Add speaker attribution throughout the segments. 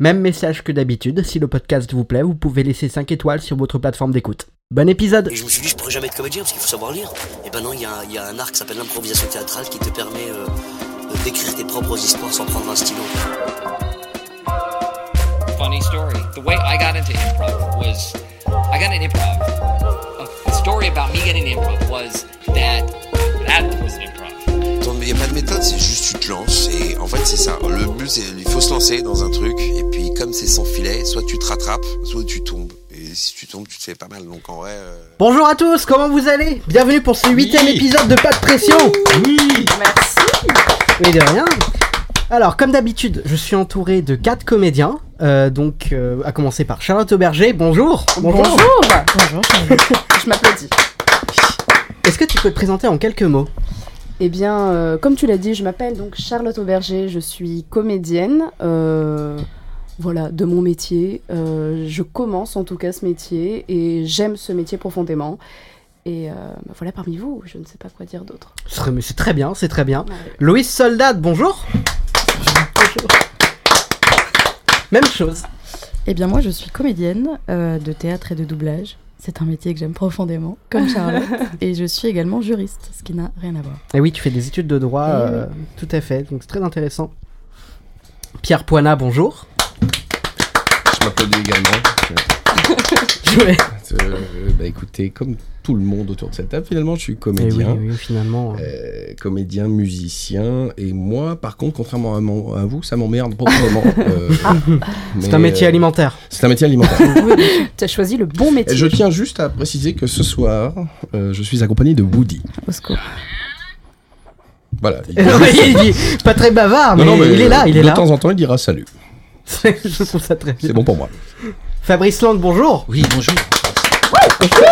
Speaker 1: Même message que d'habitude, si le podcast vous plaît, vous pouvez laisser 5 étoiles sur votre plateforme d'écoute. Bon épisode
Speaker 2: Et je me suis dit, je pourrais jamais être comédien parce qu'il faut savoir lire. Et ben non, il y, a un- il y a un art qui s'appelle l'improvisation théâtrale qui te permet euh, de- d'écrire tes propres histoires sans prendre un stylo.
Speaker 3: funny story. The way I got into improv was I got an improv. A story about me getting into improv was that that was an improv.
Speaker 4: Ton- Il n'y a pas de méthode, c'est juste tu te lances et en fait c'est ça. Le but c'est il faut se lancer dans un truc et puis comme c'est sans filet, soit tu te rattrapes, soit tu tombes. Et si tu tombes, tu te fais pas mal. Donc en vrai, euh,
Speaker 1: Bonjour à tous, comment vous allez Bienvenue pour ce huitième épisode de Pas de pression Mais de rien Alors, comme d'habitude, je suis entouré de 4 comédiens, euh, donc euh, à commencer par Charlotte Auberger, bonjour
Speaker 5: Bonjour Bonjour, je m'applaudis.
Speaker 1: Est-ce que tu peux te présenter en quelques mots
Speaker 5: Eh bien, euh, comme tu l'as dit, je m'appelle donc Charlotte Auberger, je suis comédienne, euh, voilà, de mon métier. Euh, je commence en tout cas ce métier et j'aime ce métier profondément. Et euh, bah voilà parmi vous, je ne sais pas quoi dire d'autre.
Speaker 1: Ce serait- mais C'est très bien, c'est très bien. Louise Soldat, bonjour Même chose.
Speaker 6: Eh bien moi je suis comédienne euh, de théâtre et de doublage. C'est un métier que j'aime profondément, comme Charlotte. et je suis également juriste, ce qui n'a rien à voir.
Speaker 1: Et oui, tu fais des études de droit,
Speaker 6: Eh
Speaker 1: euh, tout à fait, donc c'est très intéressant. Pierre Poinat, bonjour.
Speaker 7: Je m'applaudis également. Euh, bah écoutez, comme tout le monde autour de cette table, finalement, je suis
Speaker 1: Et Eh oui,
Speaker 7: comédien.
Speaker 1: oui, finalement.
Speaker 7: euh, comédien, musicien. Et moi, par contre, contrairement à, mon- à vous, ça m'emmerde proprement. euh,
Speaker 1: c'est
Speaker 7: mais,
Speaker 1: un métier
Speaker 7: euh,
Speaker 1: alimentaire.
Speaker 7: C'est un métier alimentaire.
Speaker 5: Tu as choisi le bon
Speaker 7: Et
Speaker 5: métier.
Speaker 7: je tiens juste à préciser que ce soir, euh, je suis accompagné de Woody.
Speaker 6: Au secours.
Speaker 7: Voilà. Il-
Speaker 1: Non, mais il dit- pas très bavard, Ah, mais,
Speaker 7: Non, non, mais,
Speaker 1: il est
Speaker 8: euh,
Speaker 1: là, il est
Speaker 7: de
Speaker 1: là.
Speaker 7: De temps en temps, il dira salut.
Speaker 1: Je trouve ça très bien.
Speaker 7: C'est bon pour moi.
Speaker 1: Fabrice Land, bonjour.
Speaker 8: Oui, bonjour. Bonjour,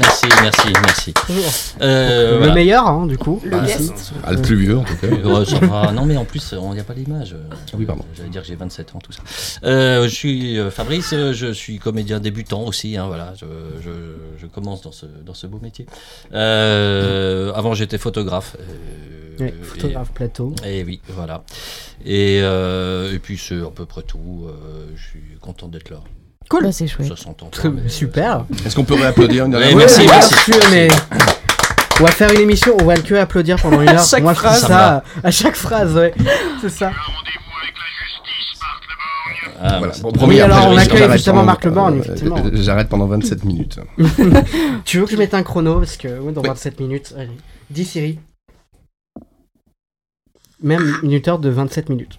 Speaker 8: merci, merci, merci.
Speaker 1: Bonjour.
Speaker 8: Euh,
Speaker 1: Le
Speaker 8: voilà. Bah,
Speaker 1: meilleur, hein, du coup.
Speaker 5: Le guest.
Speaker 7: Ah, le plus vieux, en tout cas.
Speaker 8: Euh, ça va. Non mais en plus il n'y a pas l'image.
Speaker 7: Oui, pardon.
Speaker 8: J'allais dire que j'ai 27 ans tout ça. Euh, je suis euh, Fabrice, euh, je suis comédien débutant aussi. hein, voilà, je, je- je commence dans ce dans ce beau métier. Euh, avant j'étais photographe. euh,
Speaker 1: Ouais, photographe plateau.
Speaker 8: Et oui, voilà. Et, euh, et puis c'est à peu près tout. euh, je suis content d'être là.
Speaker 1: Cool.
Speaker 6: Bah, c'est chouette.
Speaker 8: Ça s'entend. pas,
Speaker 1: Très-
Speaker 8: mais, euh,
Speaker 1: Super.
Speaker 7: Est-ce qu'on peut réapplaudir une dernière
Speaker 8: Ouais, merci,
Speaker 1: Ouais, bien
Speaker 8: merci,
Speaker 1: sûr,
Speaker 8: merci.
Speaker 1: mais on va faire une émission, on va que applaudir pendant une heure.
Speaker 8: chaque
Speaker 1: Moi, je trouve
Speaker 8: phrase.
Speaker 1: ça, à chaque phrase, ouais. C'est ça.
Speaker 8: Ah,
Speaker 7: Voilà.
Speaker 8: merci.
Speaker 7: Bon, promis,
Speaker 1: Oui, alors,
Speaker 7: après,
Speaker 1: on
Speaker 7: j'arrête-
Speaker 1: accueille
Speaker 7: j'arrête
Speaker 1: justement
Speaker 7: pendant-
Speaker 1: Marc Leborgne,
Speaker 7: euh,
Speaker 1: effectivement.
Speaker 7: euh, J'arrête pendant 27 minutes.
Speaker 1: Tu veux que je mette un chrono parce que ouais, dans
Speaker 7: Oui.
Speaker 1: 27 minutes. Allez. Dis Siri. Même minuteur de 27 minutes.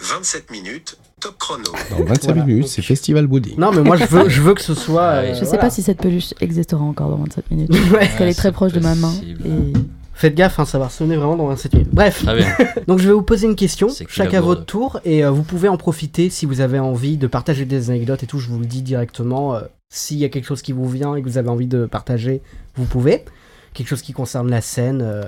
Speaker 4: 27 minutes, top chrono.
Speaker 7: Dans 27
Speaker 1: Voilà.
Speaker 7: minutes, c'est Festival Body.
Speaker 1: Non, mais moi je veux, je veux que ce soit. euh,
Speaker 6: Je sais
Speaker 1: voilà.
Speaker 6: pas si cette peluche existera encore dans 27 minutes.
Speaker 1: Ouais.
Speaker 6: Parce qu'elle
Speaker 8: Ouais,
Speaker 6: est très
Speaker 8: c'est
Speaker 6: proche de ma main.
Speaker 8: possible.
Speaker 6: Et...
Speaker 1: Faites gaffe, hein, ça va sonner vraiment dans 27 minutes. Bref,
Speaker 8: Très bien.
Speaker 1: donc je vais vous poser une question,
Speaker 8: C'est que
Speaker 1: chaque
Speaker 8: la
Speaker 1: à
Speaker 8: gourde.
Speaker 1: votre tour, et euh, vous pouvez en profiter si vous avez envie de partager des anecdotes et tout. Je vous le dis directement. euh, S'il y a quelque chose qui vous vient et que vous avez envie de partager, vous pouvez. Quelque chose qui concerne la scène euh,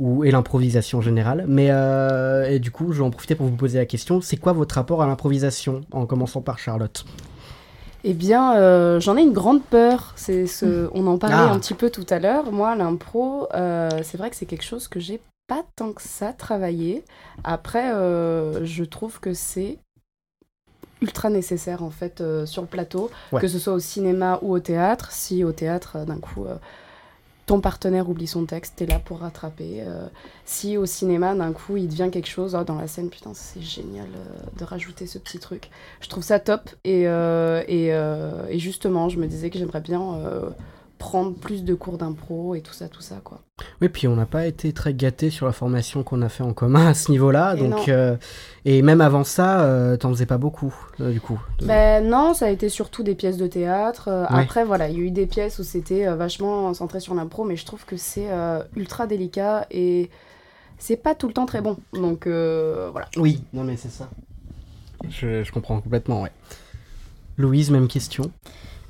Speaker 1: ou et l'improvisation générale. Mais euh, et du coup, je vais en profiter pour vous poser la question. C'est quoi votre rapport à l'improvisation En commençant par Charlotte.
Speaker 5: Eh bien, euh, j'en ai une grande peur. C'est ce, on en parlait
Speaker 1: Ah.
Speaker 5: un petit peu tout à l'heure. Moi, l'impro, euh, c'est vrai que c'est quelque chose que j'ai pas tant que ça travaillé. Après, euh, je trouve que c'est ultra nécessaire en fait euh, sur le plateau,
Speaker 1: Ouais.
Speaker 5: que ce soit au cinéma ou au théâtre. Si au théâtre, euh, d'un coup, euh, ton partenaire oublie son texte, t'es là pour rattraper. euh, si au cinéma, d'un coup, il devient quelque chose, oh, dans la scène, putain, c'est génial euh, de rajouter ce petit truc. Je trouve ça top. Et, euh, et, euh, et justement, je me disais que j'aimerais bien euh, prendre plus de cours d'impro et tout ça, tout ça, quoi.
Speaker 1: Oui, puis on n'a pas été très gâté sur la formation qu'on a fait en commun à ce niveau-là.
Speaker 5: Et non.
Speaker 1: Donc, euh, et même avant ça, euh, t'en faisais pas beaucoup, euh, du coup. de-
Speaker 5: Ben non, ça a été surtout des pièces de théâtre. Euh,
Speaker 1: Ouais.
Speaker 5: Après, voilà, il y a eu des pièces où c'était euh, vachement centré sur l'impro, mais je trouve que c'est euh, ultra délicat et c'est pas tout le temps très bon. Donc euh, voilà.
Speaker 1: Oui, non mais c'est ça. Je, je comprends complètement, ouais. Louise, même question.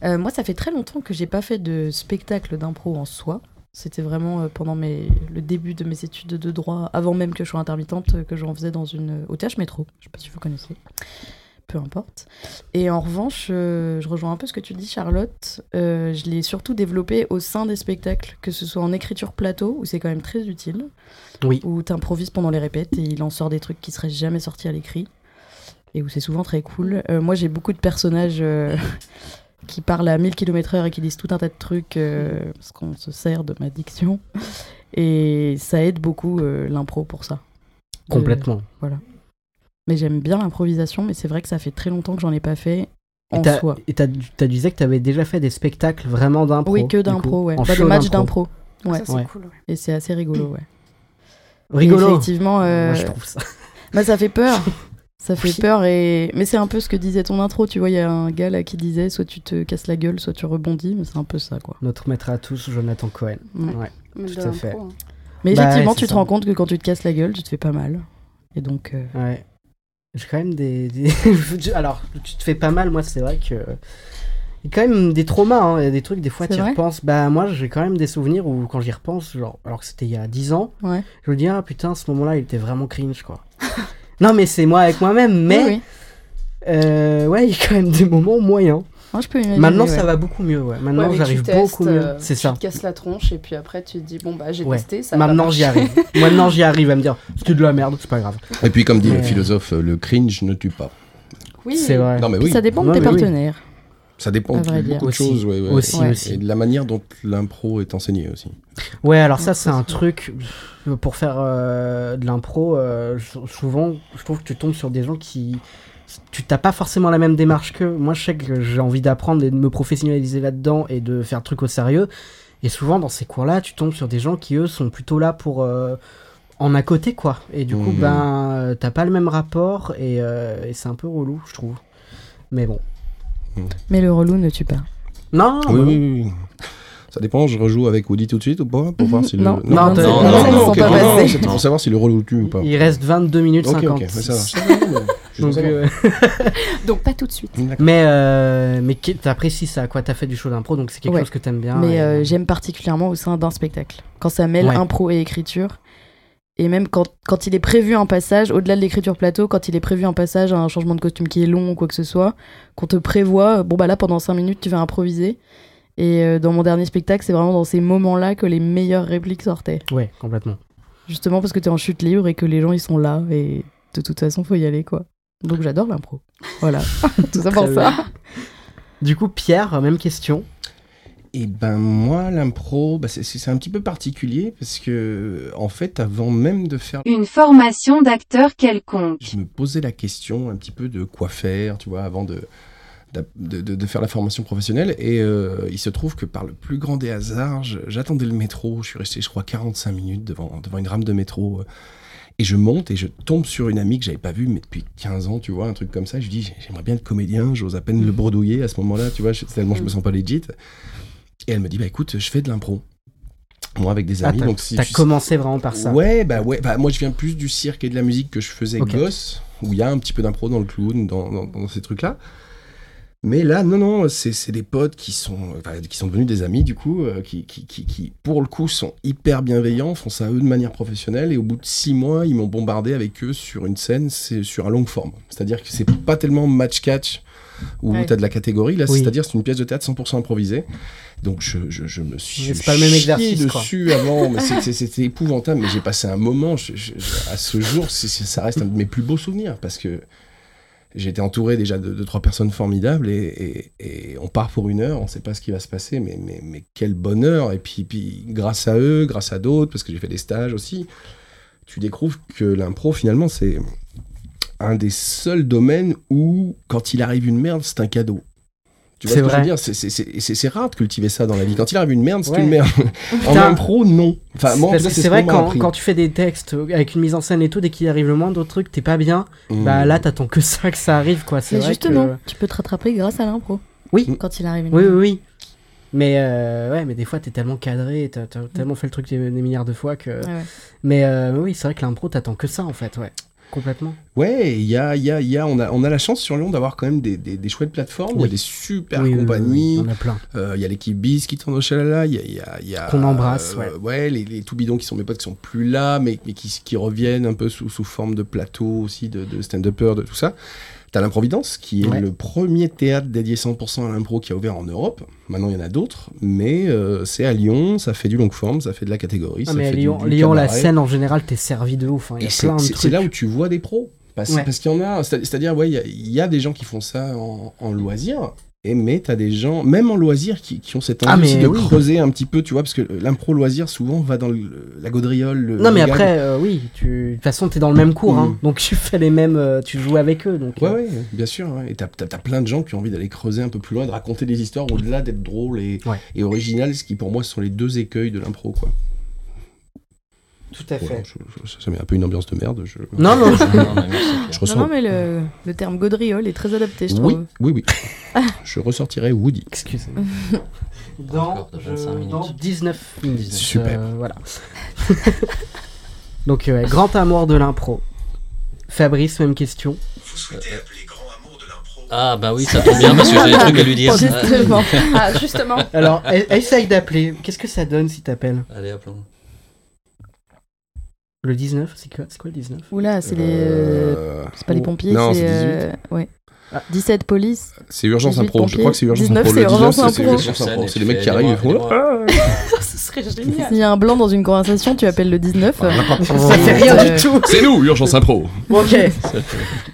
Speaker 6: Euh, moi, ça fait très longtemps que j'ai pas fait de spectacle d'impro en soi. C'était vraiment euh, pendant mes, le début de mes études de droit, avant même que je sois intermittente, euh, que j'en faisais dans une au TH métro. Je sais pas si vous connaissez. Peu importe. Et en revanche, euh, je rejoins un peu ce que tu dis, Charlotte. Euh, je l'ai surtout développé au sein des spectacles, que ce soit en écriture plateau, où c'est quand même très utile.
Speaker 1: Oui.
Speaker 6: Euh, Où t'improvises pendant les répètes et il en sort des trucs qui seraient jamais sortis à l'écrit. et où c'est souvent très cool. Euh, moi, j'ai beaucoup de personnages euh, qui parlent à 1000 km/h et qui disent tout un tas de trucs euh, parce qu'on se sert de ma diction. Et ça aide beaucoup euh, l'impro pour ça. De-
Speaker 1: Complètement.
Speaker 6: Mais j'aime bien l'improvisation, mais c'est vrai que ça fait très longtemps que j'en ai pas fait
Speaker 1: Et
Speaker 6: en
Speaker 1: t'as-
Speaker 6: soi.
Speaker 1: Et t'as- t'as disais que t'avais déjà fait des spectacles vraiment d'impro.
Speaker 6: Oui,
Speaker 1: du
Speaker 6: que
Speaker 1: coup,
Speaker 6: d'impro, ouais.
Speaker 1: en
Speaker 6: Pas des
Speaker 1: show
Speaker 6: matchs d'impro. Ouais.
Speaker 5: Ça, c'est
Speaker 1: Ouais.
Speaker 5: cool. ouais.
Speaker 6: Et c'est assez rigolo, ouais. Et
Speaker 1: Rigolo.
Speaker 6: effectivement, euh,
Speaker 1: Moi, je trouve ça.
Speaker 6: bah, ça fait peur. Ça fait
Speaker 1: Oui.
Speaker 6: peur et mais c'est un peu ce que disait ton intro, tu vois, il y a un gars là qui disait soit tu te casses la gueule, soit tu rebondis, mais c'est un peu ça quoi.
Speaker 1: Notre maître à tous, Jonathan Cohen.
Speaker 6: Ouais.
Speaker 1: Ouais.
Speaker 5: Mais
Speaker 1: Tout
Speaker 5: de
Speaker 1: à
Speaker 5: l'impro,
Speaker 1: fait.
Speaker 5: hein.
Speaker 6: Mais
Speaker 1: Bah ouais,
Speaker 6: effectivement,
Speaker 1: c'est
Speaker 6: tu te
Speaker 1: ça.
Speaker 6: rends compte que quand tu te casses la gueule, tu te fais pas mal. Et donc euh,
Speaker 1: Ouais. J'ai quand même des. des- Alors, tu te fais pas mal, moi, c'est vrai que. Il y a quand même des traumas, hein. il y a des trucs, des fois,
Speaker 6: C'est
Speaker 1: tu y
Speaker 6: vrai
Speaker 1: repenses. Bah, moi, j'ai quand même des souvenirs où, quand j'y repense, genre, alors que c'était il y a 10 ans,
Speaker 6: Ouais.
Speaker 1: je me dis, ah putain, ce moment-là, il était vraiment cringe, quoi. non, mais c'est moi avec moi-même, mais.
Speaker 6: oui, oui.
Speaker 1: euh, ouais, il y a quand même des moments moyens.
Speaker 6: Moi, je peux imaginer.
Speaker 1: Maintenant,
Speaker 6: ouais.
Speaker 1: ça va beaucoup mieux, ouais.
Speaker 5: Ouais,
Speaker 1: Maintenant,
Speaker 5: mais tu
Speaker 1: j'arrive
Speaker 5: testes,
Speaker 1: beaucoup mieux.
Speaker 5: euh,
Speaker 1: C'est ça.
Speaker 5: Tu te casses la tronche et puis après tu te dis bon bah j'ai
Speaker 1: Ouais.
Speaker 5: testé ça. a pas
Speaker 1: Maintenant, j'y
Speaker 5: marché.
Speaker 1: arrive. Maintenant, j'y arrive à me dire, c'était de la merde, c'est pas grave.
Speaker 7: Et puis, comme dit
Speaker 1: Ouais.
Speaker 7: le philosophe, euh, le cringe ne tue pas.
Speaker 5: Oui.
Speaker 1: C'est vrai.
Speaker 7: Non, mais
Speaker 6: Puis
Speaker 7: oui,
Speaker 6: ça dépend de
Speaker 1: Non,
Speaker 6: tes
Speaker 1: mais oui.
Speaker 6: partenaires.
Speaker 7: ça dépend
Speaker 6: À
Speaker 7: de
Speaker 6: vrai dire.
Speaker 7: beaucoup de
Speaker 1: Aussi.
Speaker 7: choses. ouais, ouais.
Speaker 1: Aussi,
Speaker 6: Ouais.
Speaker 1: aussi.
Speaker 7: Et de la manière dont l'impro est enseignée aussi.
Speaker 1: Ouais, alors ça,
Speaker 6: Ouais,
Speaker 1: c'est
Speaker 6: ça,
Speaker 1: un
Speaker 6: c'est-
Speaker 1: truc. pff, Pour faire euh, de l'impro, euh, sou- souvent, je trouve que tu tombes sur des gens qui. Tu t'as pas forcément la même démarche que moi. Je sais que j'ai envie d'apprendre et de me professionnaliser là-dedans et de faire le truc au sérieux. Et souvent, dans ces cours-là, tu tombes sur des gens qui, eux, sont plutôt là pour. euh, en à côté, quoi. Et du coup,
Speaker 7: Mhm.
Speaker 1: ben, euh, t'as pas le même rapport et, euh, et c'est un peu relou, je trouve. Mais bon.
Speaker 6: Mais le relou ne tue pas.
Speaker 1: Non,
Speaker 7: oui,
Speaker 1: bah
Speaker 7: oui, oui, oui. Ça dépend, je rejoue avec Woody tout de suite ou pas Pour voir si le.
Speaker 6: Non.
Speaker 1: Mhm. Non, t'as-
Speaker 8: non,
Speaker 7: ok,
Speaker 8: non, non,
Speaker 7: ok,
Speaker 8: pas
Speaker 7: non,
Speaker 8: passé.
Speaker 7: c'était pour savoir si le relou tue ou pas.
Speaker 1: il reste 22 minutes
Speaker 7: Ok,
Speaker 1: 50.
Speaker 7: ok, mais ça va. Ça va, non, mais je
Speaker 1: Donc,
Speaker 7: veux savoir.
Speaker 1: euh,
Speaker 5: Donc pas tout de suite.
Speaker 7: D'accord.
Speaker 1: Mais, euh, mais que- t'apprécies ça, quoi. T'as fait du show d'impro, donc c'est quelque
Speaker 6: Ouais.
Speaker 1: chose que t'aimes bien.
Speaker 6: mais
Speaker 1: et-
Speaker 6: euh, j'aime particulièrement au sein d'un spectacle. Quand ça mêle
Speaker 1: Ah Ouais.
Speaker 6: impro et écriture, et même quand, quand il est prévu un passage, au-delà de l'écriture plateau, quand il est prévu un passage, un changement de costume qui est long ou quoi que ce soit, qu'on te prévoit, euh, bon bah là pendant 5 minutes tu vas improviser. Et euh, dans mon dernier spectacle, c'est vraiment dans ces moments-là que les meilleures répliques sortaient.
Speaker 1: Ouais, complètement.
Speaker 6: Justement parce que t'es en chute libre et que les gens ils sont là, et de toute façon faut y aller quoi. Donc j'adore l'impro. Voilà, tout ça pour
Speaker 1: Très
Speaker 6: ça.
Speaker 1: Du coup, Pierre, même question.
Speaker 7: Eh ben moi, l'impro, bah, c'est- c'est un petit peu particulier parce que, en fait, avant même de faire
Speaker 9: Une formation d'acteur
Speaker 1: Mmh.
Speaker 9: quelconque.
Speaker 7: je me posais la question un petit peu de quoi faire, tu vois, avant de, d'a- de, de- de faire la formation professionnelle. Et euh, il se trouve que par le plus grand des hasards, je- j'attendais le métro. Je suis resté, je crois, 45 minutes devant, devant une rame de métro. euh, Et je monte et je tombe sur une amie que j'avais pas vue, mais depuis 15 ans, tu vois, un truc comme ça. Je dis, j'aimerais bien être comédien, j'ose à peine
Speaker 1: Mmh.
Speaker 7: le bredouiller à ce moment-là, tu vois, je- tellement je me sens pas legit. Et elle me dit, bah écoute, je fais de l'impro. Moi, avec des
Speaker 1: Ah,
Speaker 7: amis.
Speaker 1: t'as
Speaker 7: donc si
Speaker 1: t'as
Speaker 7: tu-
Speaker 1: commencé vraiment par ça.
Speaker 7: Ouais, bah ouais, bah moi je viens plus du cirque et de la musique que je faisais
Speaker 1: Ok.
Speaker 7: gosse, où il y a un petit peu d'impro dans le clown, dans, dans- dans ces trucs-là. Mais là, non, non, c'est c'est des potes qui sont, enfin, qui sont devenus des amis, du coup, euh, qui, qui, qui, qui, pour le coup, sont hyper bienveillants, font ça eux de manière professionnelle, et au bout de six mois, ils m'ont bombardé avec eux sur une scène, c'est sur un long forme. C'est-à-dire que c'est pas tellement match-catch où
Speaker 6: Ouais.
Speaker 7: t'as de la catégorie, là,
Speaker 1: Oui.
Speaker 7: c'est-à-dire c'est une pièce de théâtre 100% improvisée. Donc je, je, je me suis
Speaker 1: Mais c'est pas le même
Speaker 7: chié
Speaker 1: exercice, quoi.
Speaker 7: dessus avant, mais c'est- c'est- c'était épouvantable. Mais j'ai passé un moment, je- je- je- à ce jour, c'est- c'est- ça reste un de mes plus beaux souvenirs parce que j'étais entouré déjà de, de trois personnes formidables et, et- et on part pour une heure, on sait pas ce qui va se passer, mais, mais, mais quel bonheur Et puis, puis grâce à eux, grâce à d'autres, parce que j'ai fait des stages aussi, tu découvres que l'impro finalement c'est un des seuls domaines où quand il arrive une merde, c'est un cadeau. Tu vois
Speaker 1: C'est
Speaker 7: ce que je
Speaker 1: vrai.
Speaker 7: veux dire C'est- c'est- C'est c'est- c'est rare de cultiver ça dans la vie. Quand il arrive une merde, c'est
Speaker 1: Ouais.
Speaker 7: une merde. en
Speaker 1: Putain.
Speaker 7: impro, non. Enfin, moi, en
Speaker 1: Parce
Speaker 7: tout
Speaker 1: que
Speaker 7: cas, c'est
Speaker 1: c'est
Speaker 7: ce
Speaker 1: vrai,
Speaker 7: qu'on m'a
Speaker 1: quand,
Speaker 7: appris.
Speaker 1: quand tu fais des textes euh, avec une mise en scène et tout, dès qu'il arrive le moindre truc, t'es pas bien,
Speaker 7: Mm.
Speaker 1: bah là, t'attends que ça, que ça arrive, quoi. C'est
Speaker 6: Mais
Speaker 1: vrai
Speaker 6: justement,
Speaker 1: que-
Speaker 6: tu peux te rattraper grâce à l'impro.
Speaker 1: Oui.
Speaker 6: Quand il arrive une
Speaker 1: Oui, oui, oui. Mais, euh, ouais, mais des fois, t'es tellement cadré, t'as t'as tellement fait le truc des, des milliards de fois que.
Speaker 6: Ouais, ouais.
Speaker 1: Mais euh, oui, c'est vrai que l'impro, t'attends que ça, en fait, ouais. Complètement.
Speaker 7: Ouais, il y a, il y a, il y a, on a, on a la chance sur Lyon d'avoir quand même des, des, des chouettes plateformes. Il y
Speaker 1: Oui.
Speaker 7: a des super
Speaker 1: Oui, oui, oui, oui,
Speaker 7: compagnies. Euh,
Speaker 1: on a plein.
Speaker 7: Il y a l'équipe Bis qui tourne au chalala. Il y a, il y a, il y a-
Speaker 1: Qu'on embrasse,
Speaker 7: euh, les, les tout bidons qui sont mes potes qui sont plus là, mais, mais qui, qui reviennent un peu sous, sous forme de plateau aussi, de, de stand-upper, de tout ça. T'as l'Improvidence, qui est
Speaker 1: Ouais.
Speaker 7: le premier théâtre dédié 100% à l'impro qui a ouvert en Europe. Maintenant, il y en a d'autres, mais euh, c'est à Lyon, ça fait du long form, ça fait de la catégorie.
Speaker 1: Ah,
Speaker 7: ça
Speaker 1: mais à
Speaker 7: fait du-
Speaker 1: Lyon,
Speaker 7: du
Speaker 1: Lyon la
Speaker 7: cabaret.
Speaker 1: scène, en général, t'es servi de ouf. hein. Il
Speaker 7: Et
Speaker 1: y a
Speaker 7: c'est
Speaker 1: plein de
Speaker 7: c'est-
Speaker 1: trucs.
Speaker 7: c'est là où tu vois des pros. Parce,
Speaker 1: Ouais.
Speaker 7: parce qu'il y en a, c'est- c'est-à-dire, ouais, il y a- il y, a des gens qui font ça en, en loisir, et mais t'as des gens, même en loisir, qui, qui ont cette envie
Speaker 1: Ah, mais
Speaker 7: aussi de
Speaker 1: oui.
Speaker 7: creuser un petit peu, tu vois, parce que l'impro loisir, souvent, va dans le- la gaudriole. le-
Speaker 1: Non, mais
Speaker 7: le gag.
Speaker 1: après, euh, oui, tu... de toute façon, t'es dans le même cours, hein, donc tu fais les mêmes, euh, tu joues avec eux. Donc,
Speaker 7: Ouais,
Speaker 1: euh,
Speaker 7: ouais, bien sûr. ouais. Et t'as as, plein de gens qui ont envie d'aller creuser un peu plus loin, de raconter des histoires au-delà d'être drôle et,
Speaker 1: Ouais.
Speaker 7: et original, ce qui pour moi sont les deux écueils de l'impro, quoi.
Speaker 1: tout à
Speaker 7: Voilà, je- je- ça, ça met un peu une ambiance de merde. Je,
Speaker 1: Non, non,
Speaker 8: Non, mais merci, Pierre.
Speaker 7: je
Speaker 6: Non,
Speaker 7: ressens.
Speaker 6: non, mais le, le terme gaudriole est très adapté, je
Speaker 7: oui,
Speaker 6: trouve.
Speaker 7: oui, oui. je ressortirai Woody.
Speaker 1: excusez-moi. Dans,
Speaker 8: Encore de 25
Speaker 1: je-
Speaker 8: minutes.
Speaker 1: dans 19 minutes.
Speaker 7: Super.
Speaker 1: Euh, voilà. donc, euh, ouais, grand amour de l'impro. Fabrice, même question.
Speaker 8: Ah bah oui, ça tombe bien parce que j'ai des trucs à lui dire.
Speaker 6: Justement.
Speaker 5: Ah, justement.
Speaker 1: Alors, e- essaye d'appeler. Qu'est-ce que ça donne si t'appelles
Speaker 8: Allez, appelons.
Speaker 1: Le 19 C'est quoi, c'est quoi le 19
Speaker 6: Oula, c'est les.
Speaker 7: Euh,
Speaker 6: C'est pas les pompiers,
Speaker 7: non,
Speaker 6: c'est.
Speaker 7: c'est 18.
Speaker 6: euh, ouais. 17 police.
Speaker 7: C'est urgence
Speaker 6: 18
Speaker 7: impro. Je crois que c'est urgence
Speaker 6: 19,
Speaker 7: impro.
Speaker 6: c'est
Speaker 7: Le 19,
Speaker 6: urgence
Speaker 7: c'est- c'est
Speaker 6: impro.
Speaker 7: urgence impro. C'est les mecs qui arrivent. et font,
Speaker 8: Aidez-moi, aidez-moi.
Speaker 5: Ce serait
Speaker 6: S'il y a un blanc dans une conversation, tu appelles le 19.
Speaker 7: Ah,
Speaker 1: Ça fait rien
Speaker 6: Euh,
Speaker 1: du tout
Speaker 7: C'est nous, urgence impro.
Speaker 1: Ok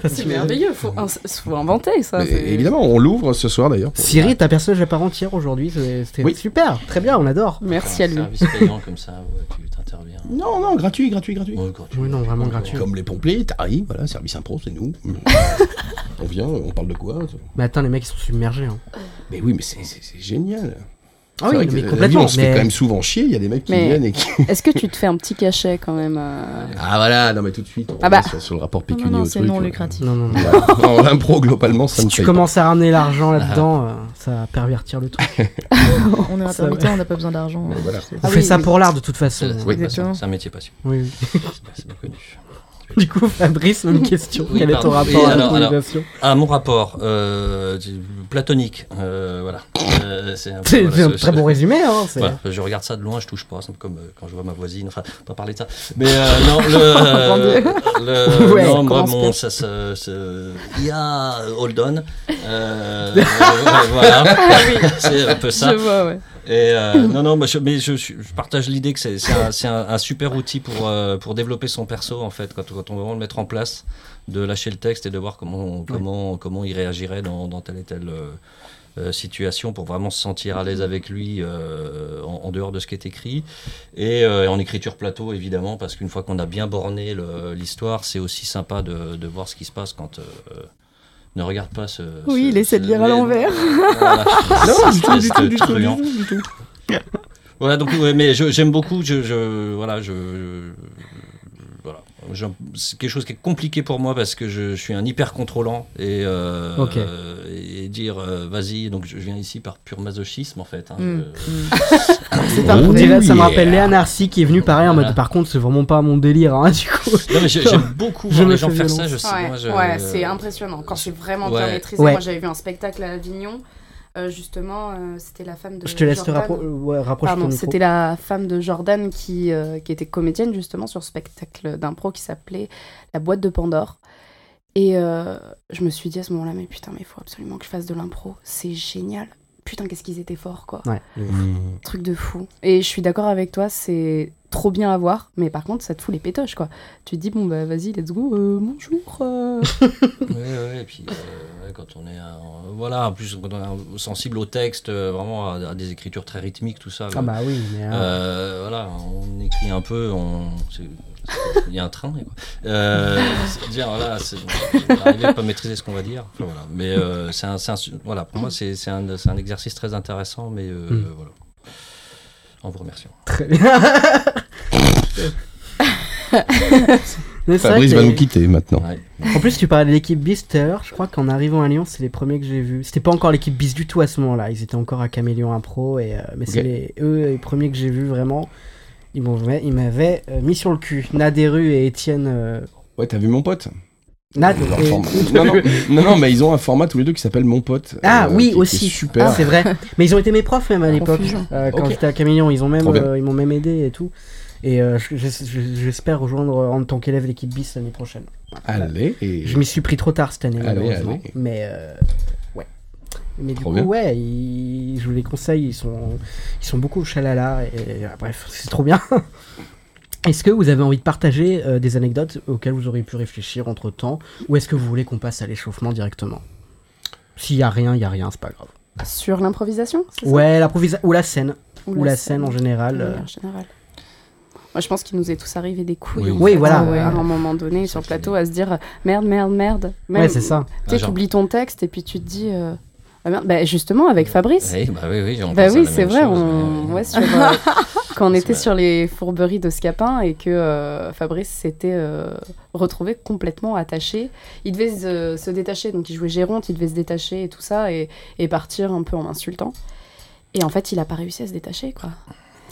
Speaker 5: C'est merveilleux, faut, ins- faut inventer ça.
Speaker 7: Mais
Speaker 5: c'est-
Speaker 7: évidemment, on l'ouvre ce soir d'ailleurs.
Speaker 1: Siri, ta personnage à part entière aujourd'hui, c'est- c'était
Speaker 7: Oui.
Speaker 1: super, très bien, on adore.
Speaker 6: Ah,
Speaker 5: Merci à lui.
Speaker 8: Service payant comme ça, ouais, tu t'interviens.
Speaker 7: Non, non, gratuit, gratuit, gratuit.
Speaker 8: Ouais, gratuit.
Speaker 1: Oui, non, vraiment gratuit.
Speaker 7: Comme les pompiers, t'arrives, voilà, service impro, c'est nous. on vient, on parle de quoi
Speaker 1: Mais attends, les mecs ils sont submergés. hein.
Speaker 7: Mais oui, mais c'est- c'est c'est génial.
Speaker 1: Ah
Speaker 7: C'est
Speaker 1: oui,
Speaker 7: vrai que
Speaker 1: mais
Speaker 7: la vie,
Speaker 1: complètement.
Speaker 7: on se fait
Speaker 1: Mais
Speaker 7: quand même souvent chier. Il y a des mecs qui
Speaker 5: Mais-
Speaker 7: viennent et qui.
Speaker 5: Est-ce que tu te fais un petit cachet quand même euh,
Speaker 7: Ah voilà, non mais tout de suite. on
Speaker 5: Ah bah.
Speaker 7: revient Sur, sur le rapport
Speaker 6: Non,
Speaker 7: pécunier
Speaker 6: non, non,
Speaker 7: au
Speaker 6: c'est
Speaker 7: truc,
Speaker 6: non
Speaker 7: ouais.
Speaker 6: lucratif.
Speaker 1: non, non, non.
Speaker 7: Ouais. En impro globalement, ça
Speaker 1: si
Speaker 7: ne
Speaker 1: tu
Speaker 7: paye pas.
Speaker 1: commences à ramener l'argent là-dedans, euh, ça va pervertir le truc.
Speaker 6: On est
Speaker 1: Ça,
Speaker 6: intermittent, on n'a pas besoin d'argent.
Speaker 7: Bon, voilà.
Speaker 1: On
Speaker 5: Ah
Speaker 1: fait
Speaker 5: oui,
Speaker 1: ça
Speaker 5: oui.
Speaker 1: pour l'art de toute façon.
Speaker 8: C'est- c'est
Speaker 7: Oui.
Speaker 8: une passion,
Speaker 6: Exactement.
Speaker 8: C'est un métier passion.
Speaker 1: Oui, oui.
Speaker 8: C'est bien- c'est bien connu.
Speaker 1: Du coup, Fabrice, même question.
Speaker 8: Oui,
Speaker 1: Quel est ton
Speaker 8: pardon.
Speaker 1: rapport
Speaker 8: Oui,
Speaker 1: à la
Speaker 8: alors, alors.
Speaker 1: colonisation
Speaker 8: Ah, mon rapport euh, tu- platonique. euh, voilà. Euh, c'est un, peu-
Speaker 1: C'est
Speaker 8: voilà,
Speaker 1: c'est un
Speaker 8: ce-
Speaker 1: très
Speaker 8: ce-
Speaker 1: bon résumé. Hein, c'est-
Speaker 8: Voilà, je regarde ça de loin, je touche pas, c'est comme euh, quand je vois ma voisine. Enfin, on va pas parler de ça. Mais euh, non, le, euh, le-
Speaker 1: Ouais,
Speaker 8: non, moi,
Speaker 1: commence
Speaker 8: mon,
Speaker 1: bien.
Speaker 8: ça, ça, ça- il y a Hold On. Euh, euh, voilà, c'est un peu ça.
Speaker 5: Je vois, ouais.
Speaker 8: Et euh, non, non, bah, je, mais je, suis- je partage l'idée que c'est c'est un, c'est un- un super outil pour, euh, pour développer son perso, en fait, quand, quand on veut vraiment le mettre en place, de lâcher le texte et de voir comment, on- comment, comment il réagirait dans, dans telle et telle euh, euh, situation pour vraiment se sentir à l'aise avec lui euh, en, en dehors de ce qui est écrit. Et euh, en écriture plateau, évidemment, parce qu'une fois qu'on a bien borné le- l'histoire, c'est aussi sympa de, de voir ce qui se passe quand. euh, ne regarde pas ce.
Speaker 6: Oui,
Speaker 8: ce-
Speaker 6: il essaie de
Speaker 8: ce-
Speaker 6: lire à l'envers.
Speaker 8: Voilà.
Speaker 7: Non, du tout, du
Speaker 8: Espèce
Speaker 7: tout,
Speaker 8: de
Speaker 7: du tout, du
Speaker 8: truand.
Speaker 7: tout, du tout.
Speaker 8: Voilà, donc ouais, mais je- j'aime beaucoup. Je, je- voilà, je, je- voilà, J'aime- c'est quelque chose qui est compliqué pour moi parce que je, je suis un hyper contrôlant et euh,
Speaker 1: Ok.
Speaker 8: euh, et dire euh, vas-y. Donc je, je viens ici par pur masochisme en fait. hein.
Speaker 6: Mm.
Speaker 8: Je-
Speaker 5: Mm.
Speaker 1: C'est un- on dirait- ça me
Speaker 7: yeah.
Speaker 1: rappelle Léa qui est venue pareil en mode
Speaker 8: Voilà.
Speaker 1: par contre, c'est vraiment pas mon délire. Hein, du coup,
Speaker 8: Non, mais j'ai- j'aime beaucoup
Speaker 1: Je
Speaker 8: voir
Speaker 1: me
Speaker 8: les gens
Speaker 1: fais
Speaker 8: faire
Speaker 1: violence.
Speaker 8: ça. Je sais,
Speaker 5: Ouais,
Speaker 8: moi, je-
Speaker 5: ouais, c'est impressionnant. Quand c'est vraiment bien
Speaker 8: Ouais.
Speaker 5: maîtrisé,
Speaker 1: Ouais.
Speaker 5: moi j'avais vu un spectacle à Avignon. euh, justement, euh, c'était la femme de.
Speaker 1: je te laisse te
Speaker 5: Jordan.
Speaker 1: rappro- ouais, rapprocher ton
Speaker 5: Pardon,
Speaker 1: micro.
Speaker 5: c'était la femme de Jordan qui, euh, qui était comédienne justement sur spectacle d'impro qui s'appelait La boîte de Pandore. Et euh, je me suis dit à ce moment-là, mais putain, mais il faut absolument que je fasse de l'impro, c'est génial. Putain, qu'est-ce qu'ils étaient forts quoi.
Speaker 1: Ouais.
Speaker 5: Truc de fou. Et je suis d'accord avec toi, c'est trop bien à voir, mais par contre, ça te fout les pétoches quoi. Tu te dis, bon bah vas-y, let's go, euh, bonjour. euh.
Speaker 8: Ouais, ouais, et puis euh, ouais, quand on est un- voilà, en plus quand on est sensible au texte, euh, vraiment à, à des écritures très rythmiques, tout ça.
Speaker 1: Ah
Speaker 8: le-
Speaker 1: bah oui, mais. euh,
Speaker 8: Euh, voilà, on écrit un peu, on... c'est- c'est- il y a un train. et quoi. Euh, c'est- dire, voilà, c'est- on va arriver à pas maîtriser ce qu'on va dire. Enfin, voilà. Mais euh, c'est un, c'est un su- voilà, pour moi, c'est c'est un, c'est un exercice très intéressant, mais euh,
Speaker 1: Mm.
Speaker 8: voilà. En vous remerciant.
Speaker 1: Très bien. Mais c'est vrai
Speaker 7: Fabrice
Speaker 1: que
Speaker 7: va
Speaker 1: les-
Speaker 7: nous quitter
Speaker 5: Bah
Speaker 7: maintenant.
Speaker 8: Ouais.
Speaker 1: En plus, tu parlais de l'équipe Beast tout à l'heure. Je crois qu'en arrivant à Lyon, c'est les premiers que j'ai vus. C'était pas encore l'équipe Beast du tout à ce moment-là. Ils étaient encore à Caméléon Impro. Et, euh, mais c'est
Speaker 7: Ok.
Speaker 1: les, eux les premiers que j'ai vus vraiment. Ils m'ont- ils m'avaient euh, mis sur le cul. Naderu et Étienne. euh,
Speaker 7: Ouais, t'as vu mon pote
Speaker 1: Nad
Speaker 7: Leur
Speaker 1: Ah, et-
Speaker 7: format. non, non, non, non, mais ils ont un format tous les deux qui s'appelle Mon Pote.
Speaker 1: Ah
Speaker 7: euh,
Speaker 1: oui,
Speaker 7: qui- qui est
Speaker 1: aussi. Ah,
Speaker 7: super.
Speaker 1: C'est vrai. Mais ils ont été mes profs même à l'époque.
Speaker 5: Confusion.
Speaker 1: Euh, quand
Speaker 7: Ok.
Speaker 1: j'étais à Caméléon, ils ont même,
Speaker 7: Trop bien.
Speaker 1: euh, ils m'ont même aidé et tout. Et euh, je- je- je- j'espère rejoindre euh, en tant qu'élève l'équipe Beast l'année prochaine.
Speaker 7: Allez, et...
Speaker 1: Je m'y suis pris trop tard cette année,
Speaker 7: Allez,
Speaker 1: malheureusement.
Speaker 7: allez.
Speaker 1: Mais euh, ouais. Mais du
Speaker 7: Trop
Speaker 1: coup,
Speaker 7: bien.
Speaker 1: ouais, ils- je vous les conseille. Ils sont, ils sont beaucoup au chalala. Et euh, bref, c'est trop bien. Est-ce que vous avez envie de partager euh, des anecdotes auxquelles vous auriez pu réfléchir entre temps Ou est-ce que vous voulez qu'on passe à l'échauffement directement S'il y a rien, il y a rien, c'est pas grave.
Speaker 5: Sur l'improvisation c'est ça
Speaker 1: Ouais, l'improvisation. Ou la scène. Ou la scène en général.
Speaker 5: de
Speaker 1: euh,
Speaker 5: manière générale. Moi, je pense qu'il nous est tous arrivé des couilles.
Speaker 8: Oui,
Speaker 5: en
Speaker 8: oui.
Speaker 5: fait,
Speaker 1: voilà. Ah.
Speaker 5: à-
Speaker 1: Ouais.
Speaker 5: À un moment donné, sur le plateau, à se dire merde, merde, merde.
Speaker 1: Ouais, c'est ça.
Speaker 5: Tu
Speaker 8: Ah,
Speaker 5: sais,
Speaker 8: genre.
Speaker 5: t'oublies ton texte et puis tu te dis. euh, ah merde. Bah, justement, avec Fabrice.
Speaker 8: Oui, bah oui, oui, on
Speaker 5: Bah
Speaker 8: pense à
Speaker 5: oui,
Speaker 8: la
Speaker 5: c'est
Speaker 8: même
Speaker 5: vrai.
Speaker 8: chose,
Speaker 5: on...
Speaker 8: mais-
Speaker 5: ouais, sur, euh, quand on
Speaker 8: C'est
Speaker 5: était
Speaker 8: vrai.
Speaker 5: sur les fourberies de Scapin et que euh, Fabrice s'était euh, retrouvé complètement attaché, il devait se, se détacher. Donc il jouait Géronte, il devait se détacher et tout ça et, et partir un peu en insultant. Et en fait, il a pas réussi à se détacher, quoi.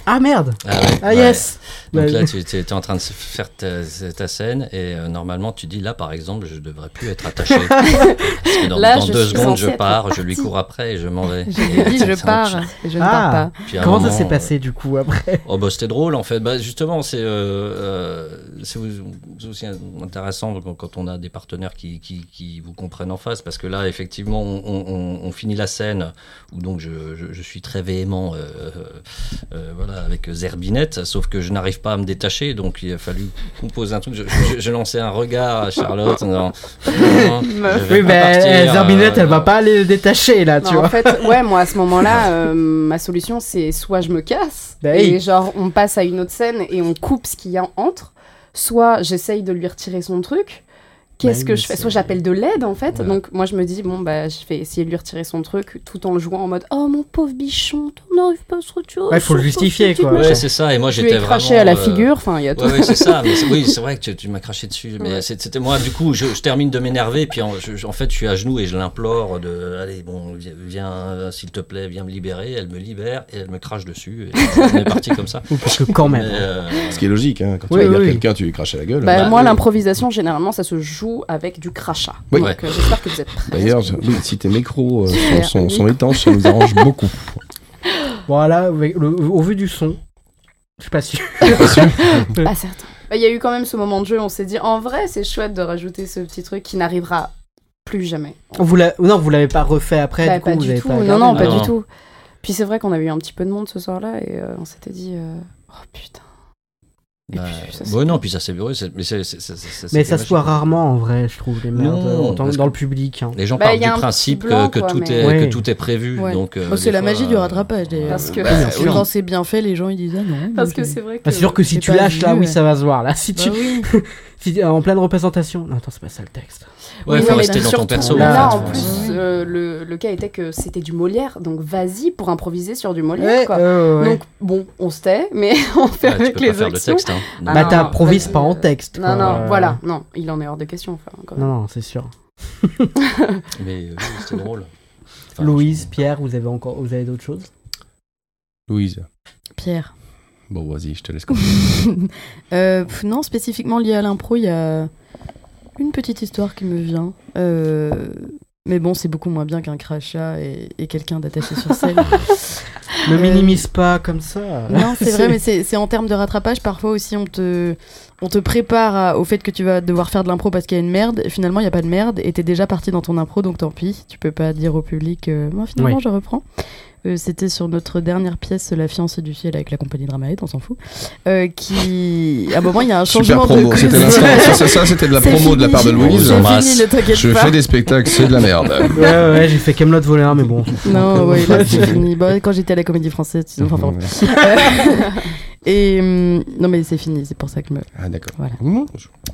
Speaker 1: Ah merde
Speaker 8: Ah, ouais,
Speaker 1: Ah
Speaker 8: ouais.
Speaker 1: yes Bah,
Speaker 8: Donc
Speaker 5: Bah,
Speaker 1: Ouais.
Speaker 8: là, tu es en train de se faire ta, ta scène et euh, normalement, tu dis là, par exemple, je devrais plus être attaché. Parce que dans
Speaker 5: Là,
Speaker 8: dans
Speaker 5: je
Speaker 8: deux
Speaker 5: suis
Speaker 8: secondes,
Speaker 5: censée
Speaker 8: je
Speaker 5: être
Speaker 8: pars, je lui
Speaker 5: partie.
Speaker 8: cours après et je m'en vais.
Speaker 6: Je lui ai dit, je pars et je ne pars
Speaker 1: Ah.
Speaker 6: pas.
Speaker 1: Comment ça
Speaker 8: euh,
Speaker 1: s'est passé du coup après
Speaker 8: Oh bah c'était drôle en fait. Bah, justement, c'est euh, euh, c'est au- c'est aussi intéressant quand- quand on a des partenaires qui, qui, qui vous comprennent en face, parce que là, effectivement, on, on- on finit la scène où donc je, je, je suis très véhément, euh, euh, voilà, avec Zerbinette, sauf que je n'arrive pas à me détacher, donc il a fallu composer un truc. Je, je- je lançais un regard à Charlotte. en disant, Non, je vais
Speaker 1: Oui,
Speaker 8: pas
Speaker 1: mais
Speaker 8: partir,
Speaker 1: Zerbinette,
Speaker 8: euh,
Speaker 1: elle va pas aller le détacher là, tu
Speaker 5: Non, en
Speaker 1: vois.
Speaker 5: fait, ouais, moi à ce moment-là, euh, ma solution c'est soit je me casse
Speaker 1: Bah
Speaker 5: et
Speaker 1: oui.
Speaker 5: genre on passe à une autre scène et on coupe ce qu'il y a entre, soit j'essaye de lui retirer son truc. Qu'est-ce
Speaker 1: Bah
Speaker 5: que
Speaker 1: oui,
Speaker 5: je fais
Speaker 1: c'est-
Speaker 5: Soit j'appelle de l'aide en fait.
Speaker 8: Ouais.
Speaker 5: Donc moi je me dis bon bah je vais essayer de lui retirer son truc tout en le jouant en mode oh mon pauvre bichon, on n'arrive pas à se retirer.
Speaker 1: Ouais, faut le
Speaker 5: son
Speaker 1: justifier,
Speaker 5: truc,
Speaker 1: quoi.
Speaker 5: machin.
Speaker 8: Ouais, c'est ça. Et moi,
Speaker 5: Je lui
Speaker 8: j'étais
Speaker 5: ai
Speaker 8: vraiment.
Speaker 5: craché à la
Speaker 8: euh,
Speaker 5: figure. Enfin il y a tout.
Speaker 8: Ouais, ouais, c'est ça. Mais c'est- oui, c'est vrai que tu, tu m'as craché dessus. Mais c'est- c'était moi, du coup, je, je termine de m'énerver. Puis en, je- je- en fait, je suis à genoux et je l'implore de Allez, bon, vi- viens, euh, s'il te plaît, viens me libérer. Elle me libère et elle me crache dessus. Et on est parti comme ça.
Speaker 1: Parce que quand
Speaker 8: Mais,
Speaker 1: même.
Speaker 8: euh,
Speaker 7: Ce qui est logique, hein, quand
Speaker 1: Oui,
Speaker 7: tu regardes
Speaker 1: oui, oui.
Speaker 7: quelqu'un, tu lui craches à la gueule.
Speaker 5: Bah,
Speaker 8: Bah,
Speaker 5: moi
Speaker 8: oui.
Speaker 5: l'improvisation généralement ça se joue avec du crachat.
Speaker 7: Oui.
Speaker 5: Donc
Speaker 8: Ouais.
Speaker 5: euh, j'espère que vous êtes prêts.
Speaker 7: D'ailleurs, je- oui, si tes micros euh, sont,
Speaker 5: Super.
Speaker 7: sont, sont étanches, ça nous arrange beaucoup.
Speaker 1: Voilà, avec le- au vu du son, je suis pas sûr.
Speaker 5: Pas certain. Bah, Il y a eu quand même ce moment de jeu, on s'est dit en vrai c'est chouette de rajouter ce petit truc qui n'arrivera plus jamais.
Speaker 1: Vous l'a- non, vous l'avez pas refait après,
Speaker 5: Bah,
Speaker 1: Ah, du coup,
Speaker 5: pas
Speaker 1: vous avez
Speaker 5: du tout,
Speaker 1: pas.
Speaker 5: non, non,
Speaker 1: regardé.
Speaker 5: pas
Speaker 8: Non.
Speaker 5: du tout. Puis c'est vrai qu'on avait eu un petit peu de monde ce soir-là et euh, on s'était dit euh, oh putain. Et
Speaker 8: bah,
Speaker 5: puis, ça, c'est-
Speaker 8: ouais, non, puis ça, c'est heureux. c'est- Mais, c'est- c'est- c'est- c'est-
Speaker 1: Mais
Speaker 8: c'est
Speaker 1: ça se
Speaker 8: dommage.
Speaker 1: voit rarement en vrai, je trouve, les merdes,
Speaker 8: Non,
Speaker 1: en tant-
Speaker 8: parce
Speaker 1: dans
Speaker 8: que-
Speaker 1: le public. hein.
Speaker 8: Les gens
Speaker 5: Bah,
Speaker 8: partent
Speaker 5: y a
Speaker 8: du
Speaker 5: un petit
Speaker 8: principe
Speaker 5: blanc,
Speaker 8: que, que
Speaker 5: quoi,
Speaker 8: tout
Speaker 5: mais-
Speaker 8: est,
Speaker 1: Ouais.
Speaker 8: que tout est prévu.
Speaker 6: Ouais.
Speaker 8: Donc, euh,
Speaker 6: Bah,
Speaker 8: des
Speaker 6: c'est la
Speaker 8: fois,
Speaker 6: magie du
Speaker 8: euh,
Speaker 6: rattrapage d'ailleurs.
Speaker 5: Parce que,
Speaker 1: Bah,
Speaker 6: Et Quand c'est bien fait, les gens ils disent ah non.
Speaker 5: parce
Speaker 6: moi,
Speaker 5: que
Speaker 6: j'ai-
Speaker 5: c'est vrai que.
Speaker 1: Ah, c'est sûr que si
Speaker 6: j'ai
Speaker 1: tu
Speaker 6: pas
Speaker 1: lâches
Speaker 6: vu,
Speaker 1: là, oui,
Speaker 6: ouais.
Speaker 1: ça va se voir. Là, si
Speaker 6: Bah
Speaker 1: tu.
Speaker 6: oui.
Speaker 1: si- euh, en pleine représentation. Non, attends, c'est pas ça le texte.
Speaker 8: Ouais,
Speaker 5: Oui,
Speaker 8: faut
Speaker 5: mais
Speaker 8: rester dans ton
Speaker 5: surtout,
Speaker 8: perso.
Speaker 5: Là,
Speaker 8: en fait.
Speaker 5: en plus, euh, le, le cas était que c'était du Molière, donc vas-y pour improviser sur du Molière.
Speaker 1: Ouais,
Speaker 5: quoi.
Speaker 1: ouais, ouais.
Speaker 5: Donc, bon, on se tait, mais on fait
Speaker 8: Ouais, tu
Speaker 5: avec
Speaker 8: peux pas
Speaker 5: les
Speaker 8: faire le
Speaker 5: actions.
Speaker 8: texte. hein.
Speaker 5: Ah,
Speaker 1: bah,
Speaker 5: non,
Speaker 1: t'improvises
Speaker 5: vas-y.
Speaker 1: pas en texte.
Speaker 5: Non,
Speaker 1: quoi.
Speaker 5: non,
Speaker 1: Euh,
Speaker 5: voilà, non, il en est hors de question. Enfin, quand même.
Speaker 1: Non, non, c'est sûr.
Speaker 8: Mais euh, oui, c'était drôle. Enfin,
Speaker 1: Louise, Pierre, vous avez encore, vous avez d'autres choses
Speaker 7: Louise,
Speaker 6: Pierre.
Speaker 7: bon, vas-y, je te laisse continuer.
Speaker 6: Euh, pff, non, spécifiquement lié à l'impro, il y a une petite histoire qui me vient. Euh, mais bon, c'est beaucoup moins bien qu'un crachat et, et quelqu'un d'attaché sur scène.
Speaker 1: Ne
Speaker 6: Euh,
Speaker 1: minimise pas comme ça.
Speaker 6: non, c'est vrai, mais c'est c'est en termes de rattrapage. Parfois aussi, on te, on te prépare à- au fait que tu vas devoir faire de l'impro parce qu'il y a une merde. Et finalement, il n'y a pas de merde et t'es déjà parti dans ton impro, donc tant pis. Tu peux pas dire au public, euh, moi finalement,
Speaker 1: Oui.
Speaker 6: je reprends. Euh, C'était sur notre dernière pièce, La fiancée du ciel, avec la compagnie Dramaed, on s'en fout. euh, qui, à un moment, il y a un
Speaker 7: Super
Speaker 6: changement
Speaker 7: promo,
Speaker 6: de
Speaker 7: c'était
Speaker 6: cuisine.
Speaker 7: l'instant. Ça, ça, ça, c'était de la
Speaker 6: C'est
Speaker 7: promo de la
Speaker 6: fini,
Speaker 7: part de
Speaker 6: c'est
Speaker 7: Louise.
Speaker 6: fini,
Speaker 8: Embrasse.
Speaker 6: ne t'inquiète
Speaker 7: Je
Speaker 6: pas.
Speaker 7: fais des spectacles, c'est de la merde.
Speaker 1: Ouais, ouais, ouais, j'ai fait Camelot voleur, mais bon.
Speaker 6: Non, ouais, là, c'est fini. Bah, quand j'étais à la comédie française, tu- enfin, pardon. Et hum, non, mais c'est fini, c'est pour ça que je me...
Speaker 7: Ah, d'accord.
Speaker 6: Voilà.
Speaker 7: Non,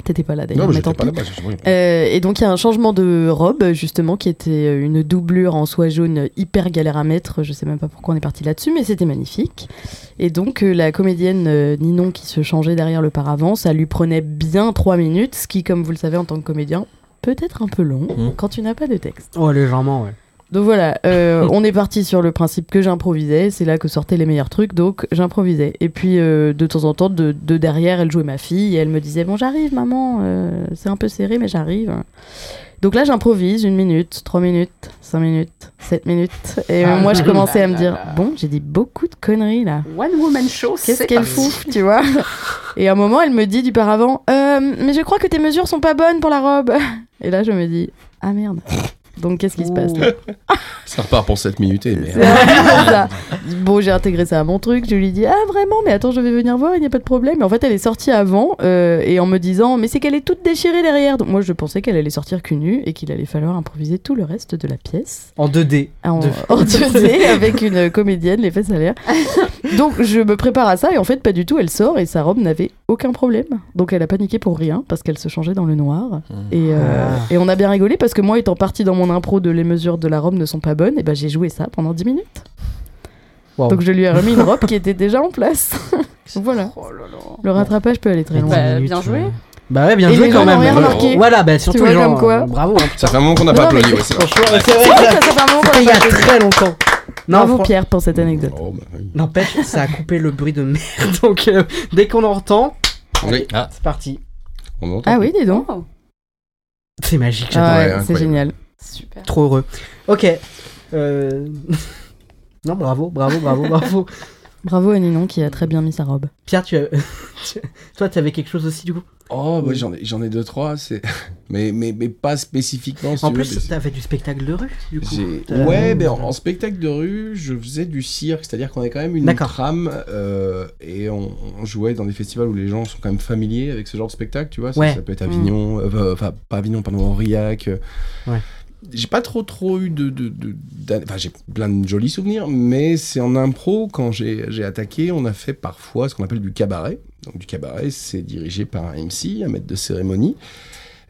Speaker 6: t'étais pas là d'ailleurs,
Speaker 7: mais
Speaker 6: mais
Speaker 7: j'étais
Speaker 6: tant
Speaker 7: pas
Speaker 6: pis.
Speaker 7: là-bas. je- oui.
Speaker 6: Euh, et donc il y a un changement de robe justement qui était euh, une doublure en soie jaune hyper galère à mettre. Je sais même pas pourquoi on est parti là-dessus, mais c'était magnifique. Et donc euh, la comédienne euh, Ninon qui se changeait derrière le paravent, ça lui prenait bien trois minutes, ce qui, comme vous le savez en tant que comédien, peut être un peu long
Speaker 8: Mhm.
Speaker 6: quand tu n'as pas de texte.
Speaker 1: Oh, légèrement, ouais.
Speaker 6: Donc voilà, euh, on est parti sur le principe que j'improvisais, c'est là que sortaient les meilleurs trucs, donc j'improvisais. Et puis euh, de temps en temps, de, de derrière, elle jouait ma fille et elle me disait Bon, j'arrive, maman, euh, c'est un peu serré, mais j'arrive. Donc là, j'improvise une minute, trois minutes, cinq minutes, sept minutes. Et
Speaker 5: Ah
Speaker 6: euh, moi, je
Speaker 5: là
Speaker 6: commençais à me
Speaker 5: là
Speaker 6: dire
Speaker 5: là.
Speaker 6: Bon, j'ai dit beaucoup de conneries là.
Speaker 5: One woman show,
Speaker 6: Qu'est-ce
Speaker 5: c'est
Speaker 6: qu'elle
Speaker 5: parti.
Speaker 6: fout, tu vois Et à un moment, elle me dit du paravent, Euh, mais je crois que tes mesures sont pas bonnes pour la robe. Et là, je me dis, ah merde. Donc qu'est-ce qui se passe là
Speaker 7: Ça repart pour 7 minutes eh, et
Speaker 6: C'est
Speaker 7: merde.
Speaker 6: vraiment ça. Bon, j'ai intégré ça à mon truc. Je lui dis ah vraiment, mais attends, je vais venir voir. Il n'y a pas de problème. Et en fait, elle est sortie avant euh, et en me disant mais c'est qu'elle est toute déchirée derrière. Donc moi, je pensais qu'elle allait sortir cul nu et qu'il allait falloir improviser tout le reste de la pièce.
Speaker 1: En 2D.
Speaker 6: en,
Speaker 1: De-
Speaker 6: en 2D avec une comédienne, les fesses à l'air. Donc je me prépare à ça et en fait pas du tout, elle sort et sa robe n'avait aucun problème. Donc elle a paniqué pour rien parce qu'elle se changeait dans le noir. Et, euh, et on a bien rigolé parce que moi étant partie dans mon impro de les mesures de la robe ne sont pas bonnes, et ben j'ai joué ça pendant 10 minutes.
Speaker 1: Waouh.
Speaker 6: Donc je lui ai remis une robe qui était déjà en place. voilà.
Speaker 5: Oh
Speaker 6: Le rattrapage peut aller très loin.
Speaker 5: Bah, bien joué.
Speaker 1: Bah ouais, bien
Speaker 6: Et
Speaker 1: joué
Speaker 6: les
Speaker 1: quand
Speaker 6: gens
Speaker 1: même.
Speaker 6: n'ont rien
Speaker 1: Bravo.
Speaker 6: remarqué.
Speaker 1: Voilà, bah surtout
Speaker 6: vois
Speaker 1: les gens.
Speaker 6: comme quoi.
Speaker 1: euh, bravo. hein.
Speaker 7: Ça fait un moment qu'on n'a
Speaker 6: Non,
Speaker 7: pas
Speaker 6: mais
Speaker 7: applaudi. ouais, c'est vrai.
Speaker 1: Franchement, c'est vrai que
Speaker 6: Ça,
Speaker 1: ça
Speaker 6: ça fait un moment qu'on
Speaker 1: fait il y
Speaker 6: l'a
Speaker 1: a
Speaker 6: pas fait.
Speaker 1: très longtemps. Non,
Speaker 6: Bravo
Speaker 1: fran-
Speaker 6: Pierre pour cette anecdote.
Speaker 7: Oh, bah oui.
Speaker 1: N'empêche, ça a coupé le bruit de merde. Donc euh, dès qu'on en entend,
Speaker 7: Oui,
Speaker 8: Ah,
Speaker 1: c'est parti.
Speaker 7: on entend.
Speaker 6: Ah oui, dis donc.
Speaker 5: Oh,
Speaker 1: C'est magique, j'adore.
Speaker 6: Ah ouais,
Speaker 7: incroyable.
Speaker 6: c'est génial.
Speaker 5: super.
Speaker 1: Trop heureux. Ok. Euh, non, bravo, bravo, bravo, bravo.
Speaker 6: Bravo à Ninon qui a très bien mis sa robe.
Speaker 1: Pierre, tu as... tu- toi, tu avais quelque chose aussi du coup.
Speaker 7: Oh, moi
Speaker 1: Oui.
Speaker 7: j'en ai, j'en ai deux, trois. C'est... Mais, mais, mais pas spécifiquement. si
Speaker 1: En
Speaker 7: tu veux, mais
Speaker 1: plus,
Speaker 7: c'est-
Speaker 1: t'as fait du spectacle de rue du coup.
Speaker 7: J'ai-
Speaker 1: Euh,
Speaker 7: Ouais, mais en, en spectacle de rue, je faisais du cirque, c'est-à-dire qu'on avait quand même une
Speaker 1: D'accord.
Speaker 7: trame euh, et on, on jouait dans des festivals où les gens sont quand même familiers avec ce genre de spectacle, tu vois. Ça,
Speaker 1: Ouais. Mm.
Speaker 7: ça peut être Avignon, euh, enfin pas Avignon, pardon, Aurillac. euh.
Speaker 1: Ouais.
Speaker 7: J'ai pas trop trop eu de, de, de- d'an- enfin j'ai plein de jolis souvenirs, mais c'est en impro quand j'ai, j'ai attaqué, on a fait parfois ce qu'on appelle du cabaret. Donc du cabaret, c'est dirigé par un MC, un maître de cérémonie.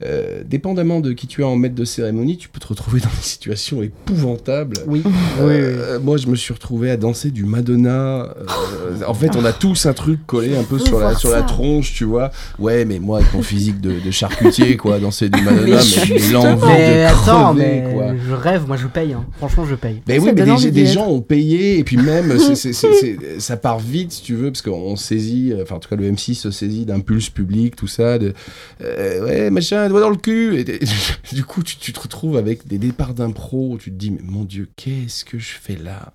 Speaker 7: Euh, dépendamment de qui tu es en maître de cérémonie, tu peux te retrouver dans des situations épouvantables.
Speaker 1: Oui.
Speaker 7: Euh, Moi, je me suis retrouvé à danser du Madonna. euh, en fait, on a tous un truc collé un peu sur la, sur la tronche, tu vois. Ouais, mais moi, avec mon physique de, de charcutier, quoi, danser du Madonna, mais, mais l'envie
Speaker 1: Mais
Speaker 7: de
Speaker 1: attends,
Speaker 7: crever,
Speaker 1: mais
Speaker 7: quoi.
Speaker 1: je rêve, moi je paye. hein. Franchement, je paye.
Speaker 7: Mais
Speaker 6: Ça
Speaker 7: Ben oui, mais
Speaker 6: donne envie
Speaker 7: des, des
Speaker 6: d'y
Speaker 7: gens ont payé, et puis même, c'est- c'est- c'est- c'est- ça part vite, si tu veux, parce qu'on saisit, euh, enfin, en tout cas, le MC se saisit d'impulses publics, tout ça, de euh, ouais, machin, doigt dans le cul. Et, et- du coup, tu, tu te retrouves avec des départs d'impro, où tu te dis, mais mon Dieu, qu'est-ce que je fais là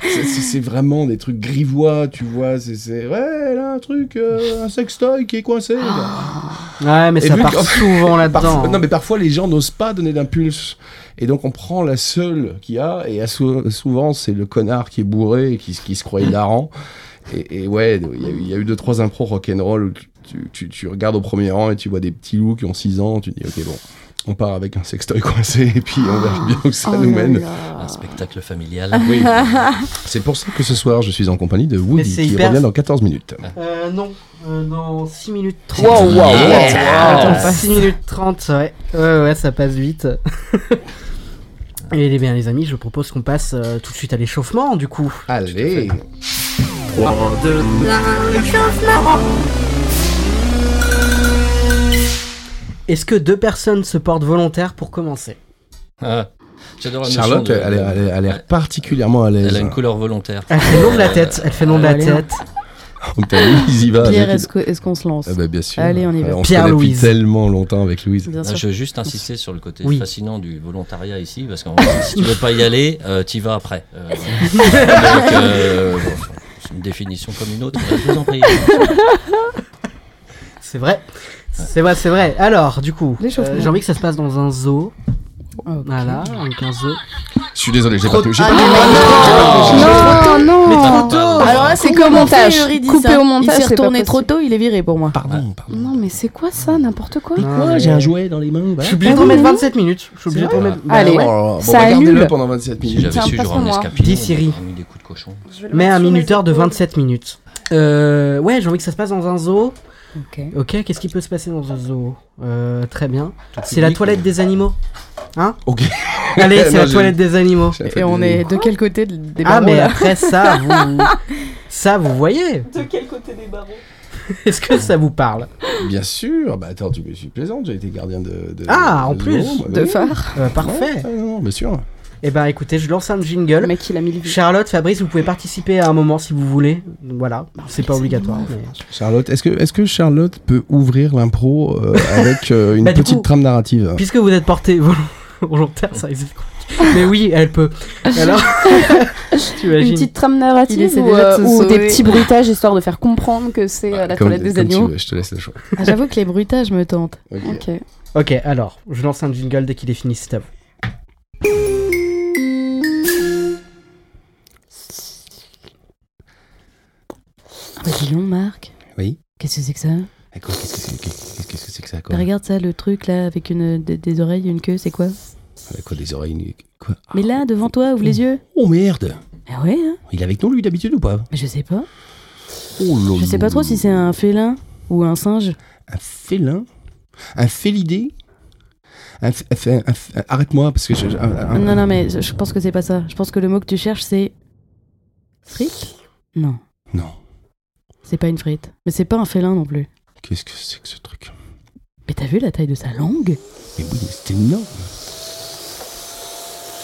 Speaker 7: C'est- C'est c'est vraiment des trucs grivois, tu vois, c'est- c'est ouais, là, un truc, euh, un sextoy qui est coincé.
Speaker 6: Ah,
Speaker 7: là.
Speaker 1: Ouais, mais
Speaker 7: Et
Speaker 1: ça
Speaker 7: vu
Speaker 1: part
Speaker 7: qu'en-
Speaker 1: souvent là-dedans.
Speaker 7: Parfois-
Speaker 1: hein.
Speaker 7: non, mais parfois les gens n'osent pas donner d'impulse. Et donc on prend la seule qu'il y a, et à sou- souvent c'est le connard qui est bourré et qui, se- qui se croit hilarant. Et, et ouais, il y, a eu- il y a eu deux, trois impros rock'n'roll où tu, tu- tu- tu regardes au premier rang et tu vois des petits loups qui ont 6 ans, tu dis ok bon, on part avec un sextoy coincé et puis on verra bien où ça nous mène.
Speaker 8: un
Speaker 1: Ah.
Speaker 8: spectacle familial.
Speaker 7: Oui. C'est pour ça que ce soir je suis en compagnie de
Speaker 1: Mais
Speaker 7: Woody
Speaker 1: c'est
Speaker 7: qui
Speaker 1: hyper-
Speaker 7: revient dans 14 minutes.
Speaker 1: Euh, non. Euh, dans 6 minutes 30.
Speaker 7: Wow, wow, wow,
Speaker 1: Attends,
Speaker 6: wow.
Speaker 1: 6 minutes 30, ouais. Ouais, ouais, ça passe vite. Et eh bien, les amis, je propose qu'on passe euh, tout de suite à l'échauffement, du coup.
Speaker 7: Allez
Speaker 1: Est-ce que deux personnes se portent volontaires pour commencer
Speaker 8: Ah, J'adore la notion
Speaker 7: Charlotte,
Speaker 8: de-
Speaker 7: elle, a- elle a- elle a l'air particulièrement à l'aise.
Speaker 8: Elle a une couleur volontaire. Euh,
Speaker 1: Elle fait le nom de la tête, elle fait le nom de la
Speaker 6: allez, hein.
Speaker 1: tête.
Speaker 7: Oh, putain, lui, il y va avec
Speaker 6: Pierre,
Speaker 7: une-
Speaker 6: est-ce que- est-ce qu'on se lance
Speaker 7: Ah bah bien sûr.
Speaker 6: Allez, on y va.
Speaker 7: Alors,
Speaker 1: Pierre
Speaker 7: se connaît
Speaker 1: Louise.
Speaker 7: depuis tellement longtemps avec Louise.
Speaker 6: Bien
Speaker 8: Là,
Speaker 6: sûr.
Speaker 8: je veux juste insister sur le côté
Speaker 1: Oui.
Speaker 8: fascinant du volontariat ici, parce que si tu veux pas y aller, euh, t'y vas après. Euh, donc, euh, bon, c'est une définition comme une autre, je vous en
Speaker 1: Oh,
Speaker 8: prie.
Speaker 1: C'est vrai. C'est vrai, c'est vrai. Alors, du coup,
Speaker 6: L'échauffement.
Speaker 1: euh, j'ai envie que ça se passe dans un zoo.
Speaker 6: Oh, Ok.
Speaker 5: Ah.
Speaker 6: Ah,
Speaker 1: Voilà, avec un zoo.
Speaker 7: Je suis désolé, j'ai pas touché.
Speaker 5: Ah, Non, non, non. Alors là, c'est
Speaker 6: Coupé
Speaker 5: comme montage.
Speaker 6: Eurydice,
Speaker 5: Coupé
Speaker 6: hein.
Speaker 5: au montage,
Speaker 6: Il
Speaker 5: c'est
Speaker 6: s'est
Speaker 5: pas
Speaker 6: retourné
Speaker 5: possible.
Speaker 6: trop tôt, il est viré pour moi.
Speaker 7: Pardon, pardon.
Speaker 5: Non, mais c'est quoi ça N'importe quoi
Speaker 1: Non, mais-
Speaker 7: Oh, jouet dans les mains.
Speaker 1: Je suis obligé Euh, de
Speaker 5: Ah oui,
Speaker 1: remettre
Speaker 5: oui.
Speaker 1: 27 minutes. Je suis obligé de
Speaker 8: vrai
Speaker 1: remettre. Bah
Speaker 5: Allez.
Speaker 1: ouais.
Speaker 7: Bon,
Speaker 5: Ça
Speaker 7: bah, gardez-le
Speaker 5: annule.
Speaker 7: pendant 27
Speaker 8: Si
Speaker 7: minutes.
Speaker 8: j'avais
Speaker 5: Tiens,
Speaker 8: su, j'aurais un
Speaker 5: passe-moi.
Speaker 8: escapillon.
Speaker 1: Dis, Siri.
Speaker 8: mis des coups de cochon.
Speaker 1: Mais un minuteur de 27 minutes. Euh, ouais, j'ai envie que ça se passe dans un zoo.
Speaker 6: Ok.
Speaker 1: Ok, qu'est-ce qui peut se passer dans un zoo Euh, Très bien.
Speaker 8: Tout
Speaker 1: C'est la
Speaker 8: public,
Speaker 1: toilette
Speaker 8: ou-
Speaker 1: des animaux. Hein
Speaker 7: Ok.
Speaker 1: Allez, c'est
Speaker 7: Non,
Speaker 1: la
Speaker 7: j'ai-
Speaker 1: toilette des animaux.
Speaker 7: J'ai fait
Speaker 6: Et on
Speaker 7: des-
Speaker 6: est de quel côté de- des
Speaker 1: Ah,
Speaker 6: barreaux
Speaker 1: mais
Speaker 6: là
Speaker 1: après ça, vous. Ça, vous voyez
Speaker 5: De quel côté des barreaux
Speaker 1: Est-ce que ça vous parle
Speaker 7: Bien sûr. Bah attends, tu me suis plaisante. J'ai été gardien de. de-
Speaker 1: Ah, en plus.
Speaker 7: zoo, moi,
Speaker 6: De
Speaker 7: oui.
Speaker 6: phare
Speaker 1: Euh,
Speaker 7: Ouais,
Speaker 1: Parfait.
Speaker 7: ouais, non, bien sûr.
Speaker 1: Eh ben, écoutez, je lance un jingle.
Speaker 5: Le mec, il a mis le vieux.
Speaker 1: Charlotte, Fabrice, vous pouvez participer à un moment si vous voulez. Voilà, c'est pas obligatoire. mais-
Speaker 7: Charlotte, est-ce que, est-ce que Charlotte peut ouvrir l'impro euh, avec euh, une
Speaker 1: Bah, du
Speaker 7: petite
Speaker 1: coup-
Speaker 7: trame narrative
Speaker 1: Puisque vous êtes porté vol- volontaire, ça existe. Mais oui, elle peut. Alors, tu
Speaker 5: Une
Speaker 1: imagines.
Speaker 5: petite trame narrative
Speaker 6: Il essaie
Speaker 5: ou,
Speaker 6: déjà de
Speaker 5: euh,
Speaker 6: se
Speaker 5: ou des
Speaker 6: sauver.
Speaker 5: petits bruitages histoire de faire comprendre que c'est euh, la
Speaker 7: Comme-
Speaker 5: toilette des
Speaker 7: comme tu
Speaker 5: animaux.
Speaker 7: veux, Je te laisse le choix.
Speaker 6: Ah, J'avoue que les bruitages me tentent.
Speaker 7: Ok.
Speaker 5: Ok.
Speaker 1: Ok, alors, je lance un jingle dès qu'il est fini, c'est à vous.
Speaker 6: Papillon, Marc
Speaker 10: Oui.
Speaker 6: Qu'est-ce que c'est que ça
Speaker 7: Ah,
Speaker 10: Et quoi, Qu'est-ce que c'est qu'est-ce- qu'est-ce que, c'est que ça quoi
Speaker 6: Mais Bah, Regarde ça, le truc là, avec une, des, des oreilles et une queue, c'est quoi
Speaker 7: Ah,
Speaker 10: Avec quoi des oreilles nu- quoi
Speaker 6: Mais là, devant toi, ouvre les yeux.
Speaker 10: Oh merde
Speaker 6: Ah ouais, hein
Speaker 10: Il est avec nous lui d'habitude ou pas
Speaker 6: Mais Je sais pas.
Speaker 10: oh, là
Speaker 6: Je sais pas
Speaker 10: là.
Speaker 6: trop si c'est un félin ou un singe.
Speaker 10: Un félin Un félidé Un f- un f- un f- un- Arrête-moi parce que je. je- un- un-
Speaker 6: Non, non, mais je je pense que c'est pas ça. Je pense que le mot que tu cherches, c'est. Frite Non,
Speaker 10: Non.
Speaker 6: c'est pas une frite. Mais c'est pas un félin non plus.
Speaker 10: Qu'est-ce que c'est que ce truc
Speaker 6: Mais t'as vu la taille de sa langue
Speaker 10: Mais oui, mais c'est énorme.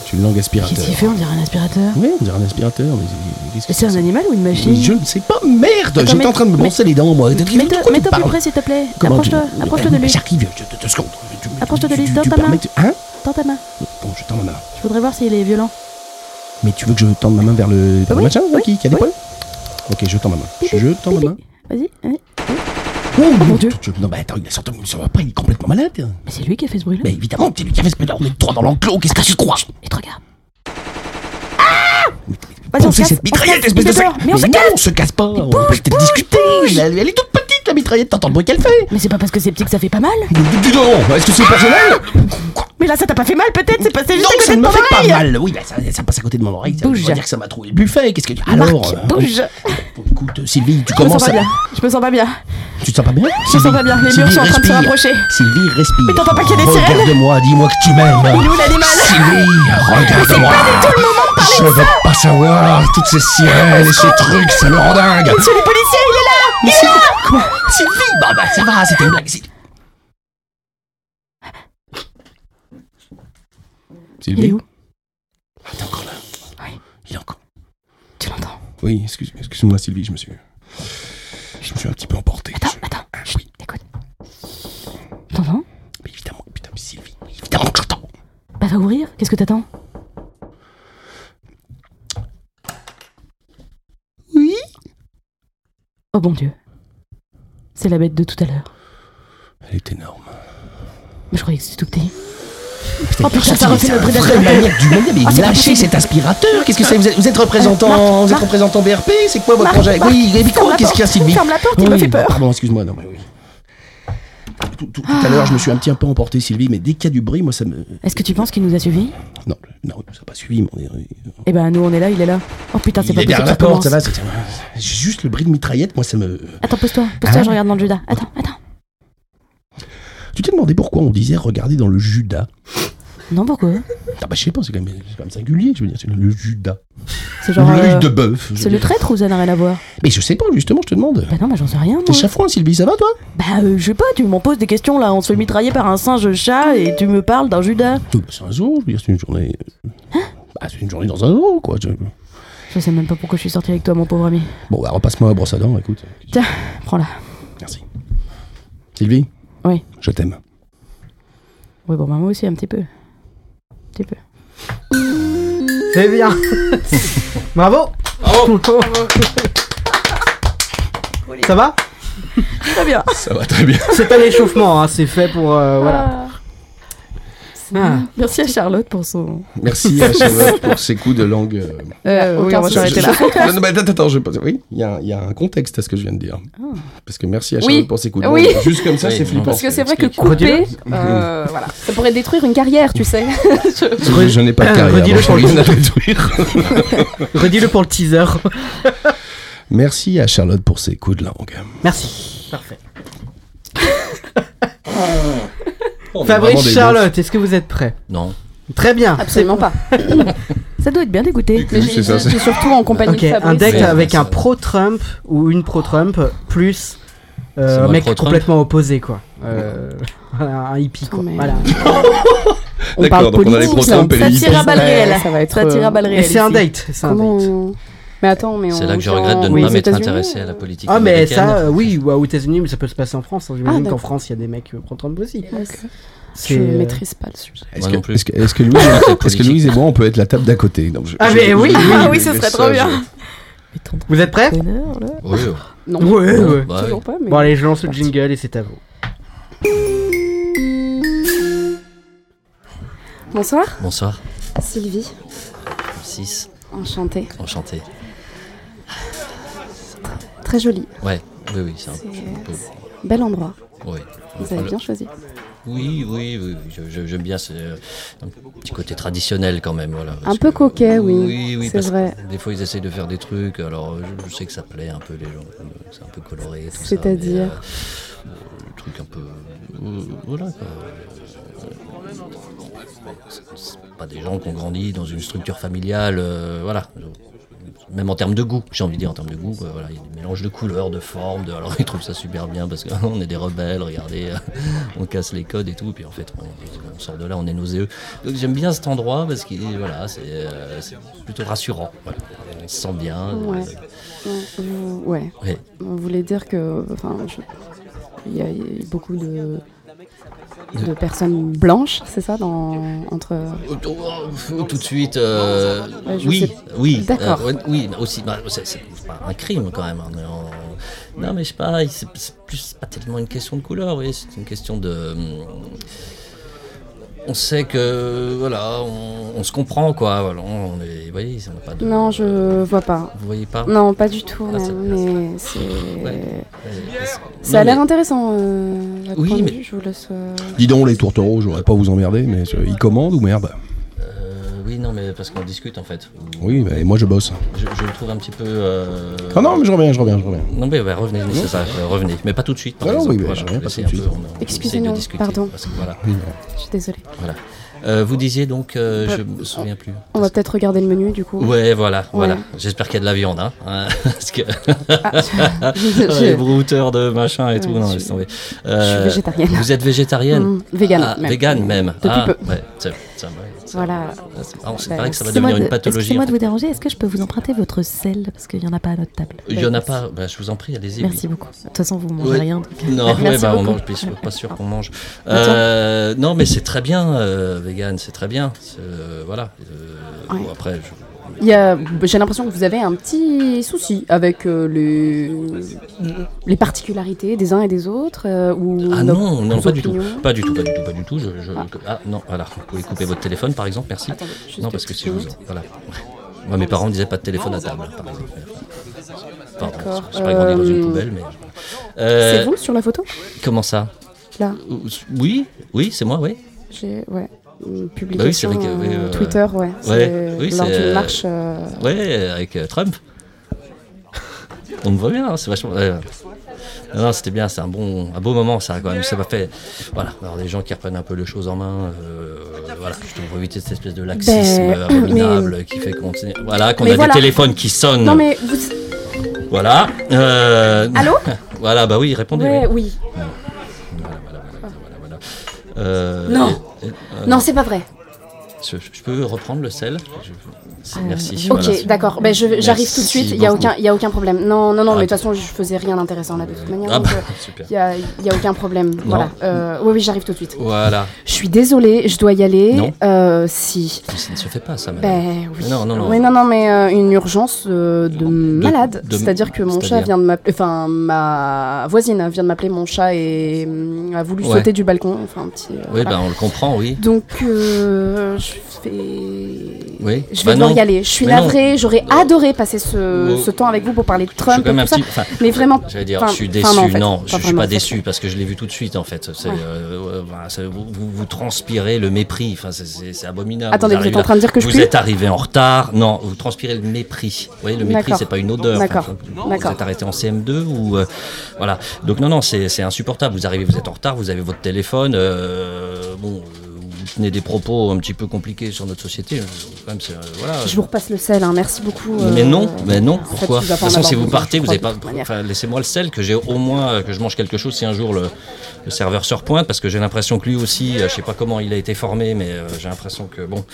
Speaker 10: C'est une langue aspirateur.
Speaker 6: Qu'est-ce qu'il fait On dirait un aspirateur.
Speaker 10: Ouais, on dirait un aspirateur, mais c'est- qu'est-ce que
Speaker 6: Mais c'est un animal ou une
Speaker 10: Mais
Speaker 6: machine
Speaker 10: Je ne sais pas, merde
Speaker 6: Attends,
Speaker 10: J'étais
Speaker 6: mais-
Speaker 10: en train de me brosser les dents, moi. De- de- de- de
Speaker 6: Mets-toi
Speaker 10: quoi tu
Speaker 6: mets-toi plus
Speaker 10: parles
Speaker 6: près, s'il te plaît.
Speaker 10: Comment
Speaker 6: Approche-toi,
Speaker 10: tu-
Speaker 6: approche-toi de lui.
Speaker 10: J'arrive, je te, te secondes. Tu- tu-
Speaker 6: Approche-toi de
Speaker 10: tu-
Speaker 6: lui,
Speaker 10: tu-
Speaker 6: tends
Speaker 10: tu
Speaker 6: ta
Speaker 10: peux
Speaker 6: main.
Speaker 10: remettre- Hein
Speaker 6: Tends ta main.
Speaker 10: Bon, je tends ma main.
Speaker 6: Je voudrais voir s'il est violent.
Speaker 10: Mais tu veux que je tende ma main vers le, vers le
Speaker 6: Oui,
Speaker 10: machin là,
Speaker 6: oui,
Speaker 10: qui, qui a
Speaker 6: oui.
Speaker 10: l'épaule Ok, je tends ma main.
Speaker 6: Pipi,
Speaker 10: Je tends ma main.
Speaker 6: Vas-y. vas-y.
Speaker 10: Oh,
Speaker 6: mon Dieu.
Speaker 10: tu- tu- Non, bah attends, il a sorti, il sort pas, il est complètement malade.
Speaker 6: Mais Bah, c'est lui qui a fait ce bruit-là.
Speaker 10: Mais évidemment, c'est lui qui avait ce là on est trois dans l'enclos, qu'est-ce que tu crois
Speaker 6: Et te regarde.
Speaker 10: Vas-y,
Speaker 6: on
Speaker 10: Ah
Speaker 6: se casse,
Speaker 10: cette
Speaker 6: on se casse,
Speaker 10: mitraillette, espèce
Speaker 6: on
Speaker 10: de
Speaker 6: se
Speaker 10: sac
Speaker 6: dehors, mais on se
Speaker 10: non,
Speaker 6: casse.
Speaker 10: on se casse pas, on peut peut-être discuter elle, elle est toute petite, la mitraillette, t'entends le bruit qu'elle fait
Speaker 6: Mais c'est pas parce que c'est petit que ça fait pas mal. Ah
Speaker 10: Mais Dis donc, est-ce que c'est personnel
Speaker 6: Mais là, ça t'a pas fait mal peut-être C'est passé juste
Speaker 10: Non,
Speaker 6: à côté
Speaker 10: ça ne
Speaker 6: de
Speaker 10: me
Speaker 6: ton
Speaker 10: fait pas
Speaker 6: oreille.
Speaker 10: mal. Oui, bah, ça, ça passe à côté de mon oreille. Ça veut
Speaker 6: Bouge.
Speaker 10: pas dire que ça m'a trouvé le buffet. Qu'est-ce que tu.
Speaker 6: Marc,
Speaker 10: Alors. euh,
Speaker 6: bouge.
Speaker 10: bon, écoute, euh, Sylvie, tu
Speaker 6: Je me sens
Speaker 10: commences
Speaker 6: pas
Speaker 10: à.
Speaker 6: bien. Je me sens pas bien.
Speaker 10: Tu te sens pas bien
Speaker 6: Je me sens pas bien. Les murs sont en train de se rapprocher.
Speaker 10: Sylvie, respire.
Speaker 6: Mais t'entends pas qu'il y a des sirènes
Speaker 10: Regarde-moi, dis-moi que tu m'aimes.
Speaker 6: Il est où l'animal
Speaker 10: Ah, Sylvie, regarde-moi. Je veux pas savoir toutes ces sirènes et ces trucs, ça me rend dingue.
Speaker 6: Monsieur les policiers, il est là
Speaker 10: Mais Sylvie, comment Sylvie, bah, bah, ça va, c'était une blague. Sylvie.
Speaker 6: Il est où
Speaker 10: Ah, T'es encore là
Speaker 6: Oui.
Speaker 10: Il est encore.
Speaker 6: Tu l'entends
Speaker 7: Oui, excuse- excuse-moi Sylvie, je me suis. Je me suis un petit peu emporté.
Speaker 6: Attends,
Speaker 7: Je-
Speaker 6: attends. Chut, écoute. T'entends
Speaker 10: Mais évidemment, putain, mais Sylvie, évidemment que j'entends.
Speaker 6: Bah va ouvrir. Qu'est-ce que t'attends
Speaker 10: Oui
Speaker 6: Oh bon Dieu. C'est la bête de tout à l'heure.
Speaker 7: Elle est énorme.
Speaker 6: Mais je croyais que c'était tout petit.
Speaker 10: Putain,
Speaker 6: Oh putain, ça
Speaker 10: mais
Speaker 6: refait
Speaker 10: c'est
Speaker 6: le
Speaker 10: un
Speaker 6: bruit d'un
Speaker 10: vrai
Speaker 6: aspirateur.
Speaker 10: maniaque du monde.
Speaker 6: Ah,
Speaker 10: Mais
Speaker 6: c'est pas
Speaker 10: lâchez
Speaker 6: possible.
Speaker 10: cet aspirateur. Qu'est-ce que c'est vous êtes, vous êtes représentant,
Speaker 6: Marc,
Speaker 10: vous êtes
Speaker 6: Marc.
Speaker 10: représentant BRP C'est quoi votre
Speaker 6: Marc,
Speaker 10: projet
Speaker 6: Marc,
Speaker 10: Oui, mais
Speaker 6: ferme
Speaker 10: quoi
Speaker 6: la
Speaker 10: Qu'est-ce qu'il y a,
Speaker 6: porte.
Speaker 10: Sylvie
Speaker 6: Ferme la porte, il
Speaker 10: Oui,
Speaker 6: me fait peur.
Speaker 10: Pardon, excuse-moi. Non, mais oui. Tout, tout- tout à l'heure, je me suis un petit un peu emporté, Sylvie, mais dès qu'il y a du bruit, moi, ça me.
Speaker 6: Est-ce que tu penses qu'il nous a suivis
Speaker 10: Non, non, ça n'a pas suivi. mais on est-
Speaker 6: Eh ben nous on est là, il est là. Oh putain, c'est
Speaker 10: Il
Speaker 6: pas
Speaker 10: est
Speaker 6: possible.
Speaker 10: derrière
Speaker 6: ça
Speaker 10: la porte,
Speaker 6: commence.
Speaker 10: ça va. c'est- c'est- Juste le bruit de mitraillette, moi, ça me.
Speaker 6: Attends, pose-toi, pose-toi,
Speaker 10: Hein
Speaker 6: je regarde dans le Judas. Attends, attends.
Speaker 10: Tu t'es demandé pourquoi on disait regarder dans le Judas
Speaker 6: Non, pourquoi
Speaker 10: Ah bah, je sais pas, c'est quand, même- c'est quand même singulier, je veux dire, c'est le Judas.
Speaker 6: C'est genre.
Speaker 10: L'œil
Speaker 6: euh,
Speaker 10: de bœuf. je
Speaker 6: C'est
Speaker 10: veux
Speaker 6: le
Speaker 10: dire.
Speaker 6: traître ou ça n'a rien à voir
Speaker 10: Mais je sais pas, justement, je te demande.
Speaker 6: Bah non, bah j'en sais rien, moi.
Speaker 10: T'es chafouin, Sylvie, ça va, toi
Speaker 6: Bah euh, je sais pas, tu m'en poses des questions là. On se fait mitrailler par un singe chat et tu me parles d'un Judas.
Speaker 10: Oh, bah, C'est un zoo, je veux dire, c'est une journée.
Speaker 6: Hein
Speaker 10: Bah, c'est une journée dans un zoo, quoi. je-
Speaker 6: Je sais même pas pourquoi je suis sortie avec toi, mon pauvre ami.
Speaker 10: Bon, bah, repasse-moi la brosse à dents, écoute.
Speaker 6: Prends-la.
Speaker 10: Merci. Sylvie
Speaker 6: Oui.
Speaker 10: Je t'aime.
Speaker 6: Oui, bon, bah moi aussi, un petit peu. Un petit peu.
Speaker 1: C'est bien. Bravo. Ça va
Speaker 6: Très bien.
Speaker 7: Ça va très bien.
Speaker 1: C'est un échauffement, hein, c'est fait pour... euh, voilà. Ah.
Speaker 6: Merci à Charlotte pour son.
Speaker 7: Merci à
Speaker 10: E
Speaker 7: Charlotte pour ses coups de langue. euh,
Speaker 6: Euh, oui, on va
Speaker 5: Je-
Speaker 6: s'arrêter là.
Speaker 7: Non, non, mais attends, attends, je pose- Oui, il y, a un- il y a un contexte à ce que je viens de dire.
Speaker 6: Ah.
Speaker 7: Parce que
Speaker 10: E
Speaker 7: merci à
Speaker 5: Oui.
Speaker 7: Charlotte pour ses coups de langue.
Speaker 5: Oui.
Speaker 7: Juste comme ça,
Speaker 8: Oui,
Speaker 7: c'est flippant.
Speaker 5: Parce que c'est vrai que
Speaker 1: Redis-le.
Speaker 5: couper, euh, voilà, ça pourrait détruire une carrière, tu sais.
Speaker 7: Je, je n'ai pas de carrière.
Speaker 1: Redis-le
Speaker 7: donc
Speaker 1: pour
Speaker 7: j'ai
Speaker 1: le
Speaker 7: rien à détruire.
Speaker 1: Redis-le pour le teaser.
Speaker 7: Merci à Charlotte pour ses coups de langue.
Speaker 1: Merci. Parfait.
Speaker 8: Oh, mais
Speaker 1: Fabrice
Speaker 7: des
Speaker 1: Charlotte, est-ce que vous êtes prêts
Speaker 8: Non.
Speaker 1: Très bien.
Speaker 5: Absolument pas.
Speaker 6: Ça doit être bien dégoûté.
Speaker 7: Oui, c'est ça,
Speaker 5: je suis surtout en compagnie
Speaker 1: Ok,
Speaker 5: de
Speaker 1: un
Speaker 5: Fabrice.
Speaker 1: deck
Speaker 8: Oui,
Speaker 1: avec
Speaker 8: ça-
Speaker 1: un pro-Trump ou une pro-Trump, plus
Speaker 8: C'est
Speaker 1: euh,
Speaker 8: moi
Speaker 1: un
Speaker 8: le
Speaker 1: mec
Speaker 8: pro-Trump.
Speaker 1: complètement opposé, quoi. Euh, voilà, un hippie, quoi.
Speaker 5: Putain, mais-
Speaker 1: Voilà.
Speaker 5: On parle
Speaker 7: donc on a les
Speaker 5: politique,
Speaker 7: pro-Trump
Speaker 5: là.
Speaker 7: et les
Speaker 5: Ça tire à
Speaker 7: hippies.
Speaker 5: balles
Speaker 6: Ouais,
Speaker 5: réelles. Ça va être.
Speaker 6: Ça tire à
Speaker 5: euh,
Speaker 6: balles
Speaker 1: Et
Speaker 6: réelles.
Speaker 1: c'est un
Speaker 6: ici.
Speaker 1: date, c'est un
Speaker 5: Comment
Speaker 1: date.
Speaker 5: on- Mais attends, mais on.
Speaker 8: C'est là que je
Speaker 5: vit
Speaker 8: regrette de
Speaker 5: en-
Speaker 8: ne
Speaker 1: Oui,
Speaker 8: pas
Speaker 5: aux
Speaker 8: m'être
Speaker 5: États-Unis,
Speaker 8: intéressé à
Speaker 5: euh,
Speaker 8: la politique
Speaker 1: Ah mais
Speaker 8: américaine.
Speaker 1: ça, euh, oui, ou aux États-Unis, mais ça peut se passer en France. hein.
Speaker 5: Ah,
Speaker 1: J'imagine qu'en
Speaker 5: d'accord.
Speaker 1: France, il y a des mecs euh, pro-Trump aussi.
Speaker 5: Yes.
Speaker 1: C'est,
Speaker 5: Je
Speaker 1: euh,
Speaker 5: maîtrise pas le sujet.
Speaker 7: Est-ce
Speaker 8: Moi
Speaker 7: que,
Speaker 8: non plus.
Speaker 7: est-ce que- est-ce que Louise,
Speaker 8: crois que c'est
Speaker 7: est-ce que
Speaker 8: politique.
Speaker 7: Louise et moi, on peut être la table d'à côté Donc, je-
Speaker 1: Ah,
Speaker 7: je-
Speaker 1: mais
Speaker 7: je-
Speaker 1: oui,
Speaker 7: je-
Speaker 1: oui,
Speaker 5: oui, ce
Speaker 7: mais
Speaker 5: serait
Speaker 7: ça,
Speaker 5: trop
Speaker 7: je-
Speaker 5: bien.
Speaker 6: Mais ton
Speaker 1: Vous êtes prêts
Speaker 6: bonheur, là.
Speaker 8: Oui, oui.
Speaker 5: Non,
Speaker 1: Ouais,
Speaker 8: Non,
Speaker 1: ouais.
Speaker 8: bah oui.
Speaker 5: toujours pas, mais.
Speaker 1: Bon allez, je lance le jingle et c'est à vous.
Speaker 5: Bonsoir,
Speaker 8: Bonsoir.
Speaker 5: Sylvie.
Speaker 8: 6.
Speaker 5: Enchantée.
Speaker 8: Enchanté.
Speaker 5: très joli.
Speaker 8: Ouais, oui, oui, c'est un
Speaker 5: C'est-
Speaker 8: peu-
Speaker 5: Bel endroit.
Speaker 8: Oui.
Speaker 5: Vous avez bien choisi.
Speaker 8: Oui, oui, oui, oui, je- je- j'aime bien ce un petit côté traditionnel quand même. Voilà, parce
Speaker 5: peu coquet, oui,
Speaker 8: Oui, oui,
Speaker 5: c'est
Speaker 8: parce que
Speaker 5: vrai.
Speaker 8: Des fois, ils essayent de faire des trucs, alors euh, je, je sais que ça plaît un peu les gens, euh, c'est un peu coloré, tout ça. mais,
Speaker 5: C'est-à-dire
Speaker 8: euh, bon, Le truc un peu. euh, voilà, quoi. C'est- c'est pas des gens qui ont grandi dans une structure familiale, euh, voilà. Même en termes de goût, j'ai envie de dire en termes de goût, euh, voilà, il y a des mélanges de couleurs, de formes, de... alors ils trouvent ça super bien parce qu'on est des rebelles, regardez, euh, on casse les codes et tout, puis en fait on, on sort de là, on est nauséeux. Donc j'aime bien cet endroit parce qu'il voilà, c'est euh, c'est plutôt rassurant, voilà. on se sent bien. euh,
Speaker 5: Ouais. Vous- ouais.
Speaker 8: Ouais.
Speaker 5: Vous voulez dire que, enfin, je- il y a il y a beaucoup de de personnes blanches, c'est ça, dans entre.
Speaker 8: Oh, oh, oh, tout de suite. euh,
Speaker 5: Ouais, je
Speaker 8: oui,
Speaker 5: sais-
Speaker 8: oui.
Speaker 5: D'accord.
Speaker 8: euh, ouais, oui, aussi. bah, c'est c'est pas un crime quand même. hein, mais on- Non, mais je sais pas. C'est c'est plus c'est pas tellement une question de couleur. Oui, c'est une question de. hum, On sait que voilà, on, on se comprend quoi. Voilà, on est, vous voyez, on n'a pas de.
Speaker 5: Non, je vois pas.
Speaker 8: Vous voyez pas.
Speaker 5: Non, pas du tout.
Speaker 8: Ah, c'est-
Speaker 5: non, mais c'est.
Speaker 8: Ouais.
Speaker 5: Ça a
Speaker 8: Non,
Speaker 5: l'air
Speaker 8: mais-
Speaker 5: intéressant. euh, votre
Speaker 8: Oui,
Speaker 5: point de
Speaker 8: mais-
Speaker 5: vue, je vous laisse. euh,
Speaker 7: Dis donc, les tourtereaux, je voudrais pas vous emmerder, mais euh, ils commandent ou merde
Speaker 8: Euh, oui, non, mais parce qu'on discute en fait.
Speaker 7: Oui, bah, et moi je bosse.
Speaker 8: Je, je le trouve un petit peu. euh,
Speaker 7: Ah non, mais je reviens, je reviens, je reviens.
Speaker 8: Non mais bah, revenez, c'est ça, euh, revenez, mais pas tout de suite. Par
Speaker 7: Ah non,
Speaker 8: exemple,
Speaker 7: oui, mais
Speaker 8: voilà,
Speaker 7: je reviens pas
Speaker 8: laissez
Speaker 7: tout de
Speaker 8: un
Speaker 7: suite.
Speaker 8: peu, on- on essaie
Speaker 5: Excusez-nous,
Speaker 8: de discuter,
Speaker 5: pardon.
Speaker 8: parce que voilà,
Speaker 5: Je suis désolée.
Speaker 8: voilà. Euh, vous disiez donc, euh, je me souviens plus.
Speaker 5: On va peut-être regarder le menu du coup.
Speaker 8: Ouais, voilà, voilà.
Speaker 5: Ouais.
Speaker 8: J'espère qu'il y a de la viande, hein, hein, parce que
Speaker 5: Ah, je, je- je-
Speaker 8: les brouteurs de machin et tout,
Speaker 5: Ouais,
Speaker 8: non,
Speaker 5: je-
Speaker 8: laisse tomber.
Speaker 5: je suis
Speaker 8: Euh,
Speaker 5: végétarienne.
Speaker 8: Vous êtes végétarienne.
Speaker 5: Mmh, végane
Speaker 8: Ah,
Speaker 5: même.
Speaker 8: Végane même.
Speaker 5: Depuis
Speaker 8: ah,
Speaker 5: peu.
Speaker 8: ouais, c'est- ça, ouais, ça-
Speaker 5: Voilà.
Speaker 8: Ah, c'est- ah, on sait
Speaker 5: Bah,
Speaker 8: pas que ça va
Speaker 11: Excusez-moi
Speaker 8: devenir une
Speaker 11: de-
Speaker 8: pathologie.
Speaker 11: Excusez-moi
Speaker 8: en
Speaker 11: de vous déranger, est-ce que je peux vous emprunter votre sel Parce qu'il n'y en a pas à notre table.
Speaker 8: fait. Il y en a pas. Bah, je vous en prie, allez-y. oui.
Speaker 11: Merci beaucoup. De toute façon, vous ne mangez
Speaker 8: Ouais.
Speaker 11: rien. donc- euh,
Speaker 8: Non, ouais,
Speaker 11: Merci
Speaker 8: bah, on
Speaker 11: beaucoup. Ah
Speaker 8: mange, puis je suis pas sûr qu'on mange.
Speaker 5: Bah,
Speaker 8: Euh, non, mais c'est très bien, euh, vegan, c'est très bien. C'est, euh, voilà. Euh,
Speaker 5: Ouais.
Speaker 8: bon, après, je-
Speaker 5: Il y a- J'ai l'impression que vous avez un petit souci avec euh, les... les particularités des uns et des autres. euh, ou
Speaker 8: Ah
Speaker 5: nos-
Speaker 8: non, non,
Speaker 5: nos
Speaker 8: pas du tout.
Speaker 5: opinions.
Speaker 8: Pas du tout, pas du tout, pas du tout. Je, je- Ah non, voilà, vous pouvez couper votre téléphone par exemple, merci.
Speaker 5: Attendez, juste
Speaker 8: non,
Speaker 5: une
Speaker 8: parce que
Speaker 5: petite
Speaker 8: si je vous.
Speaker 5: minute.
Speaker 8: Voilà. Moi, mes parents disaient pas de téléphone à table, par exemple. Pardon,
Speaker 5: D'accord,
Speaker 8: j'ai pas grandi dans une
Speaker 5: euh,
Speaker 8: poubelle, mais. Euh,
Speaker 5: C'est vous sur la photo
Speaker 8: Comment ça
Speaker 5: Là,
Speaker 8: Oui, oui, c'est moi, oui.
Speaker 5: j'ai ouais, une
Speaker 8: Bah oui, c'est
Speaker 5: publication
Speaker 8: vrai que- oui,
Speaker 5: euh,
Speaker 8: euh,
Speaker 5: Twitter, ouais. c'est
Speaker 8: oui,
Speaker 5: lors
Speaker 8: c'est,
Speaker 5: d'une
Speaker 8: euh,
Speaker 5: marche. euh,
Speaker 8: Ouais, avec euh, Trump. On me voit bien, hein, c'est vachement. ouais. Non, non, c'était bien, c'est un bon, un beau moment, ça quand même. Ça m'a fait, voilà, alors des gens qui reprennent un peu les choses en main. euh, voilà, je trouve éviter cette espèce de laxisme
Speaker 5: Ben,
Speaker 8: abominable qui fait qu'on, voilà, qu'on
Speaker 5: Mais
Speaker 8: a
Speaker 5: voilà.
Speaker 8: des téléphones qui sonnent.
Speaker 5: Non, mais vous.
Speaker 8: Voilà. euh,
Speaker 5: Allô
Speaker 8: Voilà, bah oui, répondez.
Speaker 5: Ouais,
Speaker 8: oui.
Speaker 5: oui.
Speaker 8: Voilà, voilà, voilà, voilà, voilà. Euh,
Speaker 5: Non.
Speaker 8: et- et- euh,
Speaker 5: Non, c'est pas vrai.
Speaker 8: je, je peux reprendre le sel Je- Merci.
Speaker 5: Ok,
Speaker 8: voilà.
Speaker 5: d'accord. Ben, je- J'arrive tout de suite. Il n'y a,
Speaker 8: beaucoup.
Speaker 5: aucun- il y a aucun problème. Non, non, non,
Speaker 8: Ah.
Speaker 5: mais de toute façon, je faisais rien d'intéressant là de toute manière.
Speaker 8: Ah
Speaker 5: donc,
Speaker 8: bah,
Speaker 5: euh,
Speaker 8: super.
Speaker 5: Il n'y a, il y a aucun problème. Voilà. Euh, oui, oui, j'arrive tout de suite.
Speaker 8: Voilà.
Speaker 5: Je suis désolée, je dois y aller.
Speaker 8: Non.
Speaker 5: Euh, si.
Speaker 8: Mais ça ne se fait pas, ça, madame.
Speaker 5: Ben oui.
Speaker 8: Non, non, non.
Speaker 5: Oui, non, non, mais euh, une urgence euh, de malade.
Speaker 8: de-
Speaker 5: C'est-à-dire que mon chat
Speaker 8: c'est-à-dire
Speaker 5: vient de m'appeler. Enfin, ma voisine hein, vient de m'appeler mon chat et hum, a voulu
Speaker 8: Ouais.
Speaker 5: sauter du balcon. Enfin, un petit. euh,
Speaker 8: oui,
Speaker 5: voilà.
Speaker 8: bah, on le comprend, oui.
Speaker 5: Donc, euh, je vais.
Speaker 8: Oui.
Speaker 5: Je
Speaker 8: Bah
Speaker 5: vais devoir
Speaker 8: non.
Speaker 5: y aller. Je suis
Speaker 8: Mais non.
Speaker 5: navrée. J'aurais adoré passer ce,
Speaker 8: Oh.
Speaker 5: ce temps avec vous pour parler de
Speaker 8: je suis
Speaker 5: Trump
Speaker 8: quand
Speaker 5: et
Speaker 8: même
Speaker 5: tout
Speaker 8: un
Speaker 5: ça.
Speaker 8: petit. enfin,
Speaker 5: Mais vraiment.
Speaker 8: J'allais dire,
Speaker 5: enfin,
Speaker 8: je suis déçu.
Speaker 5: enfin, en fait,
Speaker 8: non, je, je suis
Speaker 5: vraiment, en
Speaker 8: pas
Speaker 5: fait.
Speaker 8: déçu parce que je l'ai vu tout de suite, en fait. C'est,
Speaker 5: Ouais.
Speaker 8: euh, euh, voilà, c'est- vous, vous- vous transpirez le mépris. Enfin, c'est- c'est c'est abominable.
Speaker 5: Attendez, vous
Speaker 8: Ah, arrivez
Speaker 5: êtes en train de dire que je
Speaker 8: vous
Speaker 5: pue
Speaker 8: êtes arrivé en retard. Non, vous transpirez le mépris. Vous voyez, le mépris,
Speaker 5: D'accord.
Speaker 8: c'est pas une odeur.
Speaker 5: D'accord.
Speaker 8: vous- vous
Speaker 5: D'accord.
Speaker 8: êtes arrêté en CM2 ou euh, voilà. Donc non, non, c'est c'est insupportable. Vous arrivez, vous êtes en retard, vous avez votre téléphone. euh, bon, euh, vous tenez des propos un petit peu compliqués sur notre société. euh, Quand même, c'est, euh, voilà.
Speaker 5: Je vous repasse le sel, hein, merci beaucoup.
Speaker 8: Mais
Speaker 5: euh,
Speaker 8: non, mais non,
Speaker 5: en fait,
Speaker 8: pourquoi
Speaker 5: tu
Speaker 8: De
Speaker 5: vas
Speaker 8: toute
Speaker 5: pas en
Speaker 8: façon,
Speaker 5: avoir
Speaker 8: si vous
Speaker 5: besoin,
Speaker 8: partez,
Speaker 5: je
Speaker 8: vous
Speaker 5: crois,
Speaker 8: n'avez pas.
Speaker 5: de toute manière.
Speaker 8: Enfin, laissez-moi le sel, que j'ai au moins, euh, que je mange quelque chose si un jour le, le serveur se repointe, parce que j'ai l'impression que lui aussi, euh, je sais pas comment il a été formé, mais euh, j'ai l'impression que, bon,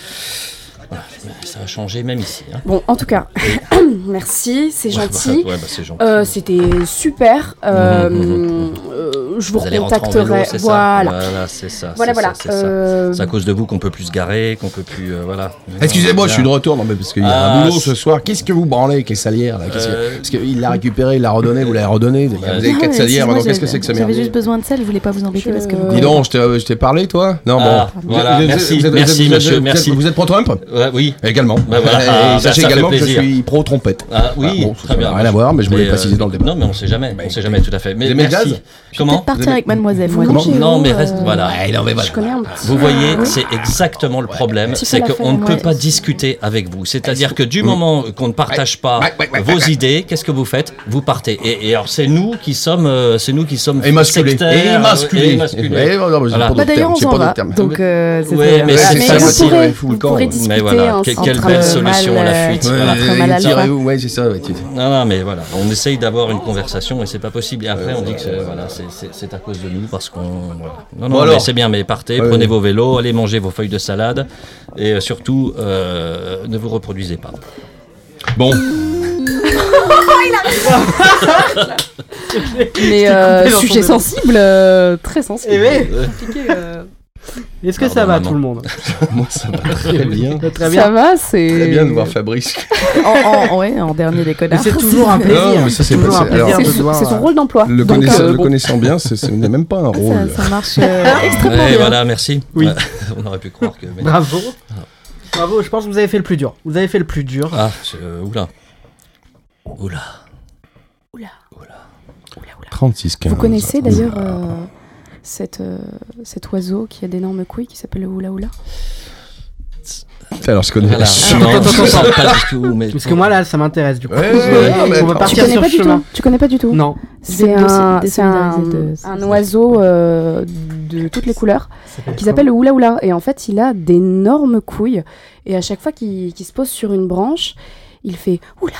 Speaker 8: voilà, ça a changé même ici. hein.
Speaker 5: Bon, en tout cas, merci, c'est
Speaker 8: Ouais,
Speaker 5: gentil.
Speaker 8: bah, ouais, bah, c'est gentil.
Speaker 5: Euh, C'était super. Euh,
Speaker 8: Mhm, mhm,
Speaker 5: euh, je vous
Speaker 8: allez rentrer en vélo,
Speaker 5: recontacterai.
Speaker 8: c'est ça
Speaker 5: Voilà.
Speaker 8: Voilà, c'est ça.
Speaker 5: Voilà,
Speaker 8: c'est
Speaker 5: voilà.
Speaker 8: ça, c'est ça.
Speaker 5: Euh,
Speaker 8: C'est à cause de vous qu'on peut plus se garer, qu'on peut plus. euh, voilà.
Speaker 7: Excusez-moi, je suis de retour, non, mais parce qu'il y a
Speaker 8: Ah,
Speaker 7: un boulot ce
Speaker 8: c'est-
Speaker 7: soir. Qu'est-ce que vous branlez, quelle salière là Qu'est-ce que-
Speaker 8: Euh,
Speaker 7: Parce qu'il l'a récupéré, il l'a redonné, vous l'avez redonné. Vous avez
Speaker 11: Non, mais
Speaker 7: quatre salières,
Speaker 11: excuse-moi,
Speaker 7: maintenant qu'est-ce
Speaker 11: j'avais-
Speaker 7: que c'est que ce
Speaker 11: J'avais
Speaker 7: merde
Speaker 11: juste besoin de sel, je voulais pas vous embêter parce que vous.
Speaker 7: Dis donc, je t'ai- je t'ai parlé, toi Non,
Speaker 8: Ah,
Speaker 7: bon.
Speaker 8: voilà,
Speaker 7: Vous êtes-
Speaker 8: merci,
Speaker 7: vous êtes-
Speaker 8: merci,
Speaker 7: vous êtes-
Speaker 8: monsieur,
Speaker 7: vous êtes-
Speaker 8: merci.
Speaker 7: Vous êtes pro-Trump
Speaker 8: Ouais, oui.
Speaker 7: Également.
Speaker 8: Bah voilà.
Speaker 7: Et
Speaker 8: Ah, bah,
Speaker 7: sachez
Speaker 8: ça fait
Speaker 7: également que je
Speaker 8: plaisir.
Speaker 7: suis pro-trompette.
Speaker 8: Ah oui,
Speaker 7: Ah, bon, ça
Speaker 8: très bien.
Speaker 7: n'a rien à voir, mais je voulais préciser
Speaker 8: euh,
Speaker 7: dans le débat.
Speaker 8: Non, mais on sait jamais, on sait jamais tout à fait. Mais
Speaker 7: Vous aimez le
Speaker 8: merci.
Speaker 7: jazz
Speaker 8: Comment
Speaker 11: Partir avec mademoiselle, moi.
Speaker 5: Comment
Speaker 8: Non, mais
Speaker 5: euh,
Speaker 8: reste. Voilà.
Speaker 7: Ah, il en met mal.
Speaker 5: Je connais un petit.
Speaker 8: Vous voyez, c'est exactement le problème,
Speaker 5: Tu peux
Speaker 8: c'est
Speaker 5: la
Speaker 8: qu'on ne
Speaker 5: faire,
Speaker 8: peut
Speaker 5: ouais.
Speaker 8: pas discuter avec vous. C'est-à-dire que du moment qu'on ne partage pas
Speaker 7: Ouais, ouais, ouais,
Speaker 8: vos
Speaker 7: ouais, ouais.
Speaker 8: idées, qu'est-ce que vous faites Vous partez. Et, et alors c'est nous qui sommes, euh, c'est nous qui sommes
Speaker 7: Émasculé.
Speaker 8: sectaires, euh,
Speaker 7: euh, Émasculé.
Speaker 8: émasculés.
Speaker 7: Eh, non, non, mais j'ai
Speaker 8: Voilà.
Speaker 7: pas d'autre
Speaker 11: Bah d'ailleurs,
Speaker 7: terme,
Speaker 11: on
Speaker 7: j'ai
Speaker 11: s'en
Speaker 7: pas
Speaker 11: va.
Speaker 7: d'autre terme.
Speaker 11: Donc, euh, c'est
Speaker 8: Ouais,
Speaker 11: ça.
Speaker 8: mais c'est
Speaker 5: mais
Speaker 8: ça
Speaker 5: vous
Speaker 8: aussi.
Speaker 5: pourrez-
Speaker 7: ouais, fout le
Speaker 5: vous
Speaker 7: camp,
Speaker 5: pourrez
Speaker 7: ouais.
Speaker 5: discuter
Speaker 8: Mais voilà,
Speaker 5: ensemble.
Speaker 8: que- quelle
Speaker 11: entre
Speaker 8: belle
Speaker 11: mal,
Speaker 8: solution à la
Speaker 11: euh,
Speaker 8: fuite.
Speaker 11: Ouais,
Speaker 8: Voilà.
Speaker 11: Après, mal à
Speaker 7: il tire
Speaker 11: l'alpha.
Speaker 7: et où ouais, c'est ça. ouais, tu-
Speaker 8: Non, non, mais voilà, on essaye d'avoir une conversation et c'est pas possible. Et après, on dit que c'est voilà, c'est- c'est c'est à cause de nous parce qu'on. voilà. Non, non,
Speaker 7: Bon, alors.
Speaker 8: mais c'est bien, mais partez,
Speaker 7: Ouais,
Speaker 8: prenez
Speaker 7: ouais.
Speaker 8: vos vélos, allez manger vos feuilles de salade et euh, surtout, euh, ne vous reproduisez pas.
Speaker 7: Bon,
Speaker 5: Mais euh,
Speaker 1: coupé dans son
Speaker 5: sujet
Speaker 1: débat.
Speaker 5: sensible, euh, très sensible.
Speaker 1: Eh ben,
Speaker 5: Compliqué, euh,
Speaker 1: est-ce que
Speaker 8: Pardon,
Speaker 7: Ah,
Speaker 1: ça va
Speaker 8: maman.
Speaker 1: tout le monde
Speaker 7: moi ça va très bien.
Speaker 1: Très
Speaker 5: Ça
Speaker 1: bien.
Speaker 5: va, c'est.
Speaker 7: Très bien de voir Fabrice.
Speaker 6: en, en- ouais, en dernier des
Speaker 1: Mais
Speaker 6: connards.
Speaker 1: C'est toujours un
Speaker 7: Non,
Speaker 1: plaisir.
Speaker 7: mais Ah, ça, c'est
Speaker 1: toujours
Speaker 7: pas-
Speaker 1: un
Speaker 7: c'est- alors,
Speaker 1: plaisir
Speaker 5: C'est
Speaker 1: de
Speaker 5: son,
Speaker 1: devoir,
Speaker 5: c'est son
Speaker 1: euh,
Speaker 5: rôle d'emploi.
Speaker 7: Le,
Speaker 5: Donc,
Speaker 7: connaissant,
Speaker 5: euh,
Speaker 7: le
Speaker 5: bon,
Speaker 7: connaissant bien, c'est- ce n'est même pas un
Speaker 6: Ça,
Speaker 7: rôle.
Speaker 6: ça marche euh, extrêmement
Speaker 8: Ouais,
Speaker 6: bien.
Speaker 8: voilà, merci.
Speaker 1: Oui.
Speaker 8: Ouais, on aurait pu croire que. mais-
Speaker 1: Bravo.
Speaker 7: Ah.
Speaker 1: Bravo, je pense que vous avez fait le plus dur. Vous avez fait le plus dur.
Speaker 8: Ah, c'est- euh, oula. Oula.
Speaker 7: 36 15.
Speaker 5: Vous connaissez d'ailleurs euh, cette, euh, cet oiseau qui a d'énormes couilles qui s'appelle le oula oula
Speaker 7: Alors je connais
Speaker 8: Voilà.
Speaker 7: la
Speaker 8: Non,
Speaker 1: attends,
Speaker 8: je
Speaker 1: attends,
Speaker 8: sais
Speaker 1: attends.
Speaker 8: pas du tout, mais.
Speaker 1: Parce que moi là, ça m'intéresse du coup.
Speaker 7: Ouais, ouais, non, mais
Speaker 1: on va
Speaker 7: tu
Speaker 5: Tu
Speaker 1: partir
Speaker 5: connais
Speaker 1: sur
Speaker 5: pas
Speaker 1: le
Speaker 5: du
Speaker 1: chemin.
Speaker 5: tout Tu connais pas du tout
Speaker 1: Non.
Speaker 5: C'est
Speaker 11: Dé-
Speaker 5: un,
Speaker 11: dé-
Speaker 5: c'est un,
Speaker 11: désolidariser de-
Speaker 5: un oiseau euh, de toutes les couleurs qui s'appelle le oula oula. Et en fait, il a d'énormes couilles. Et à chaque fois qu'il qu'il se pose sur une branche, il fait oula,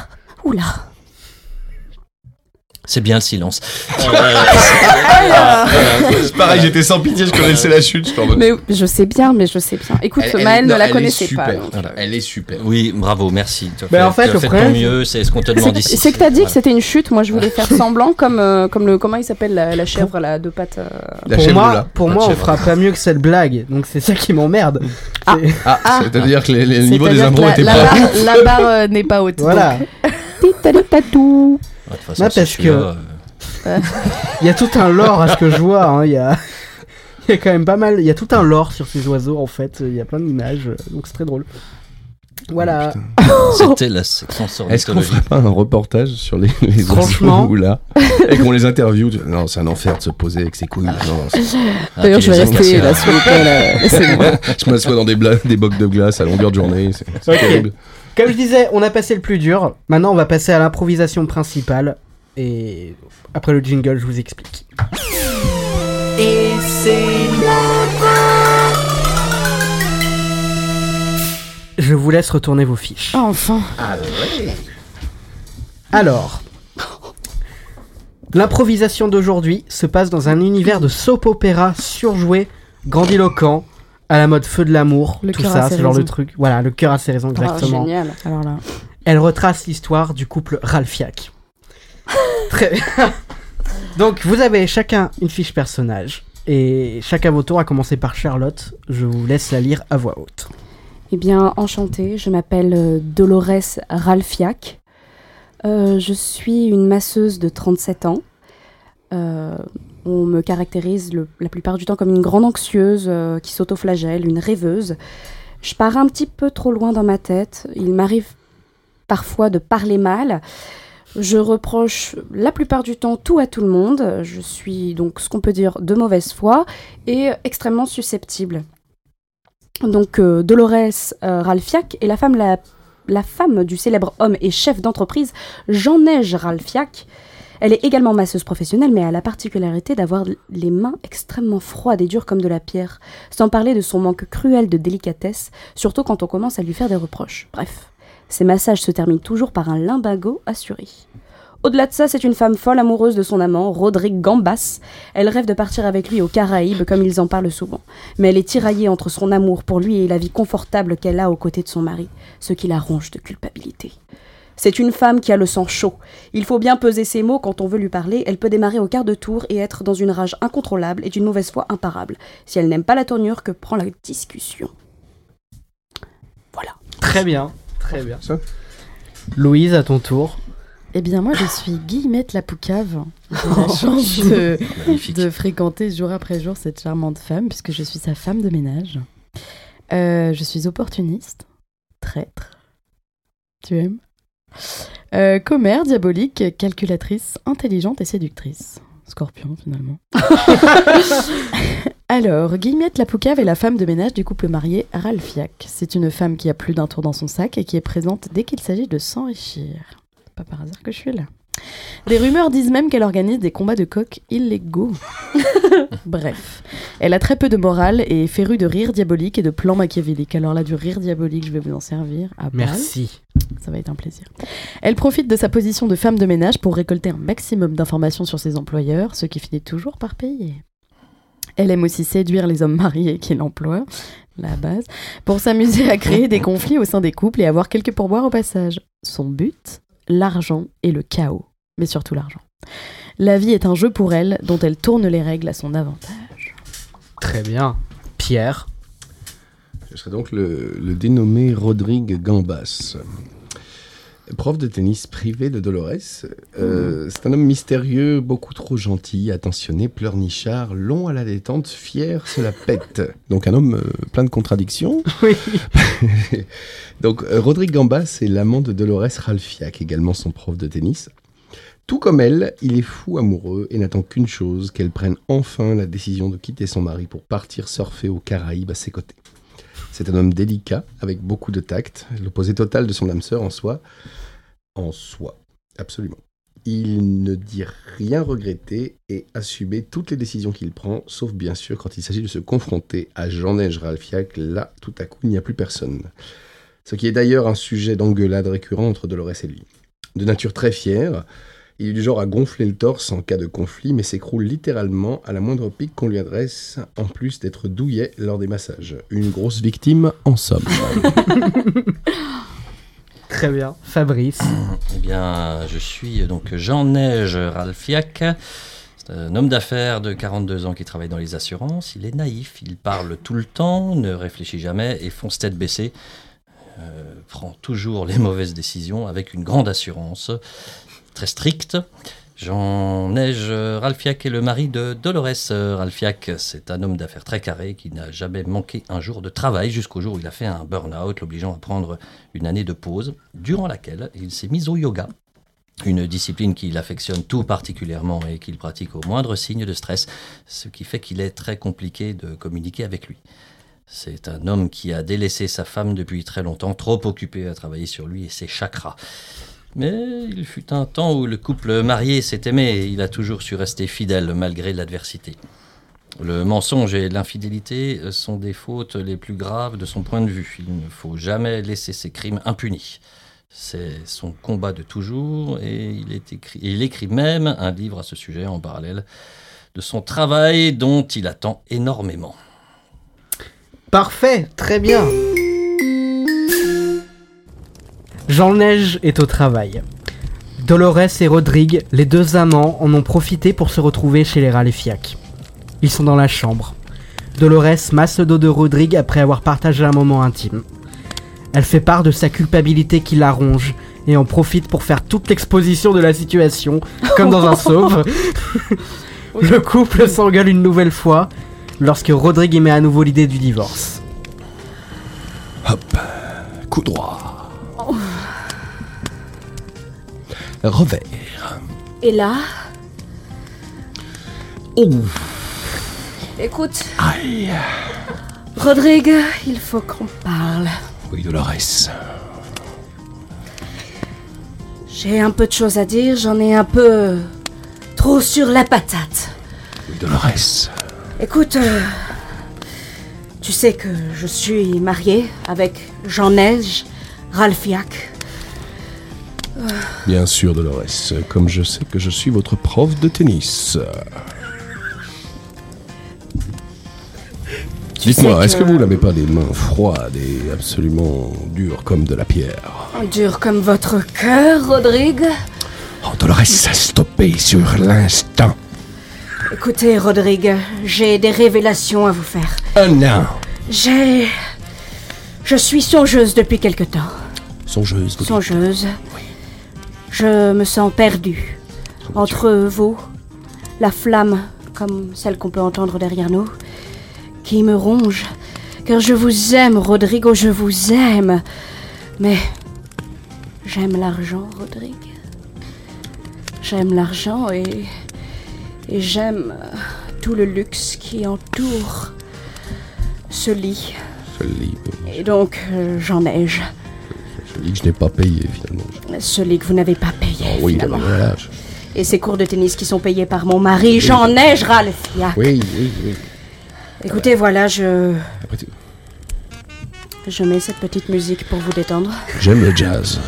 Speaker 5: oula.
Speaker 8: C'est bien le silence.
Speaker 7: C'est pareil, j'étais sans pitié, je connaissais la chute. Je t'en veux.
Speaker 5: Ah, Mais je sais bien, mais je sais bien. Écoute,
Speaker 7: est-
Speaker 5: Maëlle ne
Speaker 7: non,
Speaker 5: la
Speaker 7: elle est
Speaker 5: connaissait pas.
Speaker 7: super.
Speaker 5: donc.
Speaker 8: Voilà.
Speaker 7: Elle est super.
Speaker 8: Oui, bravo, merci. Tu as
Speaker 1: Mais Ben, en fait,
Speaker 8: tu as
Speaker 1: le
Speaker 8: fait de ton
Speaker 1: problème-
Speaker 8: mieux, c'est ce qu'on te demande
Speaker 5: C'est
Speaker 8: ici.
Speaker 5: c'est que t'as dit que
Speaker 8: Voilà.
Speaker 5: c'était une chute. Moi, je voulais faire semblant comme, euh, comme le. Comment il s'appelle la, la chèvre à deux pattes euh.
Speaker 7: La
Speaker 1: pour
Speaker 7: chèvre
Speaker 1: moi,
Speaker 7: là.
Speaker 1: pour
Speaker 8: La
Speaker 1: moi, on
Speaker 8: chèvre.
Speaker 1: fera pas mieux que cette blague. Donc c'est ça qui m'emmerde.
Speaker 7: Ah, c'est-à-dire que les- les- le niveau des
Speaker 6: C'est-à-dire
Speaker 7: impros
Speaker 6: que
Speaker 7: était
Speaker 6: la,
Speaker 7: pas.
Speaker 6: la barre, la barre, euh, n'est pas haute.
Speaker 1: Voilà.
Speaker 5: Titalipatou.
Speaker 7: Ah,
Speaker 8: Ouais, de toute façon,
Speaker 1: Ouais,
Speaker 8: si
Speaker 1: parce
Speaker 8: je suis là,
Speaker 1: que-
Speaker 8: euh,
Speaker 1: Il y a tout un lore à ce que je vois. hein, Il y a, il y a quand même pas mal. Il y a tout un lore sur ces oiseaux en fait. Il y a plein d'images. euh, Donc c'est très drôle.
Speaker 7: Oh,
Speaker 1: Voilà.
Speaker 8: C'était la section
Speaker 7: Est-ce qu'on ferait
Speaker 8: ornithologique.
Speaker 7: pas un reportage sur les, les
Speaker 1: Franchement.
Speaker 7: oiseaux ou là et qu'on les interviewe tu- Non, c'est un enfer de se poser avec ses couilles. Non, non, c'est-
Speaker 8: Ah,
Speaker 5: D'ailleurs,
Speaker 8: tu
Speaker 5: je vais
Speaker 8: les as
Speaker 5: rester
Speaker 8: cassés,
Speaker 5: là, s'il vous plaît. là. Laissez-moi.
Speaker 7: je m'assois dans des, bla- des bocs de glace à longueur de journée. C'est c'est
Speaker 1: Ok.
Speaker 7: terrible.
Speaker 1: Comme je disais, on a passé le plus dur. Maintenant, on va passer à l'improvisation principale. Et après le jingle, je vous explique. Je vous laisse retourner vos fiches.
Speaker 6: Enfin.
Speaker 1: Alors, l'improvisation d'aujourd'hui se passe dans un univers de soap-opéra surjoué, grandiloquent, à la mode feu de l'amour,
Speaker 6: Le
Speaker 1: tout
Speaker 6: cœur
Speaker 1: ça,
Speaker 6: à ses
Speaker 1: ce genre de
Speaker 6: raisons.
Speaker 1: truc. Voilà, le cœur à ses raisons,
Speaker 5: Ah,
Speaker 1: exactement.
Speaker 5: génial.
Speaker 6: Alors là.
Speaker 1: Elle retrace l'histoire du couple Ralphiak. Très bien. Donc, vous avez chacun une fiche personnage. Et chacun vos tours, à commencer par Charlotte. Je vous laisse la lire à voix haute.
Speaker 5: Eh bien, enchantée, je m'appelle euh, Dolores Ralfiac. Euh, je suis une masseuse de 37 ans. Euh, on me caractérise le- la plupart du temps comme une grande anxieuse euh, qui s'autoflagelle, une rêveuse. Je pars un petit peu trop loin dans ma tête. Il m'arrive parfois de parler mal. Je reproche la plupart du temps tout à tout le monde. Je suis donc ce qu'on peut dire de mauvaise foi et extrêmement susceptible. Donc euh, Dolores euh, Ralphiak est la femme, la, la femme du célèbre homme et chef d'entreprise Jean-Neige Ralphiak. Elle est également masseuse professionnelle, mais elle a la particularité d'avoir les mains extrêmement froides et dures comme de la pierre, sans parler de son manque cruel de délicatesse, surtout quand on commence à lui faire des reproches. Bref, ses massages se terminent toujours par un limbago assuré. Au-delà de ça, c'est une femme folle amoureuse de son amant, Roderick Gambas. Elle rêve de partir avec lui aux Caraïbes, comme ils en parlent souvent mais elle est tiraillée entre son amour pour lui et la vie confortable qu'elle a aux côtés de son mari, ce qui la ronge de culpabilité.
Speaker 12: C'est une femme qui a le sang chaud. Il faut bien peser ses mots quand on veut lui parler. Elle peut démarrer au quart de tour et être dans une rage incontrôlable et d'une mauvaise foi imparable. Si elle n'aime pas la tournure que prend la discussion.
Speaker 1: Très bien, très bien. Louise, à ton tour.
Speaker 6: Eh bien, moi, je suis Guillemette la Poucave. J'ai la chance de, de fréquenter jour après jour cette charmante femme, puisque je suis sa femme de ménage. Euh, je suis opportuniste, traître, tu aimes, euh, commère, diabolique, calculatrice, intelligente et séductrice. Scorpion, finalement. Alors, Guillemette la Poucave est la femme de ménage du couple marié Ralphiac. C'est une femme qui a plus d'un tour dans son sac et qui est présente dès qu'il s'agit de s'enrichir. Pas par hasard que je suis là. Des rumeurs disent même qu'elle organise des combats de coqs illégaux. Bref, elle a très peu de morale et est férue de rire diabolique et de plans machiavéliques. Alors là, du rire diabolique, je vais vous en servir Ah, à balle.
Speaker 1: Merci.
Speaker 6: Ça va être un plaisir. Elle profite de sa position de femme de ménage pour récolter un maximum d'informations sur ses employeurs, ce qui finit toujours par payer. Elle aime aussi séduire les hommes mariés qui l'emploient, la base, pour s'amuser à créer des conflits au sein des couples et avoir quelques pourboires au passage. Son but L'argent et le chaos, mais surtout l'argent. La vie est un jeu pour elle dont elle tourne les règles à son avantage.
Speaker 1: Très bien. Pierre.
Speaker 7: Je serai donc le, le dénommé Rodrigue Gambas. Prof de tennis privé de Dolores, Euh, c'est un homme mystérieux, beaucoup trop gentil, attentionné, pleurnichard, long à la détente, fier, cela pète. Donc un homme euh, plein de contradictions.
Speaker 1: Oui.
Speaker 7: Donc euh, Rodrigue Gambas est l'amant de Dolores Ralphiac, également son prof de tennis. Tout comme elle, il est fou amoureux et n'attend qu'une chose, qu'elle prenne enfin la décision de quitter son mari pour partir surfer aux Caraïbes à ses côtés. C'est un homme délicat, avec beaucoup de tact, l'opposé total de son âme sœur en soi. En soi, absolument. Il ne dit rien regretter et assumer toutes les décisions qu'il prend, sauf bien sûr quand il s'agit de se confronter à Jean-Neige Ralphiac. Là, tout à coup, il n'y a plus personne. Ce qui est d'ailleurs un sujet d'engueulade récurrent entre Dolores et lui. De nature très fière, il est du genre à gonfler le torse en cas de conflit, mais s'écroule littéralement à la moindre pique qu'on lui adresse, en plus d'être douillet lors des massages. Une grosse victime, en somme.
Speaker 1: Très bien. Fabrice.
Speaker 8: Eh bien, je suis donc Jean-Neige Ralphiac. C'est un homme d'affaires de 42 ans qui travaille dans les assurances. Il est naïf, il parle tout le temps, ne réfléchit jamais et fonce tête baissée. Euh, prend toujours les mauvaises décisions avec une grande assurance, très stricte. Jean-Neige Ralphiac est le mari de Dolores euh, Ralphiac. C'est un homme d'affaires très carré qui n'a jamais manqué un jour de travail jusqu'au jour où il a fait un burn-out, l'obligeant à prendre une année de pause, durant laquelle il s'est mis au yoga. Une discipline qu'il affectionne tout particulièrement et qu'il pratique au moindre signe de stress, ce qui fait qu'il est très compliqué de communiquer avec lui. C'est un homme qui a délaissé sa femme depuis très longtemps, trop occupé à travailler sur lui et ses chakras. Mais il fut un temps où le couple marié s'est aimé et il a toujours su rester fidèle malgré l'adversité. Le mensonge et l'infidélité euh, sont des fautes les plus graves de son point de vue. Il ne faut jamais laisser ses crimes impunis. C'est son combat de toujours et il, est écrit, et il écrit même un livre à ce sujet en parallèle de son travail dont il attend énormément.
Speaker 1: Parfait, très bien. Jean-Neige est au travail. Dolores et Rodrigue, les deux amants, en ont profité pour se retrouver chez les Raléfiac. Ils sont dans la chambre. Dolores masse le dos de Rodrigue après avoir partagé un moment intime. Elle fait part de sa culpabilité qui la ronge et en profite pour faire toute l'exposition de la situation, comme dans un sauve. Le couple s'engueule une nouvelle fois lorsque Rodrigue émet à nouveau l'idée du divorce.
Speaker 10: Coup droit. Revers.
Speaker 12: Et là,
Speaker 10: Ouf.
Speaker 12: écoute,
Speaker 10: Aïe.
Speaker 12: Rodrigue, il faut qu'on parle.
Speaker 10: Oui, Dolores.
Speaker 12: J'ai un peu de choses à dire, j'en ai un peu trop sur la patate.
Speaker 10: Oui, Dolores.
Speaker 12: Écoute, euh, tu sais que je suis mariée avec Jean-Neige Ralphiac.
Speaker 7: Bien sûr, Dolores, comme je sais que je suis votre prof de tennis.
Speaker 13: Tu
Speaker 7: Dites-moi,
Speaker 13: sais
Speaker 7: est-ce que
Speaker 13: que-
Speaker 7: vous n'avez pas des mains froides et absolument dures comme de la pierre
Speaker 5: Oh,
Speaker 13: Dur comme votre cœur, Rodrigue.
Speaker 14: Dolores s'est stoppée sur l'instant.
Speaker 5: Écoutez, Rodrigue, j'ai des révélations à vous faire.
Speaker 14: Oh non
Speaker 5: J'ai. Je suis songeuse depuis quelque temps.
Speaker 14: Songeuse, vous dites.
Speaker 5: Songeuse. Je me sens perdue. Entre vous, la flamme, comme celle qu'on peut entendre derrière nous, qui me ronge. Car je vous aime, Rodrigo, je vous aime. Mais. J'aime l'argent, Rodrigue. J'aime l'argent et. Et j'aime euh, tout le luxe qui entoure ce lit.
Speaker 7: Je le lis,
Speaker 5: Et donc, euh, j'enneige.
Speaker 7: je lis que je n'ai pas payé finalement.
Speaker 5: Ce lit que vous n'avez pas payé.
Speaker 7: Oh oui,
Speaker 5: finalement.
Speaker 7: voilà. je-
Speaker 5: Et ces cours de tennis qui sont payés par mon mari, j'enneige ras le fiac.
Speaker 7: Oui, oui, oui.
Speaker 5: Écoutez, voilà, je.
Speaker 7: Après tout,
Speaker 5: Je mets cette petite musique pour vous détendre.
Speaker 7: j'aime le jazz.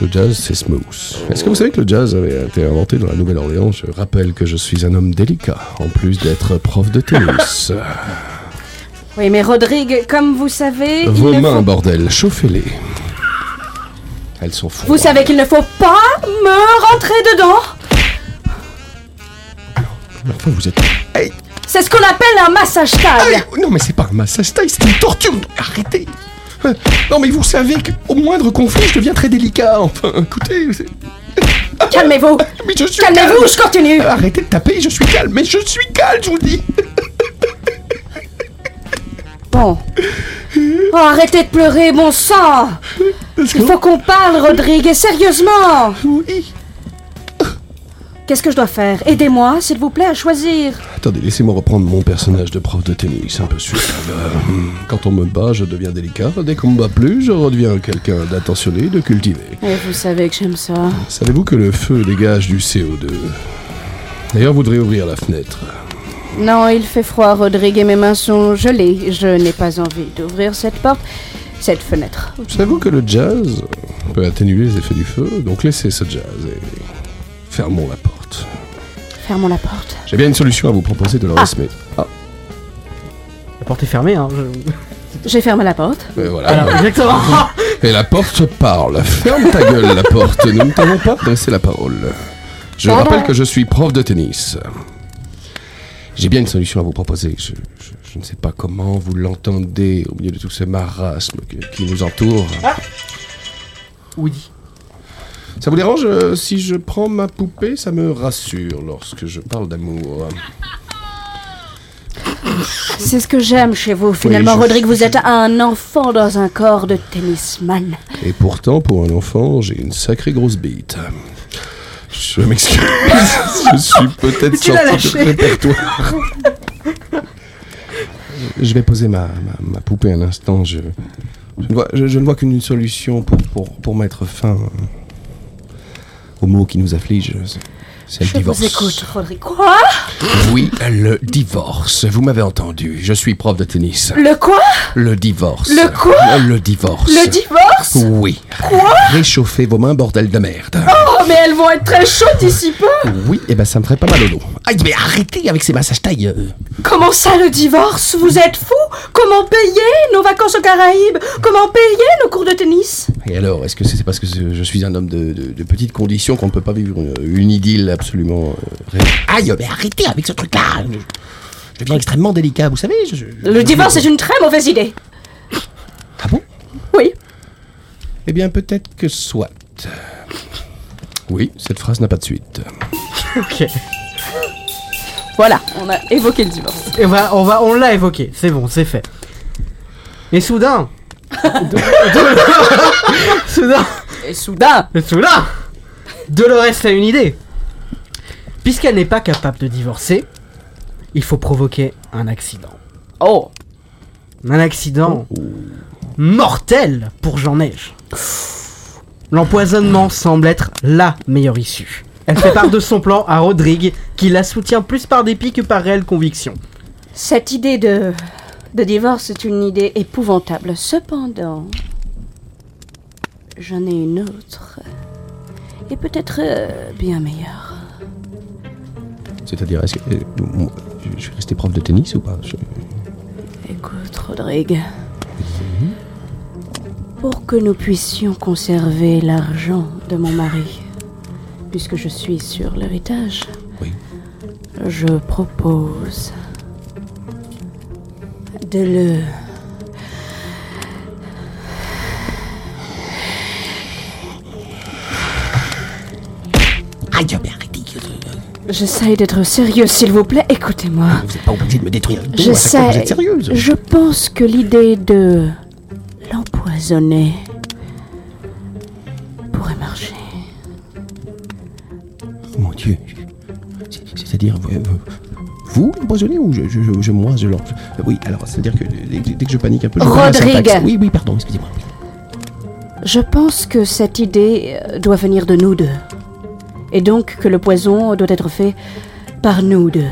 Speaker 7: Le jazz, c'est smooth. Est-ce que vous savez que le jazz avait été inventé dans la Nouvelle-Orléans Je rappelle que je suis un homme délicat, en plus d'être prof de tennis.
Speaker 5: Oui, mais Rodrigue, comme vous savez. il
Speaker 7: Vos
Speaker 5: ne
Speaker 7: mains,
Speaker 5: faut-
Speaker 7: bordel, chauffez-les. Elles sont froides.
Speaker 5: Vous savez qu'il ne faut pas me rentrer dedans.
Speaker 7: Enfin, vous êtes.
Speaker 5: Ah, C'est ce qu'on appelle un massage taille.
Speaker 14: Non mais c'est pas un massage taille, c'est une torture. Arrêtez.
Speaker 7: Hein.
Speaker 14: Euh, Non mais vous savez qu'au moindre conflit, je deviens très délicat. Enfin, écoutez. c'est-
Speaker 5: Calmez-vous.
Speaker 14: Mais je suis
Speaker 5: Calmez-vous,
Speaker 14: calme.
Speaker 5: je continue.
Speaker 14: Euh, Arrêtez de taper, je suis calme. Mais je suis calme, je vous le dis.
Speaker 5: Bon. Oh, arrêtez de pleurer, bon sang. Il faut qu'on parle, Rodrigue, et sérieusement.
Speaker 14: Oui.
Speaker 5: Qu'est-ce que je dois faire Aidez-moi, s'il vous plaît, à choisir.
Speaker 7: Attendez, laissez-moi reprendre mon personnage de prof de tennis, un peu sûr. Euh, Quand on me bat, je deviens délicat. Dès qu'on me bat plus, je redeviens quelqu'un d'attentionné, de cultivé.
Speaker 13: Et vous savez que j'aime ça.
Speaker 7: Savez-vous que le feu dégage du CO2 D'ailleurs, vous devrez ouvrir la fenêtre.
Speaker 13: Non, il fait froid, Rodrigue, et mes mains sont gelées. Je n'ai pas envie d'ouvrir cette porte, cette fenêtre.
Speaker 7: Savez-vous que le jazz peut atténuer les effets du feu Donc laissez ce jazz et fermons la porte.
Speaker 13: Fermons la porte.
Speaker 7: J'ai bien une solution à vous proposer, Dolores, mais... Ah,
Speaker 1: La porte est fermée, hein.
Speaker 13: J'ai fermé la porte.
Speaker 7: mais euh, voilà.
Speaker 1: Alors, exactement.
Speaker 7: Et la porte parle. Ferme ta gueule, la porte. Nous ne t'avons pas adressé la parole. Je
Speaker 13: Pardon.
Speaker 7: rappelle que je suis prof de tennis. J'ai bien une solution à vous proposer. Je, je- je ne sais pas comment vous l'entendez au milieu de tout ce marasme que- qui nous entoure.
Speaker 1: Oui.
Speaker 7: Ça vous dérange euh, si je prends ma poupée Ça me rassure lorsque je parle d'amour.
Speaker 5: C'est ce que j'aime chez vous, finalement,
Speaker 7: je-
Speaker 5: Rodrigue. Vous êtes un enfant dans un corps de tennisman.
Speaker 7: Et pourtant, pour un enfant, j'ai une sacrée grosse bite. Je m'excuse, je suis peut-être
Speaker 14: Tu l'as
Speaker 7: sorti
Speaker 14: lâché.
Speaker 7: de répertoire. Je vais poser ma, ma- ma poupée un instant. Je, je ne vois, je- je ne vois qu'une solution pour, pour, pour mettre fin aux mots qui nous affligent. C'est- C'est
Speaker 5: Je
Speaker 7: le divorce.
Speaker 5: vous écoute, Rodrigue. Quoi
Speaker 7: Oui, le divorce. Vous m'avez entendu. Je suis prof de tennis.
Speaker 5: Le quoi
Speaker 7: Le divorce.
Speaker 5: Le quoi
Speaker 7: Le divorce.
Speaker 5: Le divorce
Speaker 7: Oui.
Speaker 5: Quoi
Speaker 7: Réchauffez vos mains, bordel de merde.
Speaker 14: Ah!
Speaker 13: Oh, mais elles vont être très chaudes ici peu
Speaker 7: Oui, et ben ça me ferait pas mal au dos.
Speaker 14: Aïe, Ah, mais arrêtez avec ces massages taille. euh.
Speaker 5: Comment ça, le divorce Vous êtes fou Comment payer nos vacances aux Caraïbes Comment payer nos cours de tennis
Speaker 7: Et alors, est-ce que c'est parce que je suis un homme de, de, de petite condition qu'on ne peut pas vivre une, une idylle absolument euh, rêvée
Speaker 14: Aïe, mais arrêtez avec ce truc-là. Je, je deviens extrêmement délicat, vous savez. je- je-
Speaker 5: Le divorce est une très mauvaise idée.
Speaker 7: Ah Eh bien, peut-être que soit. Oui, cette phrase n'a pas de suite.
Speaker 1: Ok.
Speaker 13: Voilà, on a évoqué le divorce.
Speaker 1: Et voilà, on va, on l'a évoqué. C'est bon, c'est fait. Et soudain. De- de- soudain.
Speaker 13: Et soudain
Speaker 1: Et soudain. Dolores a une idée. Puisqu'elle n'est pas capable de divorcer, il faut provoquer un accident.
Speaker 13: Oh
Speaker 1: Un accident mortel pour Jean Neige. L'empoisonnement semble être la meilleure issue. Elle fait part de son plan à Rodrigue, qui la soutient plus par dépit que par réelle conviction.
Speaker 5: Cette idée de. de divorce est une idée épouvantable. Cependant. J'en ai une autre. Et peut-être euh, bien meilleure.
Speaker 7: C'est-à-dire, est-ce que. euh, moi, je je suis resté prof de tennis ou pas Je-
Speaker 5: écoute, Rodrigue. Pour que nous puissions conserver l'argent de mon mari, puisque je suis sur l'héritage, je propose de le
Speaker 7: Aïe, mais arrêtez.
Speaker 5: J'essaye d'être sérieux, s'il vous plaît, écoutez-moi.
Speaker 7: Vous n'êtes pas obligé de me détruire le dos
Speaker 5: Je
Speaker 7: à chaque fois que vous
Speaker 5: sais.
Speaker 7: êtes sérieuse.
Speaker 5: Je pense que l'idée de l'empoisonner pourrait marcher.
Speaker 7: Mon Dieu. C'est- C'est-à-dire, vous, vous- vous l'empoisonnez ou je, je- je- je- moi, je l'en... Oui, alors, c'est-à-dire que dès, que- dès que je panique un peu... Je perds ma
Speaker 5: Rodrigue.
Speaker 7: syntaxe. Oui, oui, pardon, excusez-moi.
Speaker 5: Je pense que cette idée euh, doit venir de nous deux. Et donc que le poison doit être fait par nous deux.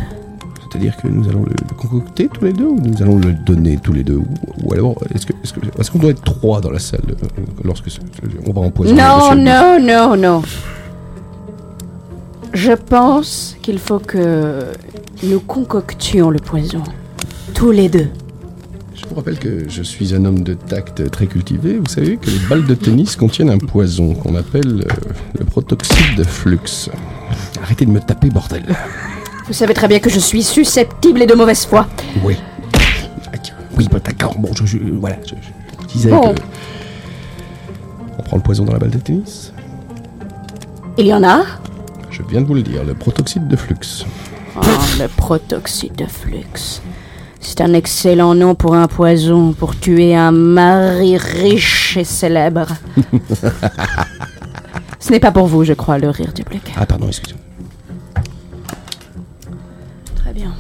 Speaker 7: C'est-à-dire que nous allons le, le concocter tous les deux ou nous allons le donner tous les deux Ou, ou alors, est-ce que- est-ce que- est-ce qu'on doit être trois dans la salle euh, lorsque ce- on va empoisonner
Speaker 5: Non,
Speaker 7: monsieur le-
Speaker 5: non, non, non. Je pense qu'il faut que nous concoctions le poison. Tous les deux.
Speaker 8: Je vous rappelle que je suis un homme de tact très cultivé. Vous savez que les balles de tennis contiennent un poison qu'on appelle euh, le protoxyde de flux. Arrêtez de me taper, bordel.
Speaker 5: Vous savez très bien que je suis susceptible et de mauvaise foi.
Speaker 7: Oui. Oui, bah, d'accord. Bon, je, je- voilà, je, je disais
Speaker 5: Bon.
Speaker 7: que... On prend le poison dans la balle de tennis
Speaker 5: Il y en a
Speaker 8: Je viens de vous le dire, le protoxyde de flux.
Speaker 5: Oh, le protoxyde de flux. C'est un excellent nom pour un poison pour tuer un mari riche et célèbre. Ce n'est pas pour vous, je crois, le rire du public.
Speaker 7: Ah, pardon, excusez-moi.
Speaker 5: Très bien.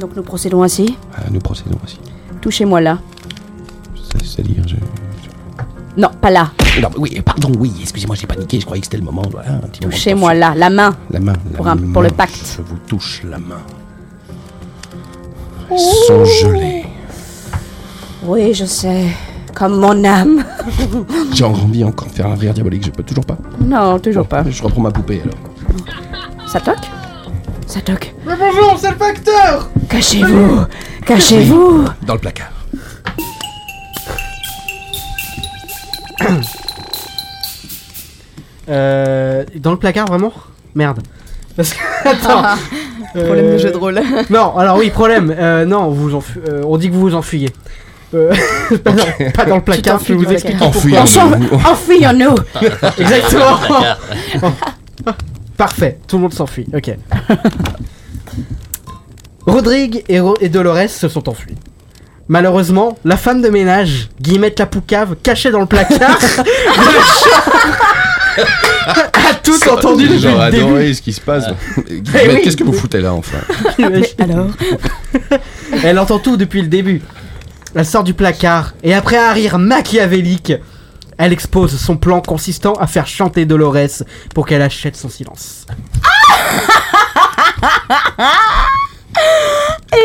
Speaker 5: Donc nous procédons ainsi.
Speaker 7: Ah, nous procédons aussi.
Speaker 5: Touchez-moi là.
Speaker 7: C'est- C'est-à-dire, je...
Speaker 5: Non, pas là.
Speaker 7: Non, mais oui, pardon, oui, excusez-moi, j'ai paniqué, je croyais que c'était le moment. Voilà, un petit moment de
Speaker 5: Touchez-moi là, la main.
Speaker 7: La main. la
Speaker 5: Pour un-
Speaker 7: main.
Speaker 5: pour le pacte.
Speaker 7: Je vous touche la main. Ils sont gelés.
Speaker 5: Oui, je sais. Comme mon âme.
Speaker 8: J'ai envie encore de faire un rire diabolique, je peux toujours pas.
Speaker 5: non, toujours pas.
Speaker 8: Je reprends ma poupée alors.
Speaker 5: Ça toque Ça toque.
Speaker 15: Mais bonjour, c'est le facteur
Speaker 5: Cachez-vous Cachez-vous
Speaker 7: Dans le placard.
Speaker 1: Euh, dans le placard, vraiment Merde. Parce que. Attends.
Speaker 6: Ah,
Speaker 1: Euh,
Speaker 6: Problème de jeu de rôle.
Speaker 1: non, alors oui, problème. Euh, non, vous enfu- euh, on dit que vous vous enfuyez. Euh, pas, dans, pas dans le placard, je vais vous expliquer. pourquoi.
Speaker 7: hein,
Speaker 5: Enfuyons-nous
Speaker 1: Exactement. Oh. Parfait, tout le monde s'enfuit. Ok. Rodrigue et, Ro- et Dolores se sont enfuis. Malheureusement, la femme de ménage, Guillemette la Poucave, cachée dans le placard, a tout entendu depuis
Speaker 8: J'aurais
Speaker 1: le début.
Speaker 8: adoré ce qui se passe. Mais
Speaker 1: oui.
Speaker 8: Qu'est-ce que vous foutez là, enfin
Speaker 1: alors Elle entend tout depuis le début. Elle sort du placard et après un rire machiavélique, elle expose son plan consistant à faire chanter Dolores pour qu'elle achète son silence.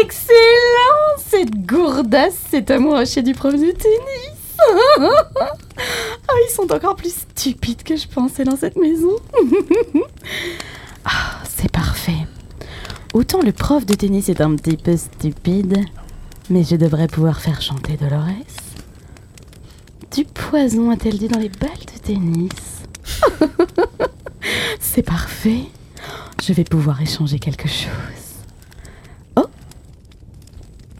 Speaker 6: Excellent Cette gourdasse, cet amour haché du prof de tennis Ah, ils sont encore plus stupides que je pensais dans cette maison Ah, c'est parfait. Autant le prof de tennis est un petit peu stupide, mais je devrais pouvoir faire chanter Dolores. Du poison, a-t-elle dit, dans les balles de tennis C'est parfait. Je vais pouvoir échanger quelque chose.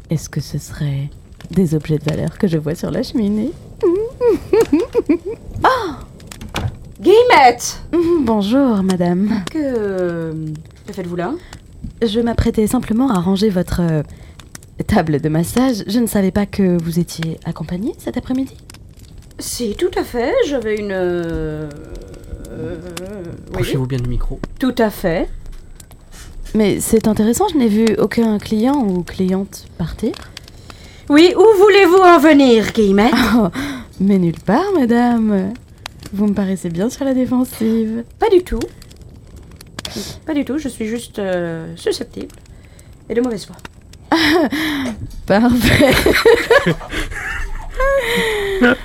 Speaker 6: Est-ce que ce serait des objets de valeur que je vois sur la cheminée
Speaker 5: Guillemette
Speaker 6: Bonjour, madame.
Speaker 5: Que. Que faites-vous là
Speaker 6: Je m'apprêtais simplement à ranger votre euh, table de massage. Je ne savais pas que vous étiez accompagnée cet après-midi.
Speaker 5: Si, tout à fait. J'avais une. euh, euh, oui.
Speaker 1: Approchez-vous bien du micro.
Speaker 5: Tout à fait.
Speaker 6: Mais c'est intéressant, je n'ai vu aucun client ou cliente partir.
Speaker 5: Oui, où voulez-vous en venir, Guillemette
Speaker 6: Mais nulle part, madame. Vous me paraissez bien sur la défensive.
Speaker 5: Pas du tout. Pas du tout, je suis juste euh, susceptible. Et de mauvaise foi.
Speaker 6: Parfait.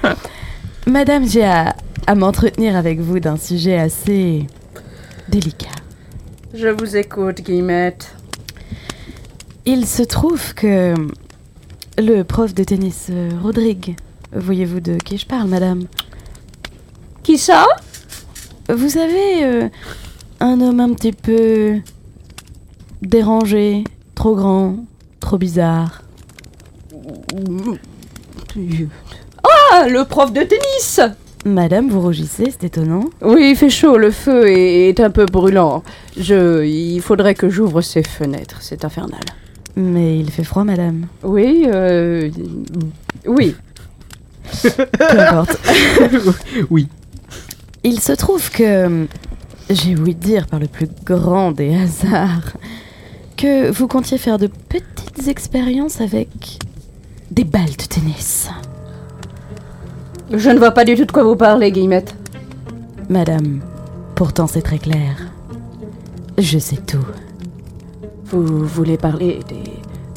Speaker 6: Madame, j'ai à, à m'entretenir avec vous d'un sujet assez délicat.
Speaker 5: Je vous écoute, Guillemette.
Speaker 6: Il se trouve que Le prof de tennis, euh, Rodrigue. Voyez-vous de qui je parle, madame
Speaker 16: Qui ça
Speaker 6: Vous avez euh, un homme un petit peu dérangé, trop grand, trop bizarre.
Speaker 16: Ah, le prof de tennis
Speaker 6: Madame, vous rougissez, c'est étonnant.
Speaker 5: Oui, il fait chaud, le feu est, est un peu brûlant. Je, il faudrait que j'ouvre ces fenêtres, c'est infernal.
Speaker 6: Mais il fait froid, madame.
Speaker 5: Oui, euh, oui.
Speaker 6: Peu importe.
Speaker 1: oui.
Speaker 6: Il se trouve que euh, j'ai ouï dire par le plus grand des hasards que vous comptiez faire de petites expériences avec des balles de tennis.
Speaker 5: Je ne vois pas du tout de quoi vous parlez, Guillemette.
Speaker 6: Madame, pourtant c'est très clair. Je sais tout.
Speaker 5: Vous voulez parler des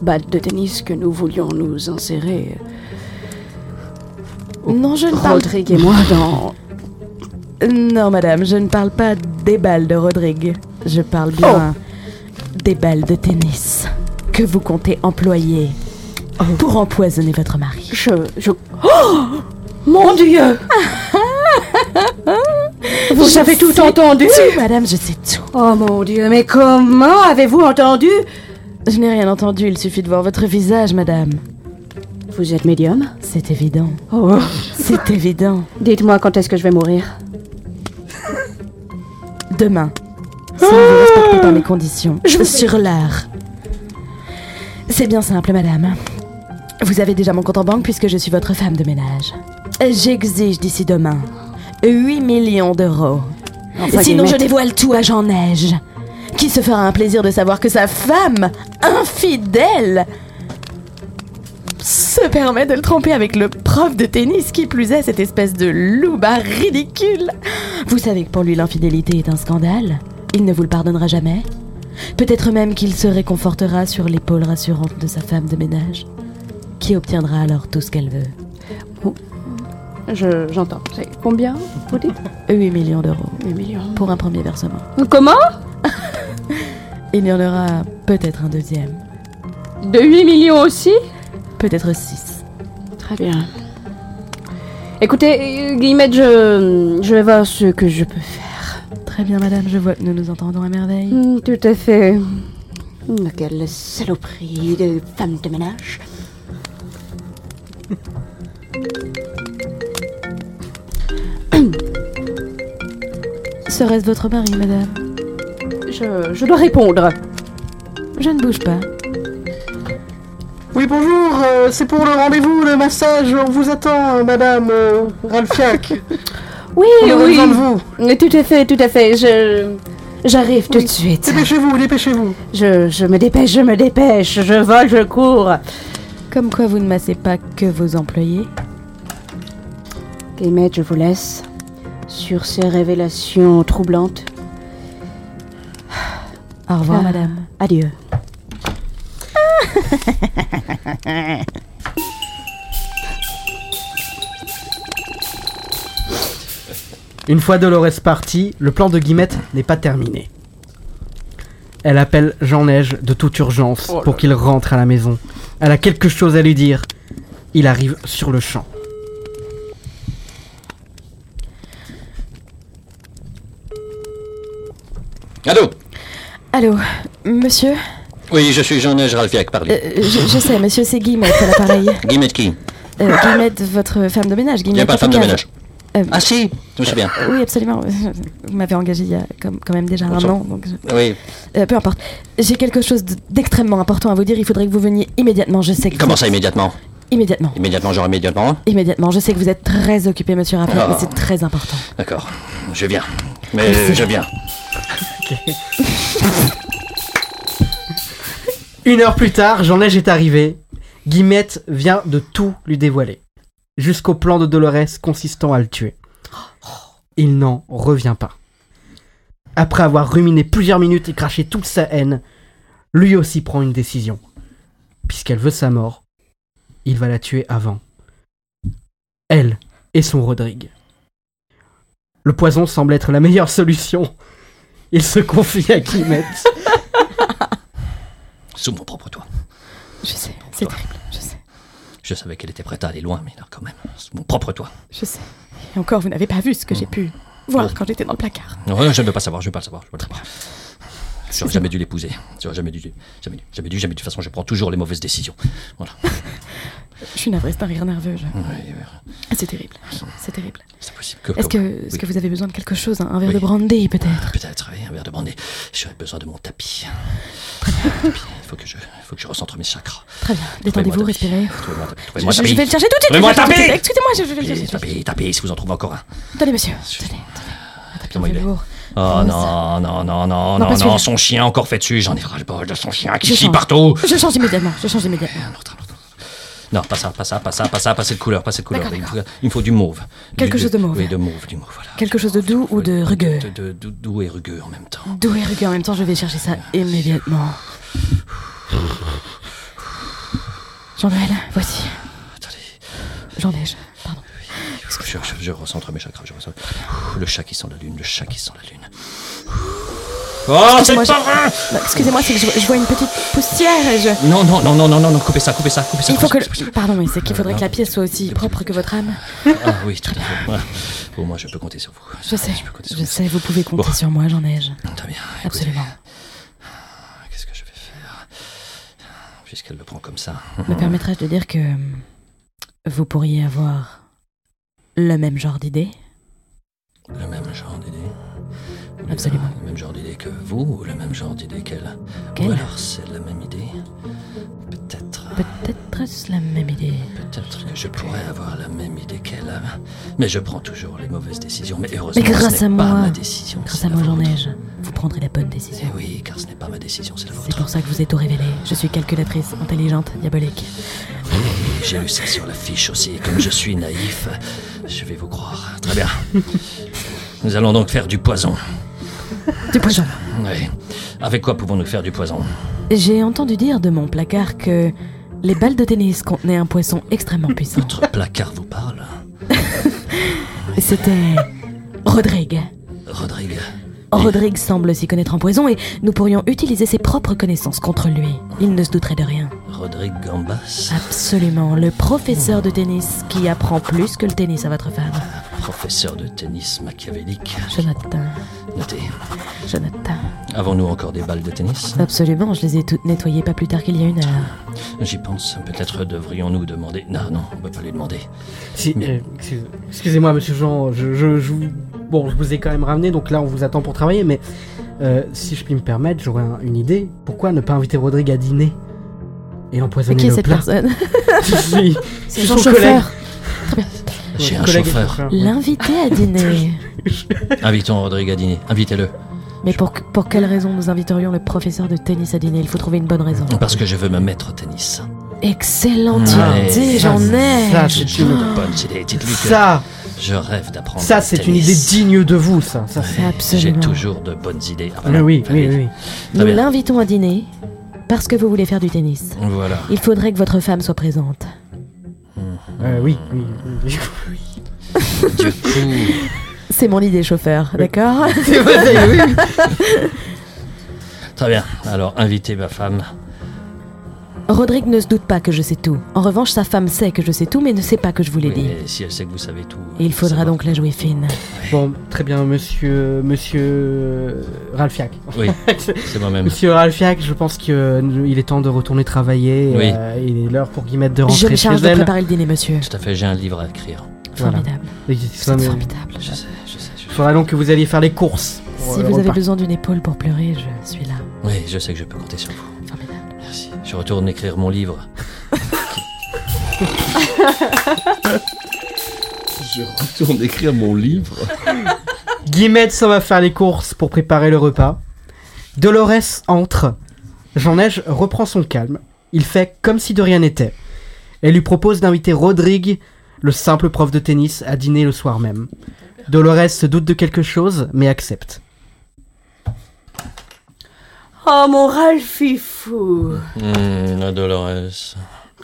Speaker 5: balles de tennis que nous voulions nous insérer
Speaker 6: Non, je ne parle
Speaker 5: Rodrigue et moi dans.
Speaker 6: Non, madame, je ne parle pas des balles de Rodrigue. Je parle bien des balles de tennis que vous comptez employer pour empoisonner votre mari.
Speaker 5: Je. je... Oh Mon Dieu Vous
Speaker 16: Je
Speaker 5: avez tout
Speaker 16: sais
Speaker 5: entendu
Speaker 6: tout, madame, je sais tout.
Speaker 16: Oh mon dieu, mais comment avez-vous entendu
Speaker 6: Je n'ai rien entendu, il suffit de voir votre visage, madame.
Speaker 5: Vous êtes médium
Speaker 6: C'est évident.
Speaker 5: Oh.
Speaker 6: C'est évident.
Speaker 5: Dites-moi quand est-ce que je vais mourir.
Speaker 6: Demain, si vous ne respectez pas mes conditions,
Speaker 16: Oh Je vous-
Speaker 6: sur l'art. C'est bien simple, madame. Vous avez déjà mon compte en banque puisque je suis votre femme de ménage. J'exige d'ici demain 8 millions d'euros.
Speaker 16: Enfin,
Speaker 6: Sinon, je
Speaker 16: Guillemette.
Speaker 6: dévoile tout à Jean Neige, qui se fera un plaisir de savoir que sa femme, infidèle, se permet de le tromper avec le prof de tennis, qui plus est cette espèce de louba ridicule. Vous savez que pour lui, l'infidélité est un scandale. Il ne vous le pardonnera jamais. Peut-être même qu'il se réconfortera sur l'épaule rassurante de sa femme de ménage, qui obtiendra alors tout ce qu'elle veut.
Speaker 5: Je, j'entends. C'est combien vous dites
Speaker 6: 8 millions d'euros
Speaker 5: 8 millions.
Speaker 6: pour un premier versement.
Speaker 5: Comment
Speaker 6: Il y en aura peut-être un deuxième,
Speaker 5: De 8 millions aussi
Speaker 6: peut-être six.
Speaker 5: Très bien. Écoutez, euh, Guillemette, je, je vais voir ce que je peux faire.
Speaker 6: Très bien, madame, je vois que nous nous entendons à merveille.
Speaker 5: Hmm, Tout à fait. Mm,
Speaker 16: Mais Quelle saloperie de femme de ménage.
Speaker 6: Serait-ce votre mari, madame
Speaker 5: Je, je dois répondre.
Speaker 6: Je ne bouge pas.
Speaker 17: Oui, bonjour, euh, c'est pour le rendez-vous, le massage, on vous attend, euh, madame euh, Ralphiak.
Speaker 5: Oui,
Speaker 17: On aurait
Speaker 5: oui.
Speaker 17: besoin de vous.
Speaker 5: Mais Tout à fait, tout à fait. Je. J'arrive tout
Speaker 17: Oui.
Speaker 5: de suite.
Speaker 17: Dépêchez-vous, dépêchez-vous.
Speaker 5: Je, je me dépêche, je me dépêche. Je vole, je cours.
Speaker 6: Comme quoi vous ne massez pas que vos employés
Speaker 5: Guillemette, je vous laisse sur ces révélations troublantes.
Speaker 6: Au revoir,
Speaker 5: Ah.
Speaker 6: madame.
Speaker 5: Adieu.
Speaker 1: Une fois Dolores partie, le plan de Guillemette n'est pas terminé. Elle appelle Jean Neige de toute urgence
Speaker 17: Oh là
Speaker 1: pour qu'il rentre à la maison. Elle a quelque chose à lui dire. Il arrive sur le champ.
Speaker 8: Allô
Speaker 6: Allô, monsieur
Speaker 8: Oui, je suis Jean-Neige Ralphiak, pardon.
Speaker 6: Euh, je, je sais, monsieur, c'est Guillemette à l'appareil.
Speaker 8: Guillemette qui
Speaker 6: Euh, Guillemette, votre femme de ménage.
Speaker 8: Il n'y
Speaker 6: Guillemette,
Speaker 8: a pas de femme de
Speaker 6: Raffaire.
Speaker 8: ménage.
Speaker 6: Euh,
Speaker 8: Ah si, je me souviens.
Speaker 6: Oui, absolument. Vous m'avez engagé il y a comme- quand même déjà un
Speaker 8: Bonsoir.
Speaker 6: an. Donc je-
Speaker 8: Oui,
Speaker 6: Euh, peu importe. J'ai quelque chose d- d'extrêmement important à vous dire. Il faudrait que vous veniez immédiatement. Je sais que.
Speaker 8: comment
Speaker 6: vous-
Speaker 8: ça immédiatement
Speaker 6: Immédiatement.
Speaker 8: Immédiatement, genre immédiatement
Speaker 6: Immédiatement. Je sais que vous êtes très occupé, monsieur Raphaël,
Speaker 8: Oh.
Speaker 6: mais c'est très important.
Speaker 8: D'accord, je viens. Mais je viens.
Speaker 1: Une heure plus tard, Jean Neige est arrivé. Guillemette vient de tout lui dévoiler. Jusqu'au plan de Dolores consistant à le tuer. Il n'en revient pas. Après avoir ruminé plusieurs minutes et craché toute sa haine, lui aussi prend une décision. Puisqu'elle veut sa mort, il va la tuer avant. Elle et son Rodrigue. Le poison semble être la meilleure solution. Il se confie à Guillemette.
Speaker 8: Sous mon propre toit.
Speaker 6: Je sais. C'est terrible. Je sais.
Speaker 8: Je savais qu'elle était prête à aller loin, mais là, quand même, c'est mon propre toit.
Speaker 6: Je sais. Et encore, vous n'avez pas vu ce que j'ai
Speaker 8: Mmh.
Speaker 6: pu voir quand j'étais dans le placard.
Speaker 8: Non, je ne veux pas savoir, je ne veux pas le savoir. Je veux pas le savoir. J'aurais jamais dû l'épouser. J'aurais jamais dû, jamais dû, jamais dû, jamais dû. De toute façon, je prends toujours les mauvaises décisions. Voilà.
Speaker 6: Je suis navrée, c'est un rire nerveux. je-
Speaker 8: Mmh.
Speaker 6: C'est terrible. C'est terrible.
Speaker 8: C'est possible que-
Speaker 6: Est-ce que,
Speaker 8: oui.
Speaker 6: est-ce que vous avez besoin de quelque chose hein Un verre de brandy, peut-être
Speaker 8: Peut-être, oui, un verre de brandy. J'aurais besoin de mon tapis. Il faut que je, il faut que je recentre mes chakras.
Speaker 6: Très bien.
Speaker 8: Trouvez-moi
Speaker 6: Détendez-vous,
Speaker 8: un tapis.
Speaker 6: respirez.
Speaker 8: Trouvez-moi un tapis.
Speaker 6: Je,
Speaker 8: Trouvez-moi un
Speaker 6: je- je
Speaker 8: tapis.
Speaker 6: vais le chercher tout de suite. je vais
Speaker 8: Trouvez-moi un
Speaker 6: le
Speaker 8: tapis.
Speaker 6: chercher tout de suite. Excusez-moi, je je vais le
Speaker 8: Tapis,
Speaker 6: chercher.
Speaker 8: tapis, tapis, si vous en trouvez encore un.
Speaker 6: Attendez, monsieur. Attendez,
Speaker 8: Comment
Speaker 6: attendez.
Speaker 8: il est
Speaker 6: Velours.
Speaker 8: Oh non, non, non,
Speaker 6: Non,
Speaker 8: non, non,
Speaker 6: pas
Speaker 8: non,
Speaker 6: celui-là.
Speaker 8: son chien encore fait dessus, j'en ai ras le bol de son chien qui
Speaker 6: Je
Speaker 8: Ah, chie
Speaker 6: change.
Speaker 8: partout.
Speaker 6: Je change immédiatement. Je change immédiatement.
Speaker 8: Non, pas ça, pas ça, pas ça, pas ça, pas cette couleur, pas cette couleur.
Speaker 6: D'accord,
Speaker 8: Il me faut, il me faut du mauve.
Speaker 6: Quelque
Speaker 8: Du-
Speaker 6: chose de mauve.
Speaker 8: Oui, de mauve, du mauve, voilà.
Speaker 6: Quelque chose de doux ou de rugueux
Speaker 8: De, de- de- doux et rugueux en même temps.
Speaker 6: Doux et rugueux en même temps, je vais chercher ça immédiatement. Jean-Noël, voici. Attendez. Jean-Neige.
Speaker 8: Je, je- je recentre mes chakras, je recentre. Ouh, Le chat qui sent la lune, le chat qui sent la lune. Oh, c'est
Speaker 6: Excusez-moi,
Speaker 8: pas
Speaker 6: je-
Speaker 8: vrai
Speaker 6: Non, Excusez-moi, c'est que je, je vois une petite poussière et je.
Speaker 8: Non, non, non, non, non, non, non, coupez ça, coupez ça, coupez ça.
Speaker 6: Il faut que
Speaker 8: coupez ça.
Speaker 6: le... Pardon, mais c'est qu'il faudrait que la pièce soit aussi propre que votre âme.
Speaker 8: Ah oui, tout à fait. Voilà. Au moins, Ah, je peux compter sur vous.
Speaker 6: Je sais, je sais, vous pouvez compter sur moi, j'en ai. Très
Speaker 8: bien.
Speaker 6: Absolument.
Speaker 8: Puisqu'elle le prend comme ça.
Speaker 6: Me permettrais-je de dire que euh, vous pourriez avoir le même genre d'idée
Speaker 8: Le même genre d'idée.
Speaker 6: Absolument.
Speaker 8: Le même genre d'idée que vous, ou le même genre d'idée qu'elle.
Speaker 6: Qu'elle
Speaker 8: Ou alors c'est la même idée. Peut-être.
Speaker 6: Peut-être est-ce la même idée
Speaker 8: Peut-être que je pourrais avoir la même idée qu'elle. euh, Mais je prends toujours les mauvaises décisions. Mais heureusement,
Speaker 6: Mais grâce
Speaker 8: ce
Speaker 6: à
Speaker 8: n'est pas
Speaker 6: moi,
Speaker 8: ma décision.
Speaker 6: grâce à moi, j'en ai. Vous prendrez la bonne décision.
Speaker 8: Eh Oui, car ce n'est pas ma décision, c'est la vôtre.
Speaker 6: C'est pour ça que vous êtes tout révélé. Je suis calculatrice, intelligente, diabolique.
Speaker 8: Oui, j'ai lu ça sur la fiche aussi. Et Comme je suis naïf, je vais vous croire. Très bien. Nous allons donc faire du poison.
Speaker 6: Du poison.
Speaker 8: Oui. Avec quoi pouvons-nous faire du poison
Speaker 6: J'ai entendu dire de mon placard que les balles de tennis contenaient un poisson extrêmement puissant.
Speaker 8: Votre placard vous parle
Speaker 6: C'était Rodrigue.
Speaker 8: Rodrigue.
Speaker 6: Rodrigue semble s'y connaître en poison et nous pourrions utiliser ses propres connaissances contre lui. Il ne se douterait de rien.
Speaker 8: Rodrigue Gambas,
Speaker 6: Absolument, le professeur de tennis qui apprend plus que le tennis à votre femme.
Speaker 8: professeur de tennis machiavélique.
Speaker 6: Jonathan,
Speaker 8: Notez,
Speaker 6: Jonathan.
Speaker 8: avons-nous encore des balles de tennis
Speaker 6: Absolument, je les ai toutes nettoyées pas plus tard qu'il y a une heure.
Speaker 8: J'y pense, peut-être devrions-nous demander... Non, non, on ne peut pas lui demander.
Speaker 1: Si, euh, excuse- Excusez-moi, monsieur Jean, je, je- je vous... Bon, je vous ai quand même ramené, donc là, on vous attend pour travailler, mais euh, si je puis me permettre, j'aurais un- une idée. Pourquoi ne pas inviter Rodrigue à dîner et
Speaker 6: C'est
Speaker 1: empoisonner
Speaker 6: qui
Speaker 1: le
Speaker 6: cette
Speaker 1: plat
Speaker 6: personne
Speaker 1: Je suis-
Speaker 6: C'est
Speaker 1: je suis
Speaker 6: son
Speaker 1: son collègue.
Speaker 6: chauffeur. Très bien.
Speaker 8: J'ai un
Speaker 1: collègue et
Speaker 8: chauffeur.
Speaker 6: L'inviter à dîner.
Speaker 8: Invitons Rodrigue à dîner, invitez-le.
Speaker 6: Mais pour, pour quelle raison nous inviterions le professeur de tennis à dîner Il faut trouver une bonne raison.
Speaker 8: Parce que je veux me mettre au tennis.
Speaker 6: Excellente
Speaker 8: Ouais.
Speaker 6: idée, j'en ai.
Speaker 1: ça, Ah, c'est
Speaker 8: C'est une bonne idée. Dites-lui que
Speaker 1: Ça.
Speaker 8: Je rêve d'apprendre
Speaker 1: Ça,
Speaker 8: le
Speaker 1: c'est une idée
Speaker 8: tennis.
Speaker 1: digne de vous, ça. ça c'est-
Speaker 8: J'ai toujours de bonnes idées. Ah, bah
Speaker 1: Mais
Speaker 8: non,
Speaker 1: oui,
Speaker 8: fallait-
Speaker 1: oui, oui.
Speaker 8: Très
Speaker 6: Nous
Speaker 8: bien.
Speaker 6: l'invitons à dîner parce que vous voulez faire du tennis.
Speaker 8: Voilà.
Speaker 6: Il faudrait que votre femme soit présente.
Speaker 1: Euh, oui, oui, oui.
Speaker 8: Du coup,
Speaker 6: C'est mon idée, chauffeur, d'accord
Speaker 1: C'est vrai, oui.
Speaker 8: très bien. Alors, invitez ma femme.
Speaker 6: Rodrigue ne se doute pas que je sais tout. En revanche, sa femme sait que je sais tout, mais ne sait pas que je vous l'ai
Speaker 8: Oui,
Speaker 6: dit.
Speaker 8: mais si elle sait que vous savez tout. euh,
Speaker 6: Et il faudra donc la jouer fine.
Speaker 1: Bon, très bien, monsieur. euh, Monsieur. Ralphiak.
Speaker 8: Oui, c'est moi-même.
Speaker 1: Monsieur Ralphiak, je pense qu'il est temps de retourner travailler.
Speaker 8: Oui.
Speaker 1: euh, il est l'heure pour Guillemette de rentrer
Speaker 6: Je me charge
Speaker 1: chez
Speaker 6: de
Speaker 1: elle.
Speaker 6: préparer le dîner, monsieur.
Speaker 8: Tout à fait, j'ai un livre à écrire.
Speaker 1: Voilà.
Speaker 6: Formidable.
Speaker 1: Et qu'il
Speaker 6: Vous
Speaker 1: soit
Speaker 6: êtes
Speaker 1: mieux.
Speaker 6: formidable.
Speaker 8: Je sais, je sais. je-
Speaker 1: Il faudra donc que vous alliez faire les courses. pour,
Speaker 6: Si
Speaker 1: euh,
Speaker 6: vous avez
Speaker 1: repas.
Speaker 6: besoin d'une épaule pour pleurer, je suis là.
Speaker 8: Oui, je sais que je peux compter sur vous. Merci. Je retourne écrire mon livre.
Speaker 7: Je retourne écrire mon livre.
Speaker 1: Guillemette s'en va faire les courses pour préparer le repas. Dolores entre. Jean-Neige reprend son calme. Il fait comme si de rien n'était. Elle lui propose d'inviter Rodrigue, le simple prof de tennis, à dîner le soir même. Dolores se doute de quelque chose, mais accepte.
Speaker 12: Oh, mon Ralphie fou
Speaker 8: Hum, la Dolores.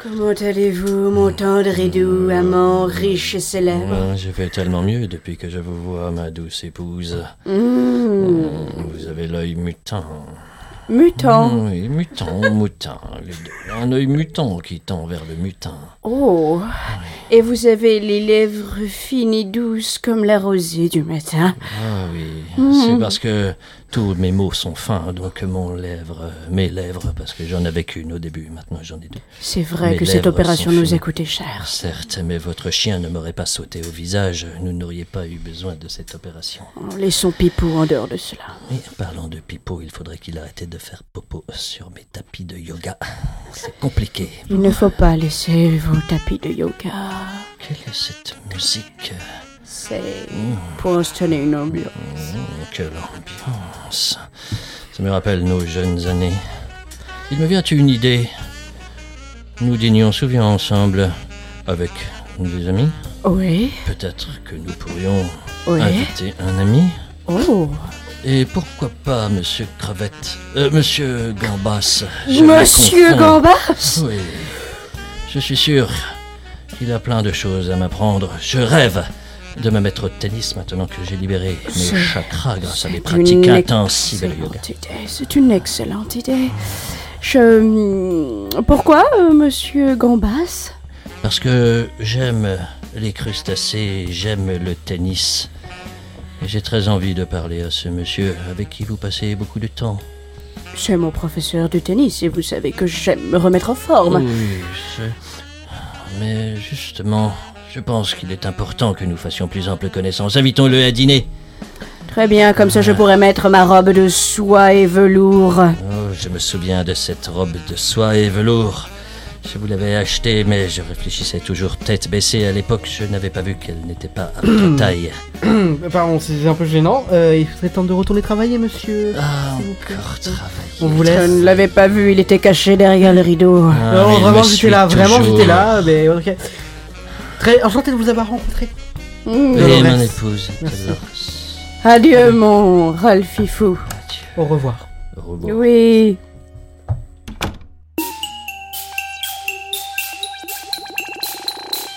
Speaker 12: Comment allez-vous, mon tendre et doux amant riche et célèbre
Speaker 8: Ah, Je vais tellement mieux depuis que je vous vois, ma douce épouse.
Speaker 12: Mmh.
Speaker 8: Vous avez l'œil mutin.
Speaker 18: Mutant.
Speaker 8: Mmh, Oui, mutant, mutin. les deux. Un œil mutant qui tend vers le mutin.
Speaker 5: Oh Et vous avez les lèvres fines et douces comme la rosée du matin.
Speaker 8: Ah oui,
Speaker 5: Mm.
Speaker 8: c'est parce que tous mes mots sont fins, donc mon lèvre, mes lèvres, parce que j'en avais qu'une au début, maintenant j'en ai deux.
Speaker 5: C'est vrai
Speaker 8: Mes
Speaker 5: que cette
Speaker 8: lèvres
Speaker 5: opération
Speaker 8: sont
Speaker 5: nous
Speaker 8: finies.
Speaker 5: a coûté cher.
Speaker 8: Certes, mais votre chien ne m'aurait pas sauté au visage, nous n'auriez pas eu besoin de cette opération.
Speaker 5: Laissons Pipou en dehors de cela.
Speaker 8: Mais parlant de pipeau, il faudrait qu'il arrête de faire popo sur mes tapis de yoga. C'est compliqué.
Speaker 5: Il ne faut pas laisser vos tapis de yoga.
Speaker 8: Quelle est cette musique
Speaker 5: C'est pour se donner une ambiance.
Speaker 8: Mmh, Quelle ambiance. Ça me rappelle nos jeunes années. Il me vient une idée. Nous dînions souvent ensemble avec des amis.
Speaker 5: Oui.
Speaker 8: Peut-être que nous pourrions
Speaker 5: Oui.
Speaker 8: inviter un ami.
Speaker 5: Oh
Speaker 8: Et pourquoi pas Monsieur Cravette Euh, Monsieur Gambas. je Oh, me
Speaker 5: Monsieur
Speaker 8: confonds.
Speaker 5: Gambas
Speaker 8: Oui. Je suis sûr qu'il a plein de choses à m'apprendre. Je rêve de me mettre au tennis maintenant que j'ai libéré
Speaker 5: C'est-
Speaker 8: mes chakras grâce à mes
Speaker 5: c'est
Speaker 8: pratiques
Speaker 5: une
Speaker 8: intenses cyber-yoga.
Speaker 5: excellente idée, C'est une excellente idée. Je... Pourquoi, euh, monsieur Gambas
Speaker 8: Parce que j'aime les crustacés, j'aime le tennis. Et j'ai très envie de parler à ce monsieur avec qui vous passez beaucoup de temps.
Speaker 5: C'est mon professeur de tennis et vous savez que j'aime me remettre en forme.
Speaker 8: Oui, je- Mais justement, je pense qu'il est important que nous fassions plus ample connaissance. Invitons-le à dîner.
Speaker 5: Très bien, comme ça je pourrais mettre ma robe de soie et velours.
Speaker 8: Oh, je me souviens de cette robe de soie et velours. Je vous l'avais achetée, mais je réfléchissais toujours tête baissée. À l'époque, je n'avais pas vu qu'elle n'était pas à
Speaker 1: Hmm.
Speaker 8: votre taille.
Speaker 1: Pardon, c'est un peu gênant. Euh, il serait temps de retourner travailler, monsieur.
Speaker 8: Ah,
Speaker 1: encore
Speaker 8: travailler.
Speaker 1: On vous
Speaker 5: Je
Speaker 1: laisse.
Speaker 5: ne l'avais pas vu, il était caché derrière le rideau.
Speaker 8: Ah,
Speaker 1: non,
Speaker 8: il
Speaker 1: vraiment,
Speaker 8: me
Speaker 1: j'étais
Speaker 8: suit
Speaker 1: là, vraiment,
Speaker 8: toujours. euh,
Speaker 1: j'étais là. Mais ok. Très enchanté de vous avoir rencontré.
Speaker 8: Et
Speaker 1: Dolores.
Speaker 8: mon épouse.
Speaker 1: Merci.
Speaker 5: Adieu, mon Ralphifou.
Speaker 1: Au revoir.
Speaker 5: Oui.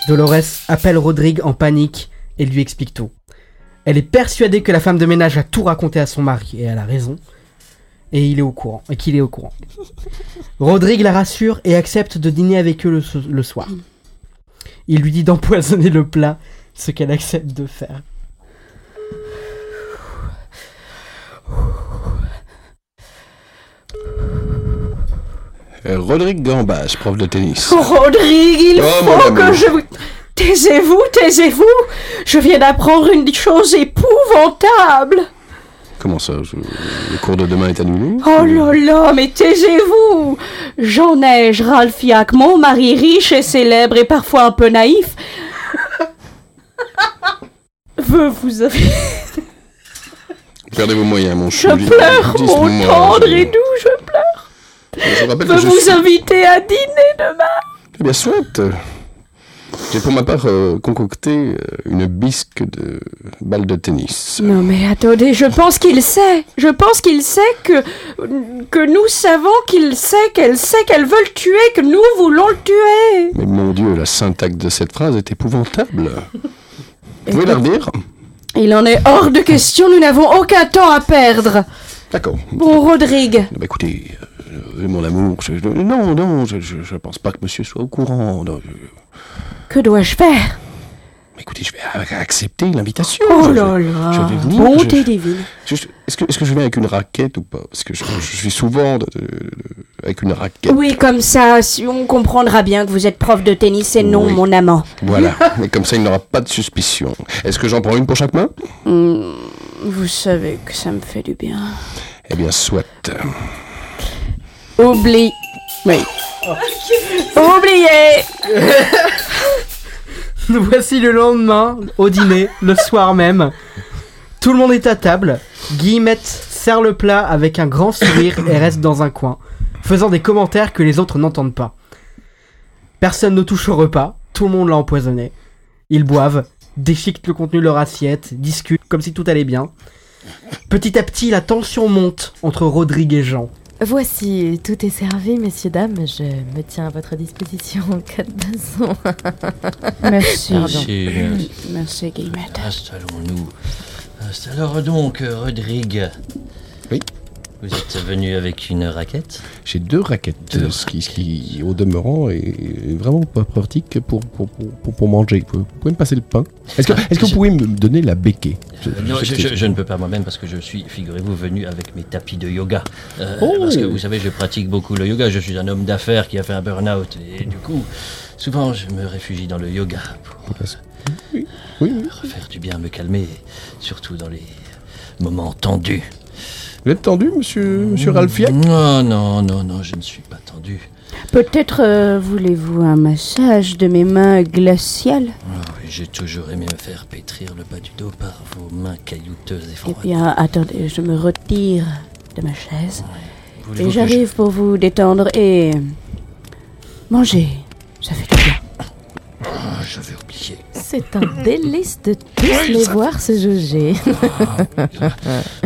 Speaker 1: Dolores appelle Rodrigue en panique et lui explique tout. Elle est persuadée que la femme de ménage a tout raconté à son mari et elle a raison. Et il est au courant. Et qu'il est au courant. Rodrigue la rassure et accepte de dîner avec eux le, so- le soir. Il lui dit d'empoisonner le plat, ce qu'elle accepte de faire.
Speaker 7: Euh, Rodrigue Gambas, prof de tennis.
Speaker 5: Rodrigue, il
Speaker 7: Oh, mon
Speaker 5: faut
Speaker 7: amour.
Speaker 5: que je vous... Taisez-vous, taisez-vous Je viens d'apprendre une chose épouvantable
Speaker 7: Comment ça je- Le cours de demain est annulé
Speaker 5: Oh là là, mais taisez-vous Jean Neige, Ralphiac, mon mari riche et célèbre et parfois un peu naïf, veut vous avez...
Speaker 7: Perdez vos moyens, mon
Speaker 5: Je
Speaker 7: chou.
Speaker 5: pleure,
Speaker 7: Dites-moi,
Speaker 5: mon
Speaker 7: je-
Speaker 5: tendre et doux, je pleure
Speaker 7: Je vous rappelle
Speaker 5: Veut
Speaker 7: que je
Speaker 5: vous
Speaker 7: suis-
Speaker 5: inviter à dîner demain
Speaker 7: Eh bien, souhaite. J'ai pour ma part euh, concocté euh, une bisque de balle de tennis.
Speaker 5: Non mais attendez, je pense qu'il sait. Je pense qu'il sait que que nous savons qu'il sait qu'elle sait qu'elles veulent tuer, que nous voulons le tuer.
Speaker 7: Mais mon Dieu, la syntaxe de cette phrase est épouvantable. Vous pouvez la redire
Speaker 5: Il en est hors de question, nous n'avons aucun temps à perdre.
Speaker 7: D'accord.
Speaker 5: Bon Rodrigue,
Speaker 7: Bah, écoutez, euh, mon amour, je- je- non, non, je, je, je pense pas que monsieur soit au courant. Non, je-
Speaker 5: que dois-je faire
Speaker 7: écoutez, je vais a- accepter l'invitation.
Speaker 5: Oh
Speaker 7: Je-
Speaker 5: là
Speaker 7: je-
Speaker 5: là.
Speaker 7: Je vais venir. je-
Speaker 5: Bonté
Speaker 7: je-
Speaker 5: divine.
Speaker 7: je- Est-ce que, est que je viens avec une raquette ou pas Parce que je, je suis souvent de- de- de- avec une raquette.
Speaker 5: Oui, comme ça, si on comprendra bien que vous êtes prof de tennis et non
Speaker 7: Oui.
Speaker 5: mon amant.
Speaker 7: Voilà, et comme ça il n'aura pas de suspicion. Est-ce que j'en prends une pour chaque main
Speaker 5: Hmm, Vous savez que ça me fait du bien.
Speaker 7: Eh bien, soit.
Speaker 5: Oublie. Oui. Oubliez
Speaker 1: Nous voici le lendemain, au dîner, le soir même. Tout le monde est à table. Guillemette sert le plat avec un grand sourire et reste dans un coin, faisant des commentaires que les autres n'entendent pas. Personne ne touche au repas, tout le monde l'a empoisonné. Ils boivent, déchiquetent le contenu de leur assiette, discutent comme si tout allait bien. Petit à petit, la tension monte entre Rodrigue et Jean.
Speaker 6: Voici, tout est servi, messieurs, dames. Je me tiens à votre disposition en cas de besoin.
Speaker 5: Merci.
Speaker 6: Pardon.
Speaker 8: Merci, merci.
Speaker 5: Merci Guillemette.
Speaker 8: Installons-nous. Alors donc, euh, Rodrigue.
Speaker 7: Oui.
Speaker 8: Vous êtes venu avec une raquette
Speaker 7: J'ai deux raquettes, ce qui, ce qui, au demeurant, est vraiment pas pratique pour, pour, pour, pour- pour manger. Vous pouvez me passer le pain Est-ce que,
Speaker 8: Ah,
Speaker 7: est-ce que vous
Speaker 8: je-
Speaker 7: pouvez me donner la béquée Je-
Speaker 8: Euh, Non,
Speaker 7: je-
Speaker 8: je,
Speaker 7: je-
Speaker 8: je- je ne peux pas moi-même parce que je suis, figurez-vous, venu avec mes tapis de yoga. Euh,
Speaker 7: Oh
Speaker 8: Parce que vous savez, je pratique beaucoup le yoga. Je suis un homme d'affaires qui a fait un burn-out. Et du coup, souvent, je me réfugie dans le yoga pour euh, me faire du bien, me calmer, surtout dans les moments tendus.
Speaker 7: Vous êtes tendu, monsieur,
Speaker 8: Mm.
Speaker 7: monsieur Ralphiac
Speaker 8: Non, non, non, non, je ne suis pas tendu.
Speaker 5: Peut-être euh, voulez-vous un massage de mes mains glaciales
Speaker 8: Ah oui, J'ai toujours aimé me faire pétrir le bas du dos par vos mains caillouteuses et
Speaker 5: Eh
Speaker 8: froides.
Speaker 5: bien, attendez, je me retire de ma chaise.
Speaker 8: Voulez-vous
Speaker 5: Et
Speaker 8: que
Speaker 5: j'arrive pour vous détendre et manger. Ça fait du bien.
Speaker 8: Ah, j'avais oublié.
Speaker 6: C'est un délice de tous les voir se juger.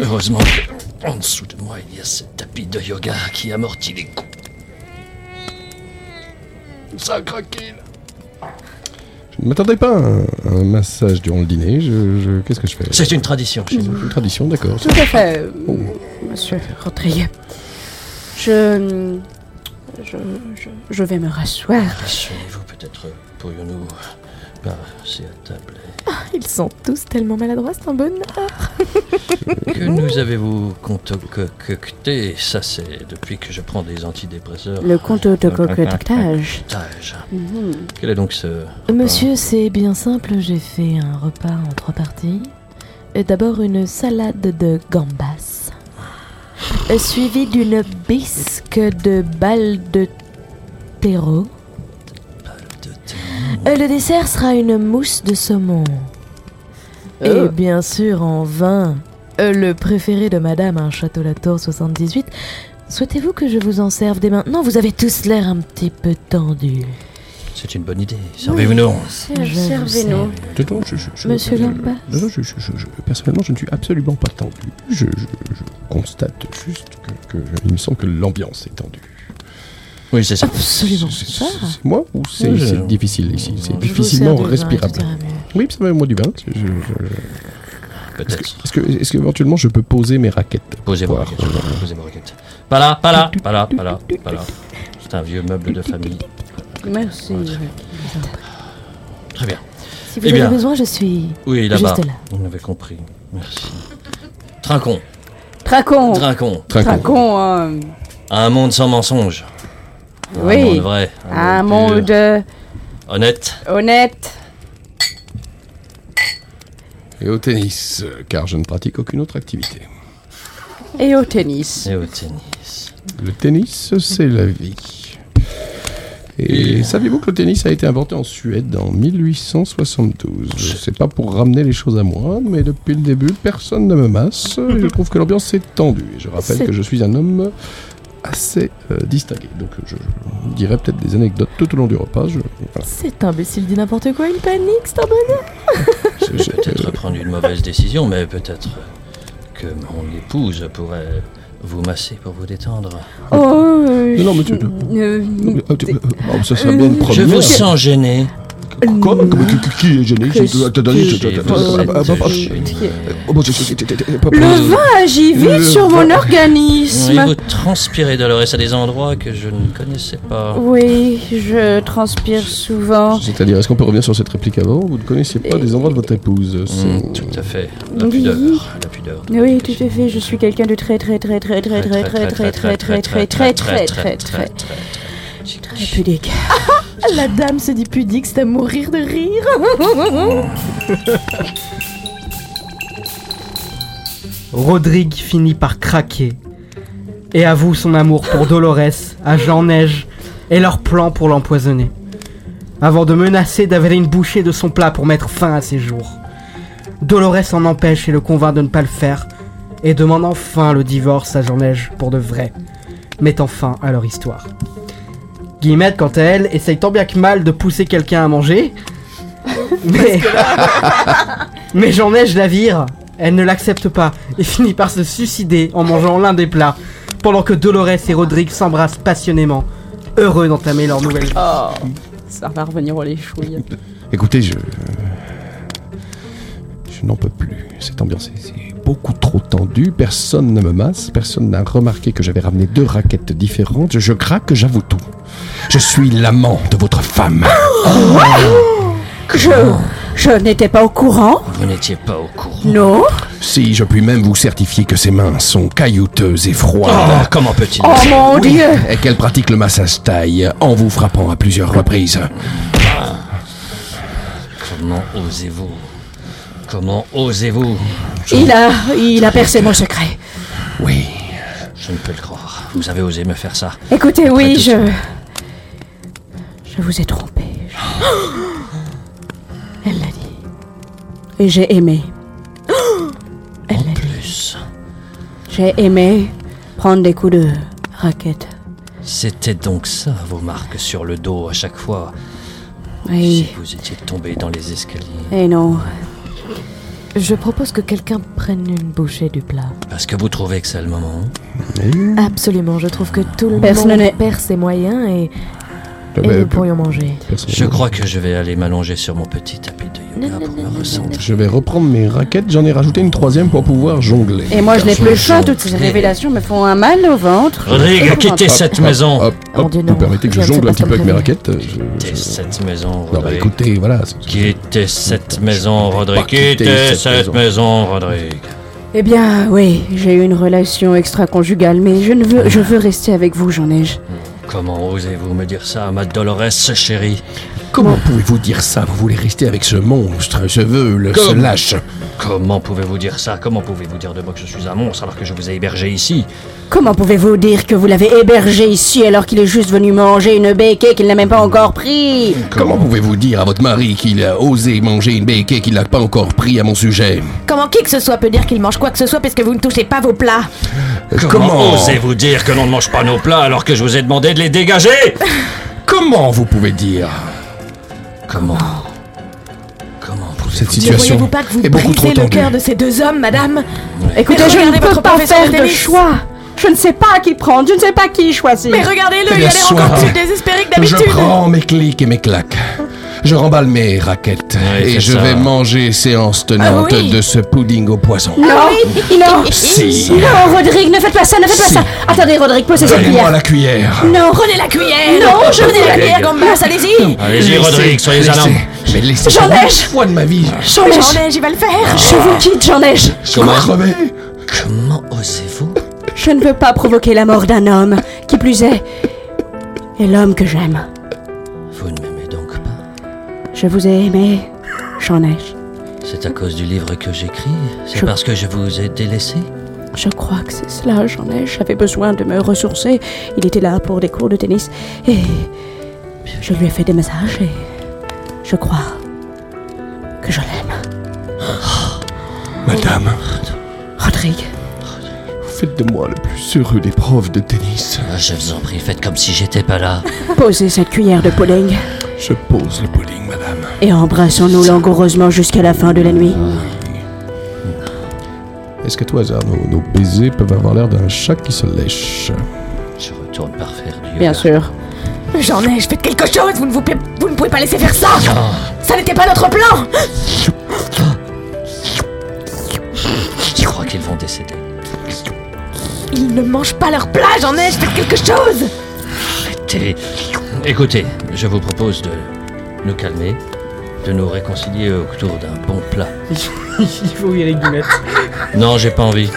Speaker 8: Heureusement que, en dessous de moi, il y a ce tapis de yoga qui amortit les coups. Ça a craqué, là.
Speaker 7: Je ne m'attendais pas à un, à un massage durant le dîner. Je, je- Qu'est-ce que je fais
Speaker 8: C'est une tradition chez nous.
Speaker 7: Une tradition, d'accord.
Speaker 5: Tout à fait, euh, monsieur Rotrier. Je, je, je, je vais me rasseoir.
Speaker 8: Rassurez-vous, peut-être pourrions-nous passer à table.
Speaker 6: Ils sont tous tellement maladroits, c'est un bonheur.
Speaker 8: Que nous avez-vous concocté Ça, c'est depuis que je prends des antidépresseurs.
Speaker 5: Le conto de coquetage.
Speaker 8: Coquetage.
Speaker 5: Mhm.
Speaker 8: Quel est donc ce.
Speaker 6: Monsieur, c'est bien simple, j'ai fait un repas en trois parties. Euh, D'abord une salade de gambas,
Speaker 7: Ah.
Speaker 6: euh, suivie d'une bisque de balles de terreau. Euh, le dessert sera une mousse de saumon.
Speaker 19: Euh.
Speaker 7: Oh.
Speaker 6: Et bien sûr en vin, euh, le préféré de madame, un château Latour 78. Souhaitez-vous que je vous en serve dès maintenant Vous avez tous l'air un petit peu tendus.
Speaker 8: C'est une bonne idée. Servez-vous-nous.
Speaker 6: Je vous
Speaker 5: Servez-nous.
Speaker 7: Non, non, je- je- je-
Speaker 6: Monsieur
Speaker 7: je-
Speaker 6: Gambas.
Speaker 7: non, non, je- je- je- je- Personnellement, je ne suis absolument pas tendu. Je, je- je constate juste que, que- il me semble que l'ambiance est tendue.
Speaker 8: Oui, c'est ça.
Speaker 6: Absolument.
Speaker 7: C'est moi ou c'est
Speaker 8: Oui, je-
Speaker 7: c'est difficile ici C'est
Speaker 8: vous
Speaker 7: difficilement
Speaker 6: hein,
Speaker 8: sers du vin,
Speaker 7: respirable.
Speaker 8: tout ira
Speaker 7: Oui, ça va, moi du vin. Je- je- je- Est-ce que, est-ce que éventuellement je peux poser mes raquettes euh,
Speaker 8: Posez vos
Speaker 7: Voir.
Speaker 8: raquettes. Posez vos raquettes. Pas là, pas là, pas là, pas là, pas là. C'est un vieux meuble de famille.
Speaker 6: Merci.
Speaker 8: Très bien.
Speaker 6: Si vous
Speaker 8: Eh bien.
Speaker 6: avez besoin, je suis
Speaker 8: Oui, là-bas.
Speaker 6: juste là.
Speaker 8: On avait compris. Merci. Trinquons.
Speaker 20: Tracon
Speaker 8: Trinquons.
Speaker 20: Tracon hein.
Speaker 8: Un monde sans mensonges. Un
Speaker 20: Oui
Speaker 8: monde vrai.
Speaker 20: Un monde euh,
Speaker 8: Honnête.
Speaker 20: honnête
Speaker 7: Et au tennis, euh, car je ne pratique aucune autre activité.
Speaker 20: et au tennis.
Speaker 8: Et au tennis.
Speaker 7: Le tennis, c'est la vie. Et savez-vous que le tennis a été inventé en Suède en 1872 C'est pas pour ramener les choses à moi, mais depuis le début, personne ne me masse. et je trouve que l'ambiance est tendue. Et je rappelle
Speaker 21: C'est-
Speaker 7: que je suis un homme assez euh, distingué. Donc je, je dirai peut-être des anecdotes tout au long du repas. Je, voilà.
Speaker 6: Cet imbécile dit n'importe quoi, il panique, c'est un bonheur.
Speaker 8: Peut-être prendre une mauvaise décision, mais peut-être que mon épouse pourrait vous masser pour vous détendre.
Speaker 20: Oh
Speaker 7: Non, non, mais tu-
Speaker 5: Euh,
Speaker 7: Ah, tu- ah, ça serait bien une première.
Speaker 8: Je vous sens gêné.
Speaker 7: Quoi Comment- qui- qui- Qui est gêné
Speaker 8: Que-
Speaker 7: Je- attends, attends, je- Ah, Euh,
Speaker 8: que-
Speaker 7: attends, attends,
Speaker 8: vous
Speaker 7: attends,
Speaker 8: êtes
Speaker 7: attends,
Speaker 8: gêné.
Speaker 7: Oh, bon, je- je- je- je- je-
Speaker 20: Le vin agit vite
Speaker 7: Le
Speaker 20: sur mon
Speaker 7: vin.
Speaker 8: Oui,
Speaker 20: organisme
Speaker 8: vous transpirez, Dolores, à des endroits que je ne connaissais pas.
Speaker 20: Oui, je transpire souvent.
Speaker 7: C'est-à-dire, est-ce qu'on peut revenir sur cette réplique avant Vous ne connaissiez pas des endroits de votre épouse
Speaker 8: Mm, tout à fait. La
Speaker 20: Oui.
Speaker 8: pudeur. La pudeur.
Speaker 20: Oui, tout à fait, je suis quelqu'un de très très très très très très très très très très très très très très très
Speaker 6: Très pudique. La dame se dit pudique, c'est à mourir de rire.
Speaker 1: Rodrigue finit par craquer et avoue son amour pour Dolores à Jean Neige et leur plan pour l'empoisonner, avant de menacer d'avaler une bouchée de son plat pour mettre fin à ses jours. Dolores en empêche et le convainc de ne pas le faire, et demande enfin le divorce à Jean Neige pour de vrai, mettant fin à leur histoire. Guillemette, quant à elle, essaye tant bien que mal de pousser quelqu'un à manger, mais... Mais Jean Neige la vire, elle ne l'accepte pas et finit par se suicider en mangeant l'un des plats, pendant que Dolores et Rodrigue s'embrassent passionnément, heureux d'entamer leur nouvelle vie.
Speaker 20: Ça va revenir aux les chouilles.
Speaker 7: Écoutez, je. Je n'en peux plus. Cette ambiance est, c'est beaucoup trop tendu, personne ne me masse, personne n'a remarqué que j'avais ramené deux raquettes différentes, je craque, j'avoue tout. Je suis l'amant de votre femme.
Speaker 5: Je, je n'étais pas au courant.
Speaker 8: Vous n'étiez pas au courant.
Speaker 5: Non.
Speaker 7: Si je puis même vous certifier que ses mains sont caillouteuses et froides.
Speaker 8: Oh, comment peut-il
Speaker 5: Oh, mon
Speaker 7: Oui,
Speaker 5: Dieu.
Speaker 7: Et qu'elle pratique le massage taille en vous frappant à plusieurs reprises.
Speaker 8: Comment osez-vous Comment osez-vous
Speaker 5: Il a, il a percé mon secret.
Speaker 8: Oui. Je ne peux le croire. Vous avez osé me faire ça.
Speaker 5: Écoutez, oui, je. Je vous ai trompé. Elle l'a dit. Et j'ai aimé.
Speaker 8: En plus,
Speaker 5: J'ai aimé prendre des coups de raquette.
Speaker 8: c'était donc ça vos marques sur le dos à chaque fois.
Speaker 5: Oui.
Speaker 8: Si vous étiez tombé dans les escaliers.
Speaker 5: Et non.
Speaker 6: Je propose que quelqu'un prenne une bouchée du plat.
Speaker 8: Parce que vous trouvez que c'est le moment.
Speaker 7: Mm.
Speaker 6: Absolument, je trouve que tout le
Speaker 5: Personne
Speaker 6: monde
Speaker 5: n'est-
Speaker 6: perd ses moyens et, et
Speaker 7: bah,
Speaker 6: nous
Speaker 7: pe-
Speaker 6: pourrions manger.
Speaker 8: Je crois que je vais aller m'allonger sur mon petit tapis de yoga pour me recentrer.
Speaker 7: Je vais reprendre mes raquettes, j'en ai rajouté une troisième pour pouvoir jongler.
Speaker 5: Et moi, je n'ai plus faim.
Speaker 8: chaud.
Speaker 5: Toutes ces révélations me font un mal au ventre.
Speaker 8: Rodrigue,
Speaker 5: quitter
Speaker 8: quittez cette maison
Speaker 7: Hop, hop, vous permettez que je jongle un petit peu avec mes raquettes euh, je-
Speaker 8: Quittez cette maison,
Speaker 7: Non, bah
Speaker 8: Rodrigue.
Speaker 7: écoutez, voilà. c'est-
Speaker 8: Quittez cette maison, Rodrigue.
Speaker 7: quitter
Speaker 8: Quittez
Speaker 7: cette
Speaker 8: cette
Speaker 7: maison.
Speaker 8: maison, Rodrigue.
Speaker 5: Eh bien, oui, j'ai eu une relation extra-conjugale, mais je ne veux, je veux rester avec vous, j'en ai.
Speaker 8: Comment osez-vous me dire ça, ma Dolores chérie
Speaker 7: Comment pouvez-vous dire ça Vous voulez rester avec ce monstre Je veux le
Speaker 8: Comme-
Speaker 7: se lâche.
Speaker 8: Comment pouvez-vous dire ça Comment pouvez-vous dire de moi que je suis un monstre alors que je vous ai hébergé ici
Speaker 5: Comment pouvez-vous dire que vous l'avez hébergé ici alors qu'il est juste venu manger une béquée qu'il n'a même pas encore pris
Speaker 7: Comment pouvez-vous dire à votre mari qu'il a osé manger une béquille et qu'il n'a pas encore pris à mon sujet
Speaker 6: Comment qui que ce soit peut dire qu'il mange quoi que ce soit parce que vous ne touchez pas vos plats
Speaker 7: Comment
Speaker 8: osez-vous dire que l'on ne mange pas nos plats alors que je vous ai demandé de les dégager
Speaker 7: Comment vous pouvez dire
Speaker 8: Comment Comment vous
Speaker 7: Cette
Speaker 6: Ne voyez-vous
Speaker 7: situation
Speaker 6: pas que vous
Speaker 7: est beaucoup trop
Speaker 6: brisez le
Speaker 7: tendue.
Speaker 6: cœur de ces deux hommes, madame
Speaker 5: Écoutez, je ne
Speaker 6: regardez
Speaker 5: peux
Speaker 6: votre
Speaker 5: pas
Speaker 6: professeur
Speaker 5: faire de
Speaker 6: Dennis.
Speaker 5: choix. Je ne sais pas qui prendre, je ne sais pas qui choisir.
Speaker 6: Mais regardez-le, il
Speaker 7: Eh Bien
Speaker 6: a l'air
Speaker 7: sûr.
Speaker 6: encore plus désespéré que
Speaker 7: Je
Speaker 6: d'habitude
Speaker 7: prends mes clics et mes claques. Je remballe mes raquettes
Speaker 8: Ouais, c'est
Speaker 7: et je
Speaker 8: ça.
Speaker 7: vais manger séance tenante
Speaker 6: Ah oui.
Speaker 7: de ce pudding au poison.
Speaker 5: Non, non,
Speaker 7: Si.
Speaker 5: non, Rodrigue, ne faites pas ça, ne faites
Speaker 7: Si.
Speaker 5: pas ça. Attendez, Rodrigue, posez cette
Speaker 7: Donnez-moi
Speaker 5: cuillère.
Speaker 7: la cuillère.
Speaker 5: Non,
Speaker 6: Prenez la cuillère
Speaker 5: Non, je
Speaker 6: Prenez la
Speaker 5: vais-
Speaker 6: cuillère, Gambas, allez-y
Speaker 8: Allez-y, Rodrigue, soyez Ah, à l'homme.
Speaker 7: Mais laissez
Speaker 5: J'en
Speaker 7: pour
Speaker 5: ai.
Speaker 7: une fois de ma vie.
Speaker 5: j'en ai,
Speaker 6: J'en ai, j'y vais le faire
Speaker 5: je vous quitte, j'en ai.
Speaker 7: Je vais crever.
Speaker 8: Comment osez-vous
Speaker 5: Je ne veux pas provoquer la mort d'un homme, qui plus est, est l'homme que j'aime.
Speaker 8: Vous ne m'aimez donc pas
Speaker 5: Je vous ai aimé, j'en ai.
Speaker 8: C'est à cause du livre que j'écris C'est
Speaker 5: Je-
Speaker 8: parce que je vous ai délaissé
Speaker 5: Je crois que c'est cela, j'en ai. J'avais besoin de me ressourcer. Il était là pour des cours de tennis et je lui ai fait des massages et je crois que je l'aime.
Speaker 7: Madame,
Speaker 5: Rodrigue,
Speaker 7: vous faites de moi le plus heureux des profs de tennis.
Speaker 8: Ah, Je vous en prie, faites comme si j'étais pas là.
Speaker 5: posez cette cuillère de pudding
Speaker 7: Je pose le pudding, madame.
Speaker 5: et embrassons-nous langoureusement jusqu'à la fin de la nuit.
Speaker 7: Est-ce que toi, hasard, nos, nos baisers peuvent avoir l'air d'un chat qui se lèche
Speaker 8: Je retourne par faire du yoga.
Speaker 5: Bien sûr.
Speaker 6: J'en ai, je fais quelque chose Vous ne, vous, pouvez- vous ne pouvez pas laisser faire ça
Speaker 8: Oh,
Speaker 6: Ça n'était pas notre plan
Speaker 8: Je crois qu'ils vont décéder.
Speaker 6: Ils ne mangent pas leur plat, j'en ai, je fais quelque chose
Speaker 8: Té- Écoutez, je vous propose de nous calmer, de nous réconcilier autour d'un bon plat.
Speaker 1: il faut virer Guillemette.
Speaker 8: Non, j'ai pas envie.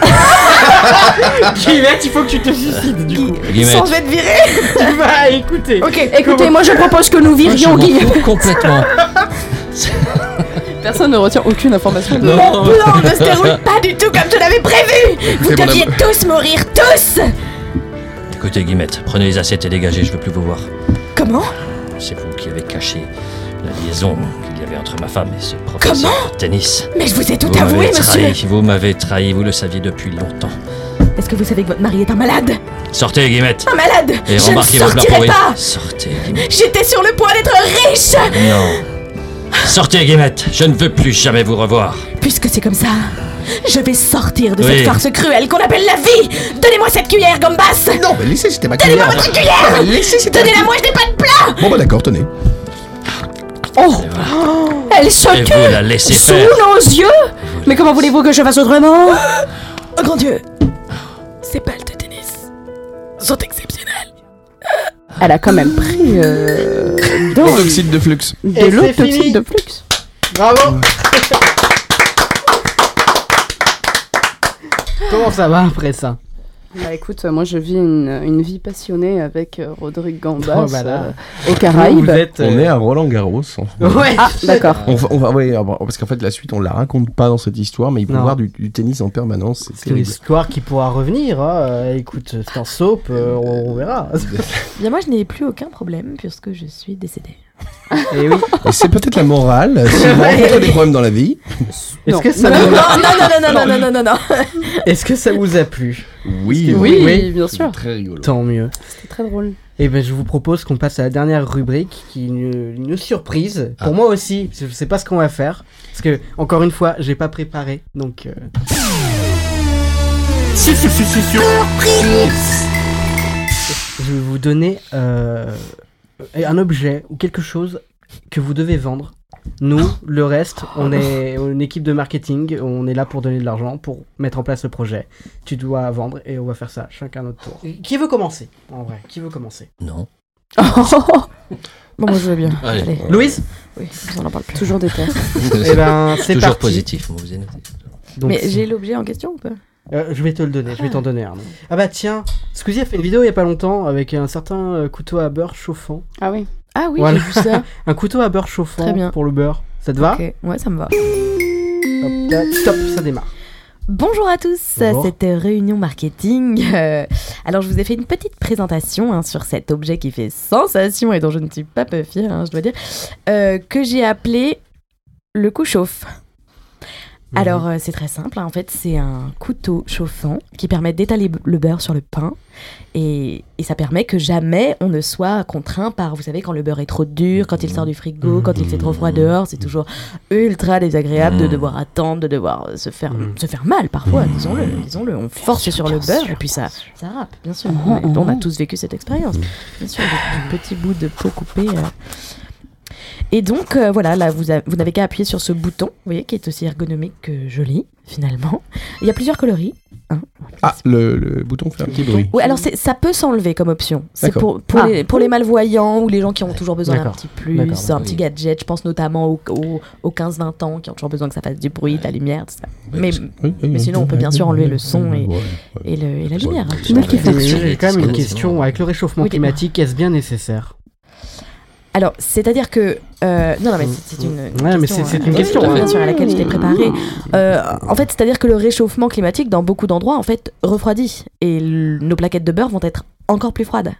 Speaker 1: Guillemette, il faut que tu te suicides du coup.
Speaker 8: Guillemette,
Speaker 6: être viré
Speaker 1: Bah écoutez.
Speaker 6: Ok,
Speaker 5: Écoutez, moi je propose que nous
Speaker 8: moi, je m'en
Speaker 5: virions Guillaume.
Speaker 8: fous complètement.
Speaker 22: Personne ne retient aucune information de.
Speaker 6: Mon plan ne se déroule pas du tout comme je l'avais prévu Vous
Speaker 7: Écoutez, madame-
Speaker 6: deviez tous mourir, tous
Speaker 8: Écoutez, Guillemette, prenez les assiettes et dégagez, je veux plus vous voir.
Speaker 6: Comment
Speaker 8: C'est vous qui avez caché la liaison qu'il y avait entre ma femme et ce professeur de tennis.
Speaker 6: Mais je vous ai tout
Speaker 8: Vous
Speaker 6: avoué,
Speaker 8: m'avez
Speaker 6: monsieur
Speaker 8: trahi, vous m'avez trahi, vous le saviez depuis longtemps.
Speaker 6: Est-ce que vous savez que votre mari est un malade
Speaker 8: Sortez, Guillemette
Speaker 6: Un malade
Speaker 8: Et
Speaker 6: Je ne
Speaker 8: rembarquez vos plats
Speaker 6: sortirai
Speaker 8: pourris.
Speaker 6: pas
Speaker 8: Sortez, Guillemette.
Speaker 6: J'étais sur le point d'être riche
Speaker 8: Non. Sortez, Guillemette, je ne veux plus jamais vous revoir.
Speaker 6: Puisque c'est comme ça, je vais sortir de
Speaker 8: Oui.
Speaker 6: cette farce cruelle qu'on appelle la vie Donnez-moi cette cuillère, Gambas
Speaker 7: Non, mais laissez, c'était ma
Speaker 6: Donnez-moi
Speaker 7: cuillère.
Speaker 6: votre cuillère
Speaker 7: Ah, Laissez, c'était ma
Speaker 6: Donnez-la
Speaker 7: cuillère.
Speaker 6: moi, je n'ai pas de plat
Speaker 7: Bon, bah d'accord, tenez.
Speaker 6: Oh
Speaker 12: Elle se
Speaker 8: Et vous la
Speaker 12: tue
Speaker 8: laissez
Speaker 12: sous
Speaker 8: faire.
Speaker 12: nos yeux Mais comment voulez-vous que je fasse autrement
Speaker 11: Oh grand Dieu Ces balles de tennis sont exceptionnelles.
Speaker 5: Elle a quand même pris euh, dans-
Speaker 10: De l'oxyde Oh. de flux.
Speaker 5: de l'eau toxique de flux.
Speaker 1: Bravo Comment ça va après ça
Speaker 5: Bah écoute, euh, moi je vis une, une vie passionnée avec euh, Rodrigue Gambas
Speaker 1: Oh, bah là.
Speaker 5: euh, aux Caraïbes.
Speaker 1: euh,
Speaker 10: On est à Roland Garros.
Speaker 5: Ouais. Ah, d'accord.
Speaker 10: On va, on va- ouais, alors, parce qu'en fait, la suite, on la raconte pas dans cette histoire, mais il peut
Speaker 1: Non.
Speaker 10: voir du, du tennis en permanence. C'est
Speaker 1: C'est
Speaker 10: terrible.
Speaker 1: l'histoire qui pourra revenir. hein. Euh, Écoute, c'est en soap, euh, on, on verra.
Speaker 6: Bien, moi, je n'ai plus aucun problème puisque je suis décédée.
Speaker 1: Et Eh oui.
Speaker 10: Et c'est peut-être la morale. Si vous rencontrez des problèmes dans la vie,
Speaker 1: Est-ce que ça
Speaker 6: non,
Speaker 1: vous
Speaker 6: Oh, non,
Speaker 1: a...
Speaker 6: non, non, non, non, non, non, non, non.
Speaker 1: Est-ce que ça vous a plu
Speaker 10: Oui.
Speaker 5: Oui, bien sûr.
Speaker 10: Très rigolo.
Speaker 1: Tant mieux.
Speaker 5: C'était très drôle.
Speaker 1: Et ben je vous propose qu'on passe à la dernière rubrique qui est une, une surprise pour moi aussi. parce que Je sais pas ce qu'on va faire parce que encore une fois, j'ai pas préparé donc. euh, Je vais vous donner euh, un objet ou quelque chose que vous devez vendre. Nous, le reste, on est une équipe de marketing, on est là pour donner de l'argent, pour mettre en place le projet. Tu dois vendre et on va faire ça, chacun notre tour. Qui veut commencer En vrai, qui veut commencer
Speaker 8: Non.
Speaker 6: Bon, moi, je veux bien.
Speaker 8: Allez.
Speaker 1: Louise
Speaker 6: Oui, on en parle plus.
Speaker 5: Toujours des terres.
Speaker 1: Eh ben, c'est
Speaker 8: Toujours
Speaker 1: parti.
Speaker 8: positif, moi, vous ai noté.
Speaker 1: Donc,
Speaker 6: Mais
Speaker 1: c'est-
Speaker 6: j'ai l'objet en question ou pas
Speaker 1: Euh, je vais te le donner, je vais t'en donner un. Ah bah tiens, Squeezie a fait une vidéo il y a pas longtemps avec un certain euh, couteau à beurre chauffant.
Speaker 5: Ah oui.
Speaker 6: Ah oui,
Speaker 1: Voilà.
Speaker 6: j'ai vu ça.
Speaker 1: un couteau à beurre chauffant
Speaker 6: Très bien.
Speaker 1: pour le beurre. Ça te va
Speaker 6: Ok, ouais, ça me va.
Speaker 1: Hop, là, Top, ça démarre.
Speaker 6: Bonjour à tous,
Speaker 1: Bonjour.
Speaker 6: cette réunion marketing. Euh, alors je vous ai fait une petite présentation hein, sur cet objet qui fait sensation et dont je ne suis pas peu fière, hein, je dois dire, euh, que j'ai appelé le coup chauffe.
Speaker 1: Mhm.
Speaker 6: Alors euh, c'est très simple, hein, en fait c'est un couteau chauffant qui permet d'étaler b- le beurre sur le pain et, et ça permet que jamais on ne soit contraint par, vous savez, quand le beurre est trop dur, quand il sort du frigo, quand il fait trop froid dehors, c'est toujours ultra désagréable
Speaker 1: Hmm.
Speaker 6: de devoir attendre, de devoir euh, se faire, se faire mal parfois, disons-le, disons-le, on force sur le beurre et puis ça, ça râpe, bien sûr. Oh, On, est- on a tous vécu cette
Speaker 1: Hmm.
Speaker 6: expérience, bien sûr, des, des petits bouts de peau coupée. euh. Et donc, euh, voilà, là, vous, a- vous n'avez qu'à appuyer sur ce bouton, vous voyez, qui est aussi ergonomique que joli, finalement. Il y a plusieurs coloris.
Speaker 10: Ah, le, le bouton fait un petit bruit.
Speaker 6: Oui, alors c'est- ça peut s'enlever comme option. C'est
Speaker 10: D'accord.
Speaker 6: pour, pour,
Speaker 10: Ah.
Speaker 6: les, pour les malvoyants ou les gens qui ont toujours besoin d'un
Speaker 1: D'accord.
Speaker 6: petit plus,
Speaker 1: D'accord, d'accord.
Speaker 6: un petit gadget. Je pense notamment aux, aux, aux 15-20 ans qui ont toujours besoin que ça fasse du bruit, de la lumière, tout ça. Mais,
Speaker 10: oui,
Speaker 6: mais
Speaker 10: oui,
Speaker 6: sinon, on peut bien sûr enlever le son et,
Speaker 10: Ouais,
Speaker 6: et, le- et la lumière. hein, tout à fait.
Speaker 1: Multifonction. J'ai quand même une question avec le réchauffement
Speaker 6: Oui, dis-moi.
Speaker 1: climatique, est-ce bien nécessaire
Speaker 6: Alors, c'est-à-dire que. euh, non, non, mais c'est c'est une, une
Speaker 1: Ouais,
Speaker 6: question.
Speaker 1: mais c'est- c'est une
Speaker 6: euh,
Speaker 1: question,
Speaker 6: bien
Speaker 1: hein.
Speaker 6: sûr, à laquelle je t'ai préparé. Euh, en fait, c'est-à-dire que le réchauffement climatique, dans beaucoup d'endroits, en fait, refroidit. Et l- nos plaquettes de beurre vont être encore plus froides.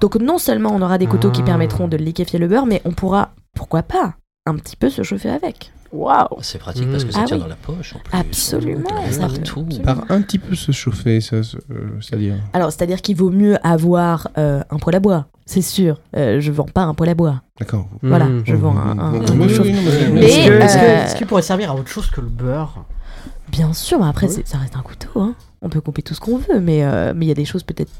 Speaker 6: Donc, non seulement on aura des couteaux qui
Speaker 1: Oh Ah.
Speaker 6: permettront de liquéfier le beurre, mais on pourra, pourquoi pas, un petit peu se chauffer avec. Waouh
Speaker 8: C'est pratique parce que ça
Speaker 6: Ah
Speaker 8: tient
Speaker 6: oui.
Speaker 8: dans la poche. en plus.
Speaker 6: Absolument,
Speaker 8: On
Speaker 6: ça
Speaker 8: peut
Speaker 6: peut-
Speaker 8: tout.
Speaker 10: Par un petit peu se chauffer, ça, se- euh, c'est-à-dire.
Speaker 6: Alors, c'est-à-dire qu'il vaut mieux avoir euh, un poêle à bois, c'est sûr. Euh, je vends pas un poêle à bois.
Speaker 10: D'accord.
Speaker 6: Voilà,
Speaker 1: Mmh.
Speaker 6: je vends un, un-
Speaker 10: Oui,
Speaker 6: un
Speaker 10: oui,
Speaker 6: chauffe-
Speaker 10: oui, non, mais-
Speaker 6: Mais,
Speaker 1: Est-ce que- est-ce que-
Speaker 6: euh,
Speaker 1: est-ce qu'il pourrait servir à autre chose que le beurre
Speaker 6: Bien sûr, mais après,
Speaker 1: Oui.
Speaker 6: c'est- ça reste un couteau. hein. On peut couper tout ce qu'on veut, mais euh, mais il y a des choses peut-être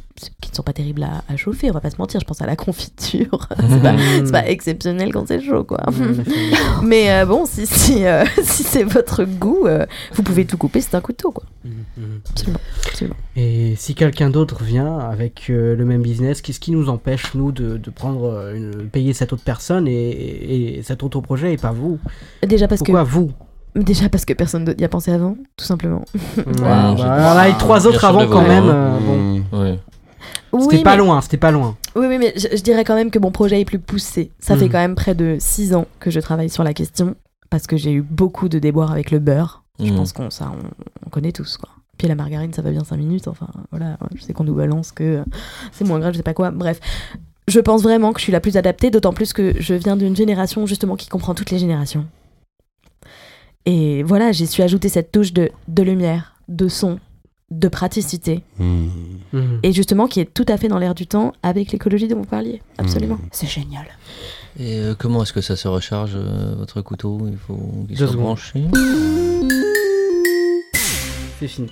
Speaker 6: qui ne sont pas terribles à, à chauffer. On va pas se mentir, je pense à la confiture. c'est pas, c'est pas exceptionnel quand c'est chaud, quoi.
Speaker 1: Hmm, Mmh.
Speaker 6: mais euh, bon, si, si, euh, si c'est votre goût, euh, vous pouvez tout couper, c'est un couteau, quoi. Absolument. absolument.
Speaker 1: Et si quelqu'un d'autre vient avec euh, le même business, qu'est-ce qui nous empêche, nous, de, de prendre euh, une, payer cette autre personne et, et, et cet autre projet et pas vous
Speaker 6: Déjà parce
Speaker 1: Pourquoi
Speaker 6: que.
Speaker 1: vous
Speaker 6: Déjà parce que personne d'autre y a pensé avant, tout simplement.
Speaker 1: Voilà,
Speaker 8: j'ai-
Speaker 1: voilà, et trois
Speaker 8: Bah, Bien
Speaker 1: autres
Speaker 8: sûr,
Speaker 1: avant
Speaker 8: de
Speaker 1: quand
Speaker 8: voler,
Speaker 1: même.
Speaker 8: hein.
Speaker 1: euh, bon.
Speaker 8: Ouais.
Speaker 1: C'était
Speaker 6: Oui,
Speaker 1: pas
Speaker 6: mais-
Speaker 1: loin, c'était pas loin.
Speaker 6: Oui, oui, mais je, je dirais quand même que mon projet est plus poussé. Ça
Speaker 1: Mhm.
Speaker 6: fait quand même près de 6 ans que je travaille sur la question, parce que j'ai eu beaucoup de déboires avec le beurre. Je
Speaker 8: Mhm.
Speaker 6: pense qu'on ça, on, on connaît tous, quoi. Puis la margarine, ça va bien 5 minutes, enfin, voilà, je sais qu'on nous balance que euh, c'est moins grave, je sais pas quoi, bref. Je pense vraiment que je suis la plus adaptée, d'autant plus que je viens d'une génération, justement, qui comprend toutes les générations. Et voilà, j'ai su ajouter cette touche de, de lumière, de son, de praticité,
Speaker 10: Mm,
Speaker 6: et justement qui est tout à fait dans l'air du temps avec l'écologie dont vous parliez. Absolument.
Speaker 12: C'est génial.
Speaker 8: Et euh, comment est-ce que ça se recharge, euh, votre couteau Il faut qu'il
Speaker 1: Deux
Speaker 8: soit
Speaker 1: secondes.
Speaker 8: branché.
Speaker 1: C'est fini.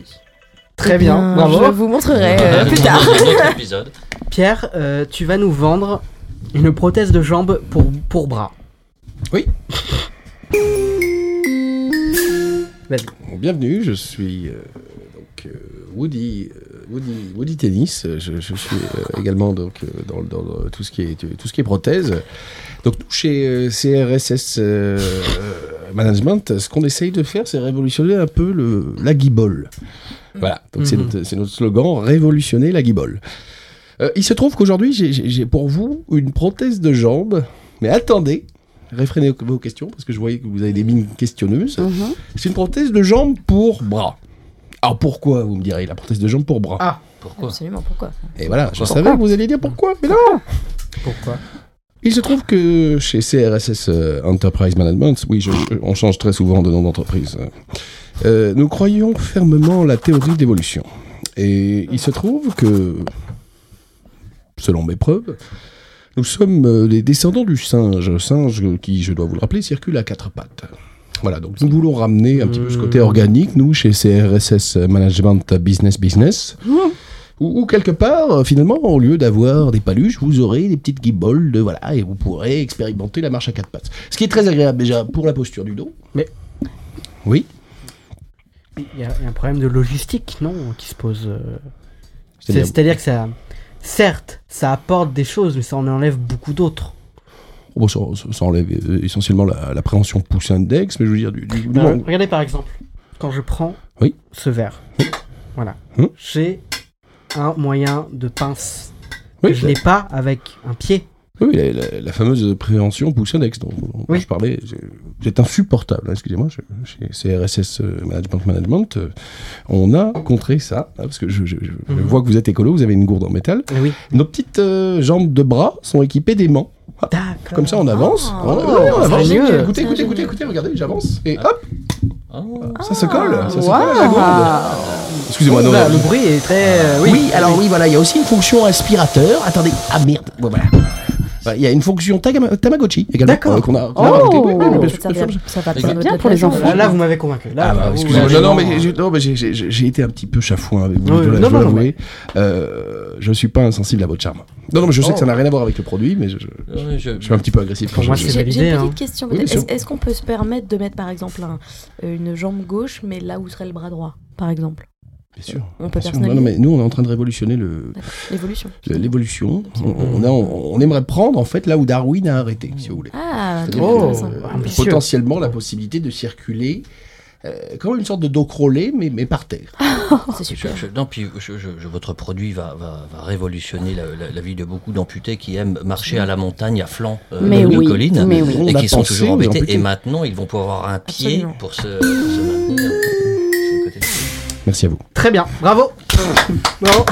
Speaker 1: Très
Speaker 6: Eh
Speaker 1: bien,
Speaker 6: bien,
Speaker 1: bravo.
Speaker 6: Je vous montrerai euh, plus tard.
Speaker 8: Ah, Dans un autre épisode.
Speaker 1: Pierre, euh, tu vas nous vendre une prothèse de jambe pour, pour bras.
Speaker 10: Oui.
Speaker 7: Bienvenue, je suis euh, donc, euh, Woody, euh, Woody, Woody Tennis. Je, je suis euh, également donc, euh, dans, le- dans le- tout, ce qui est, euh, tout ce qui est prothèse. Donc, nous, chez euh, CRSS euh, euh, Management, ce qu'on essaye de faire, c'est révolutionner un peu le, la guibole. Voilà, donc c'est
Speaker 10: Mhm.
Speaker 7: notre, c'est notre slogan révolutionner la guibole. Euh, il se trouve qu'aujourd'hui, j'ai- j'ai j'ai pour vous une prothèse de jambe. Mais attendez, réfrénez vos questions, parce que je voyais que vous avez des mines questionneuses. C'est une prothèse de jambe pour bras. Alors pourquoi, vous me direz, la prothèse de jambe pour bras
Speaker 1: Ah,
Speaker 8: pourquoi
Speaker 6: Absolument, pourquoi
Speaker 7: Et voilà, je
Speaker 6: Pourquoi
Speaker 7: savais que vous alliez dire pourquoi, mais non
Speaker 1: Pourquoi
Speaker 7: Il se trouve que chez CRSS euh, Enterprise Management, oui, je- je- on change très souvent de nom d'entreprise, euh, euh, nous croyons fermement en la théorie d'évolution. Et il se trouve que, selon mes preuves, nous sommes euh, les descendants du singe, singe qui, je dois vous le rappeler, circule à quatre pattes. Voilà, donc nous voulons ramener un petit peu ce côté organique, nous, chez CRSS Management Business Business. Ou, ou quelque part, euh, finalement, au lieu d'avoir des paluches, vous aurez des petites guibolles de voilà, et vous pourrez expérimenter la marche à quatre pattes. Ce qui est très agréable déjà pour la posture du dos. Mais oui,
Speaker 1: Il y, a il y a un problème de logistique, non, qui se pose. euh. C'est-
Speaker 7: C'est-à-dire-
Speaker 1: C'est-à-dire que ça, certes, ça apporte des choses, mais ça en enlève beaucoup d'autres.
Speaker 7: Oh, bon, ça, ça- ça enlève euh, essentiellement la- l'appréhension pouce index, mais je veux dire du, du- du
Speaker 1: Euh,
Speaker 7: moment-
Speaker 1: regardez par exemple, quand je prends
Speaker 7: Oui.
Speaker 1: ce verre, voilà,
Speaker 7: Hum.
Speaker 1: j'ai un moyen de pince
Speaker 7: Oui,
Speaker 1: que je
Speaker 7: bah.
Speaker 1: n'ai pas avec un pied.
Speaker 7: Oui, la, la- la fameuse préhension pouce index dont, dont je parlais. c'est- Vous êtes insupportable, hein, excusez-moi, je- chez CRSS euh, Management Management. euh, on a contré ça, hein, parce que je, je- je- je
Speaker 10: Mhm.
Speaker 7: vois que vous êtes écolo, vous avez une gourde en métal.
Speaker 1: Eh
Speaker 7: Nos petites euh, jambes de bras sont équipées d'aimants. Ah, Comme ça, on avance.
Speaker 10: Ah,
Speaker 7: Voilà,
Speaker 10: ah,
Speaker 7: ouais, on
Speaker 10: c'est
Speaker 7: avance.
Speaker 10: génial.
Speaker 7: Écoutez, écoutez, écoutez, écoutez, regardez, j'avance. Et hop
Speaker 8: Ah,
Speaker 7: Ça se colle, ça se colle à
Speaker 1: waouh.
Speaker 7: la gourde. Excusez-moi, non.
Speaker 1: Là,
Speaker 7: non.
Speaker 1: le bruit est très. euh,
Speaker 7: Bah, oui, alors oui, voilà, il y a aussi une fonction aspirateur. Attendez, ah merde, Ouais, voilà. Voilà, Il y a une fonction Tagama- Tamagotchi également euh, qu'on a, qu'on a rajouté. Oui, oui, mais bien sûr, bien sûr.
Speaker 1: Là, là, vous m'avez convaincu. Là,
Speaker 7: Ah bah,
Speaker 1: vous-
Speaker 7: excusez-moi.
Speaker 1: vous-
Speaker 7: Non, non, mais j'ai- non, mais j'ai- j'ai j'ai été un petit peu chafouin avec vous.
Speaker 1: Oui,
Speaker 7: je dois-
Speaker 1: non,
Speaker 7: je dois
Speaker 1: non, non,
Speaker 7: l'avouer. Euh, je suis pas insensible à votre charme. Non, non, mais je sais
Speaker 8: Oh.
Speaker 7: que ça n'a rien à voir avec le produit, mais je, je-
Speaker 8: Ouais, je-
Speaker 7: je suis un petit peu agressif.
Speaker 1: Pour moi,
Speaker 7: Je-
Speaker 1: c'est
Speaker 7: je-
Speaker 1: validé,
Speaker 6: J'ai une
Speaker 1: hein.
Speaker 6: petite question.
Speaker 7: Oui,
Speaker 6: peut-être.
Speaker 7: bien
Speaker 6: Est-ce
Speaker 7: sûr.
Speaker 6: est-ce qu'on peut se permettre de mettre par exemple un- une jambe gauche, mais là où serait le bras droit, par exemple
Speaker 7: Bien sûr.
Speaker 6: On peut
Speaker 7: Bien sûr. Ah, Non, non, mais
Speaker 6: personnaliser
Speaker 7: nous, on est en train de révolutionner le
Speaker 6: l'évolution.
Speaker 7: le- l'évolution. On, on a- on- on aimerait prendre en fait là où Darwin a arrêté, si vous voulez.
Speaker 6: Ah, très
Speaker 7: C'est-à-dire que,
Speaker 6: intéressant.
Speaker 7: euh,
Speaker 6: Ambitieux.
Speaker 7: potentiellement
Speaker 1: Ah.
Speaker 7: la possibilité de circuler euh, comme une sorte de dos crawlé, mais, mais par terre.
Speaker 1: Ah,
Speaker 6: C'est
Speaker 8: super. non, puis je- je- je- votre produit va, va- va révolutionner la, la- la vie de beaucoup d'amputés qui aiment marcher à la montagne, à flanc euh,
Speaker 6: Mais
Speaker 8: de
Speaker 6: oui,
Speaker 8: collines,
Speaker 6: mais oui.
Speaker 8: et
Speaker 6: On a
Speaker 8: qui sont
Speaker 6: pensé
Speaker 8: toujours
Speaker 6: Bah, aux
Speaker 8: embêtés.
Speaker 6: amputés.
Speaker 8: Et maintenant, ils vont pouvoir avoir un pied
Speaker 6: Absolument.
Speaker 8: pour se, pour se maintenir. sur le côté de-
Speaker 7: Merci à vous.
Speaker 1: Très bien, bravo. bravo.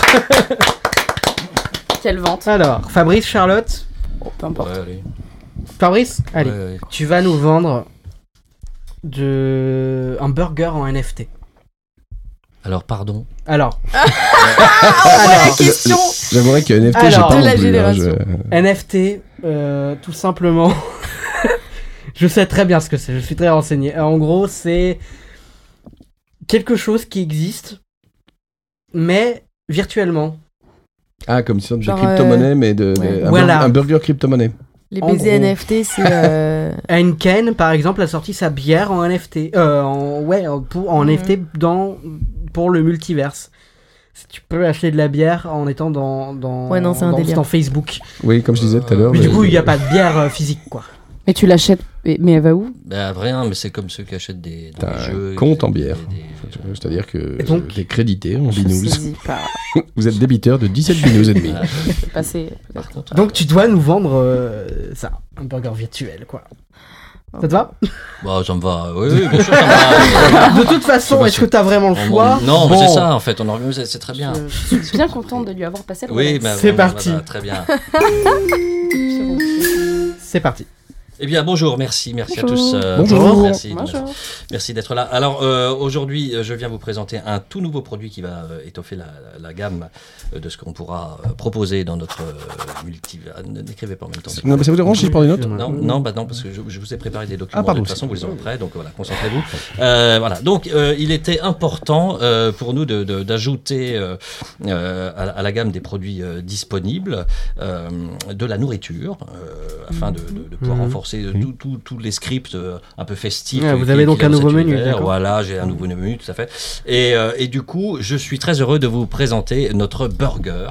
Speaker 5: Quelle vente
Speaker 1: Alors, Fabrice, Charlotte.
Speaker 12: Oh,
Speaker 5: peu importe.
Speaker 8: Ouais, allez.
Speaker 1: Fabrice, allez,
Speaker 8: Ouais, ouais.
Speaker 1: tu vas nous vendre de... un burger en NFT.
Speaker 8: Alors, pardon.
Speaker 1: Alors.
Speaker 6: voilà
Speaker 1: Alors.
Speaker 6: question.
Speaker 7: J'avouerai que NFT, j'ai
Speaker 1: Alors,
Speaker 7: pas
Speaker 1: de la
Speaker 7: non plus, hein,
Speaker 1: génération.
Speaker 7: je-
Speaker 1: NFT, euh, tout simplement. je sais très bien ce que c'est, je suis très renseigné. Euh, En gros, c'est quelque chose qui existe, mais virtuellement.
Speaker 7: Ah, comme une sorte de
Speaker 1: Genre, euh,
Speaker 7: crypto-monnaie, mais de, de-
Speaker 1: ouais.
Speaker 7: un,
Speaker 1: Voilà.
Speaker 7: bur- un burger crypto-monnaie.
Speaker 6: Les
Speaker 1: En
Speaker 6: baisers
Speaker 1: gros.
Speaker 6: NFT, c'est. euh,
Speaker 1: Henken, par exemple, a sorti sa bière en NFT. euh, en, ouais, en- pour, en
Speaker 6: Mhm.
Speaker 1: NFT dans, pour le multiverse. Si tu peux acheter de la bière en étant dans, dans,
Speaker 6: Ouais, non, c'est un
Speaker 1: dans-
Speaker 6: délire.
Speaker 1: dans Facebook.
Speaker 7: Oui, comme je disais tout à l'heure.
Speaker 1: Mais du
Speaker 7: mais-
Speaker 1: coup, il n'y a pas de bière euh, physique, quoi.
Speaker 5: Mais tu l'achètes, mais mais elle va où
Speaker 8: Bah, rien, mais c'est comme ceux qui achètent des, des
Speaker 7: T'as un
Speaker 8: jeux.
Speaker 7: compte en bière. C'est-à-dire que
Speaker 1: donc,
Speaker 7: vous êtes crédité en
Speaker 5: je
Speaker 7: binous.
Speaker 5: saisis pas.
Speaker 7: vous êtes débiteur de 17 binous et demi.
Speaker 8: Ah,
Speaker 5: C'est passé.
Speaker 1: Donc tu dois nous vendre euh, ça, un burger virtuel, quoi. Ça te va
Speaker 8: Bah, ça me va. Oui, oui, bien sûr, ça me
Speaker 5: Oh.
Speaker 8: va.
Speaker 1: De toute façon,
Speaker 8: C'est pas
Speaker 1: est-ce
Speaker 8: sûr.
Speaker 1: que t'as vraiment le
Speaker 8: On-
Speaker 1: choix
Speaker 8: on- Non, mais
Speaker 1: Bon.
Speaker 8: c'est ça, en fait. On organise, c'est- c'est très bien.
Speaker 5: Je suis bien contente de lui avoir passé le
Speaker 8: Oui,
Speaker 5: relais.
Speaker 8: bah,
Speaker 1: C'est
Speaker 8: voilà,
Speaker 1: parti.
Speaker 8: voilà, très bien.
Speaker 1: C'est parti.
Speaker 8: Eh bien, bonjour, merci, merci à
Speaker 1: Bonjour.
Speaker 8: tous. euh,
Speaker 1: Bonjour.
Speaker 8: Merci,
Speaker 1: Bonjour.
Speaker 8: merci, merci d'être là. Alors, euh, aujourd'hui, euh, je viens vous présenter un tout nouveau produit qui va euh, étoffer la, la gamme euh, de ce qu'on pourra euh, proposer dans notre euh, multi. ah, ne- N'écrivez pas en même temps. s'il vous
Speaker 7: Non, mais ça vous dérange si je prends des notes
Speaker 8: Non, non, bah non, parce que je, je vous ai préparé des documents.
Speaker 7: Ah, pardon,
Speaker 8: de toute façon, vous les aurez
Speaker 7: c'est-
Speaker 8: prêts, donc voilà, concentrez-vous. Euh, voilà, donc euh, il était important euh, pour nous de- de- d'ajouter euh, euh, à, à la gamme des produits euh, disponibles euh, de la nourriture euh, afin de, de- de pouvoir
Speaker 10: Mhm.
Speaker 8: renforcer renforcer euh, tous tous- tous les scripts euh, un peu festifs.
Speaker 1: Ah,
Speaker 8: euh,
Speaker 1: vous
Speaker 8: qui-
Speaker 1: avez donc
Speaker 8: qui
Speaker 1: un
Speaker 8: dans
Speaker 1: nouveau
Speaker 8: cet
Speaker 1: menu,
Speaker 8: univers.
Speaker 1: d'accord.
Speaker 8: Voilà, j'ai un nouveau menu, tout à fait. Et, euh, et du coup, je suis très heureux de vous présenter notre burger.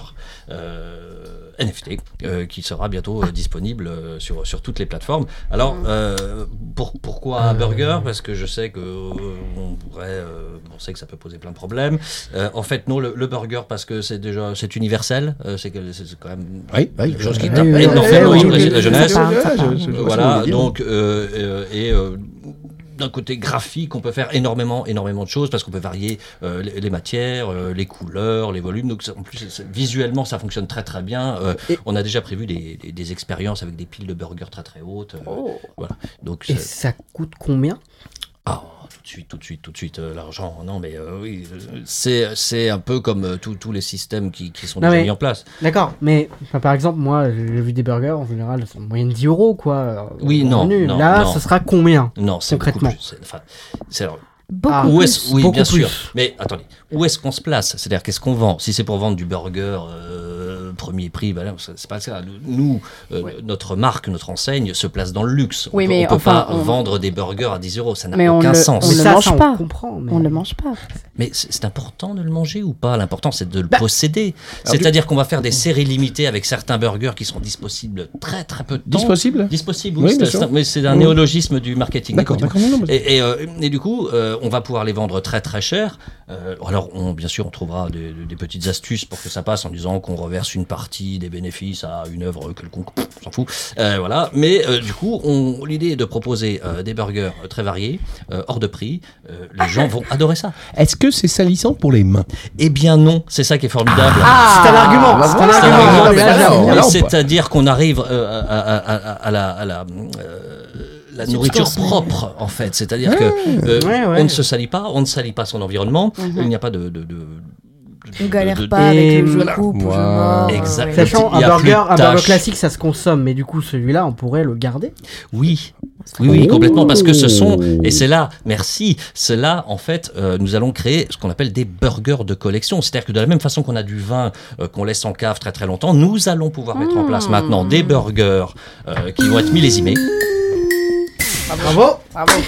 Speaker 8: euh, NFT euh, qui sera bientôt euh, disponible euh, sur, sur toutes les plateformes. Alors euh, pour- pourquoi
Speaker 1: Euh.
Speaker 8: un burger Parce que je sais que euh, on pourrait, euh, on sait que ça peut poser plein de problèmes. Euh, en fait non le, le burger parce que c'est déjà c'est universel. euh, c'est que- c'est quand même
Speaker 10: Oui, oui.
Speaker 8: quelque chose qui
Speaker 10: Oui,
Speaker 8: tape
Speaker 10: oui, oui,
Speaker 8: énormément
Speaker 10: oui,
Speaker 8: sur
Speaker 10: oui,
Speaker 8: les-
Speaker 10: oui,
Speaker 8: la
Speaker 10: oui,
Speaker 8: jeunesse.
Speaker 10: ça parle, ça parle. Je- je- je- je
Speaker 8: Voilà
Speaker 10: voulais dire.
Speaker 8: donc euh, euh, et euh, d'un côté graphique, on peut faire énormément, énormément de choses parce qu'on peut varier euh, les, les matières, euh, les couleurs, les volumes. Donc ça- en plus, c'est- visuellement, ça fonctionne très très bien. Euh, on a déjà prévu des, des- des expériences avec des piles de burgers très très hautes. Euh, Voilà. Donc
Speaker 1: Oh. Et ça
Speaker 8: ça-
Speaker 1: coûte combien
Speaker 8: ah, tout de suite, tout de suite, tout de suite, euh, l'argent. Non, mais euh, oui, euh, c'est c'est un peu comme euh, tous tous les systèmes qui, qui sont
Speaker 1: Non,
Speaker 8: déjà
Speaker 1: mais-
Speaker 8: mis en place.
Speaker 1: D'accord, mais enfin, par exemple, moi, j'ai vu des burgers, en général, c'est en moyenne 10 euros, quoi. euh,
Speaker 8: Oui,
Speaker 1: en
Speaker 8: non,
Speaker 1: menu.
Speaker 8: non,
Speaker 1: Là,
Speaker 8: non.
Speaker 1: ça sera combien
Speaker 8: Non, c'est beaucoup
Speaker 1: concrètement
Speaker 8: plus. C'est- enfin, c'est- alors,
Speaker 1: Beaucoup
Speaker 5: Ah,
Speaker 8: où est-ce-
Speaker 1: plus,
Speaker 8: Oui,
Speaker 1: beaucoup
Speaker 8: bien sûr.
Speaker 1: plus.
Speaker 8: Mais attendez, où est-ce qu'on se place C'est-à-dire, qu'est-ce qu'on vend Si c'est pour vendre du burger euh, premier prix, ben non, c'est c'est pas ça. Nous, nous, euh, notre marque, notre enseigne se place dans le luxe.
Speaker 5: Oui,
Speaker 8: on
Speaker 5: mais
Speaker 8: ne peut
Speaker 5: enfin,
Speaker 8: pas
Speaker 5: on-
Speaker 8: vendre des burgers à 10 euros. Ça n'a
Speaker 5: Mais on
Speaker 8: aucun
Speaker 5: le,
Speaker 8: sens.
Speaker 5: on le mange pas. On le mange pas.
Speaker 8: Mais c'est c'est important de le manger ou pas L'important, c'est de le
Speaker 5: Bah,
Speaker 8: posséder. C'est-à-dire qu'on va faire des séries limitées avec certains burgers qui seront disponibles très très peu de temps.
Speaker 10: Dispossible
Speaker 8: Dispossible,
Speaker 10: Oui,
Speaker 8: oui. c'est-
Speaker 10: bien sûr.
Speaker 8: c'est un- mais c'est un
Speaker 10: Oui.
Speaker 8: néologisme du marketing.
Speaker 10: D'accord, d'accord, non, non,
Speaker 8: Et, et, euh, et du coup, euh, on va pouvoir les vendre très très cher. Euh, alors, on, bien sûr, on trouvera des, des- des petites astuces pour que ça passe en disant qu'on reverse une partie des bénéfices à une œuvre quelconque. Pff, On s'en fout. Euh, voilà. Mais euh, du coup, on- l'idée est de proposer euh, des burgers très variés, euh, hors de prix. Euh, les gens vont adorer ça.
Speaker 10: Est-ce que c'est salissant pour les mains
Speaker 8: Eh bien non, c'est ça qui est formidable.
Speaker 10: Ah, c'est un argument,
Speaker 8: Bah,
Speaker 10: c'est
Speaker 8: voilà,
Speaker 10: un
Speaker 8: c'est
Speaker 10: argument. Ah, mais
Speaker 8: mais
Speaker 10: là,
Speaker 8: mais
Speaker 10: là, on peut-
Speaker 8: C'est-à-dire qu'on arrive euh, à, à- à- à la, à la, euh, la nourriture
Speaker 10: Substance.
Speaker 8: propre en fait. C'est-à-dire
Speaker 10: Ouais.
Speaker 8: que euh,
Speaker 10: Ouais,
Speaker 8: on
Speaker 10: ouais.
Speaker 8: ne se salit pas, on ne salit pas son environnement.
Speaker 6: Mhm.
Speaker 8: Il n'y a pas de, de- de-
Speaker 6: On galère
Speaker 8: de-
Speaker 6: pas avec le jeu
Speaker 8: voilà.
Speaker 6: coupe, le jeu
Speaker 8: Voilà.
Speaker 6: mort.
Speaker 8: Exact.
Speaker 1: Sachant,
Speaker 8: Il y
Speaker 1: un
Speaker 8: a plus
Speaker 1: burger,
Speaker 8: de
Speaker 1: un burger
Speaker 8: tâches.
Speaker 1: classique, ça se consomme, mais du coup, celui-là, on pourrait le garder
Speaker 8: Oui. Oui, oui, complètement, parce que ce sont, et c'est là, merci, c'est là, en fait, euh, nous allons créer ce qu'on appelle des burgers de collection. C'est-à-dire que de la même façon qu'on a du vin euh, qu'on laisse en cave très très longtemps, nous allons pouvoir mettre en place maintenant des burgers euh, qui vont être millésimés.
Speaker 5: Ah
Speaker 1: Bravo Bravo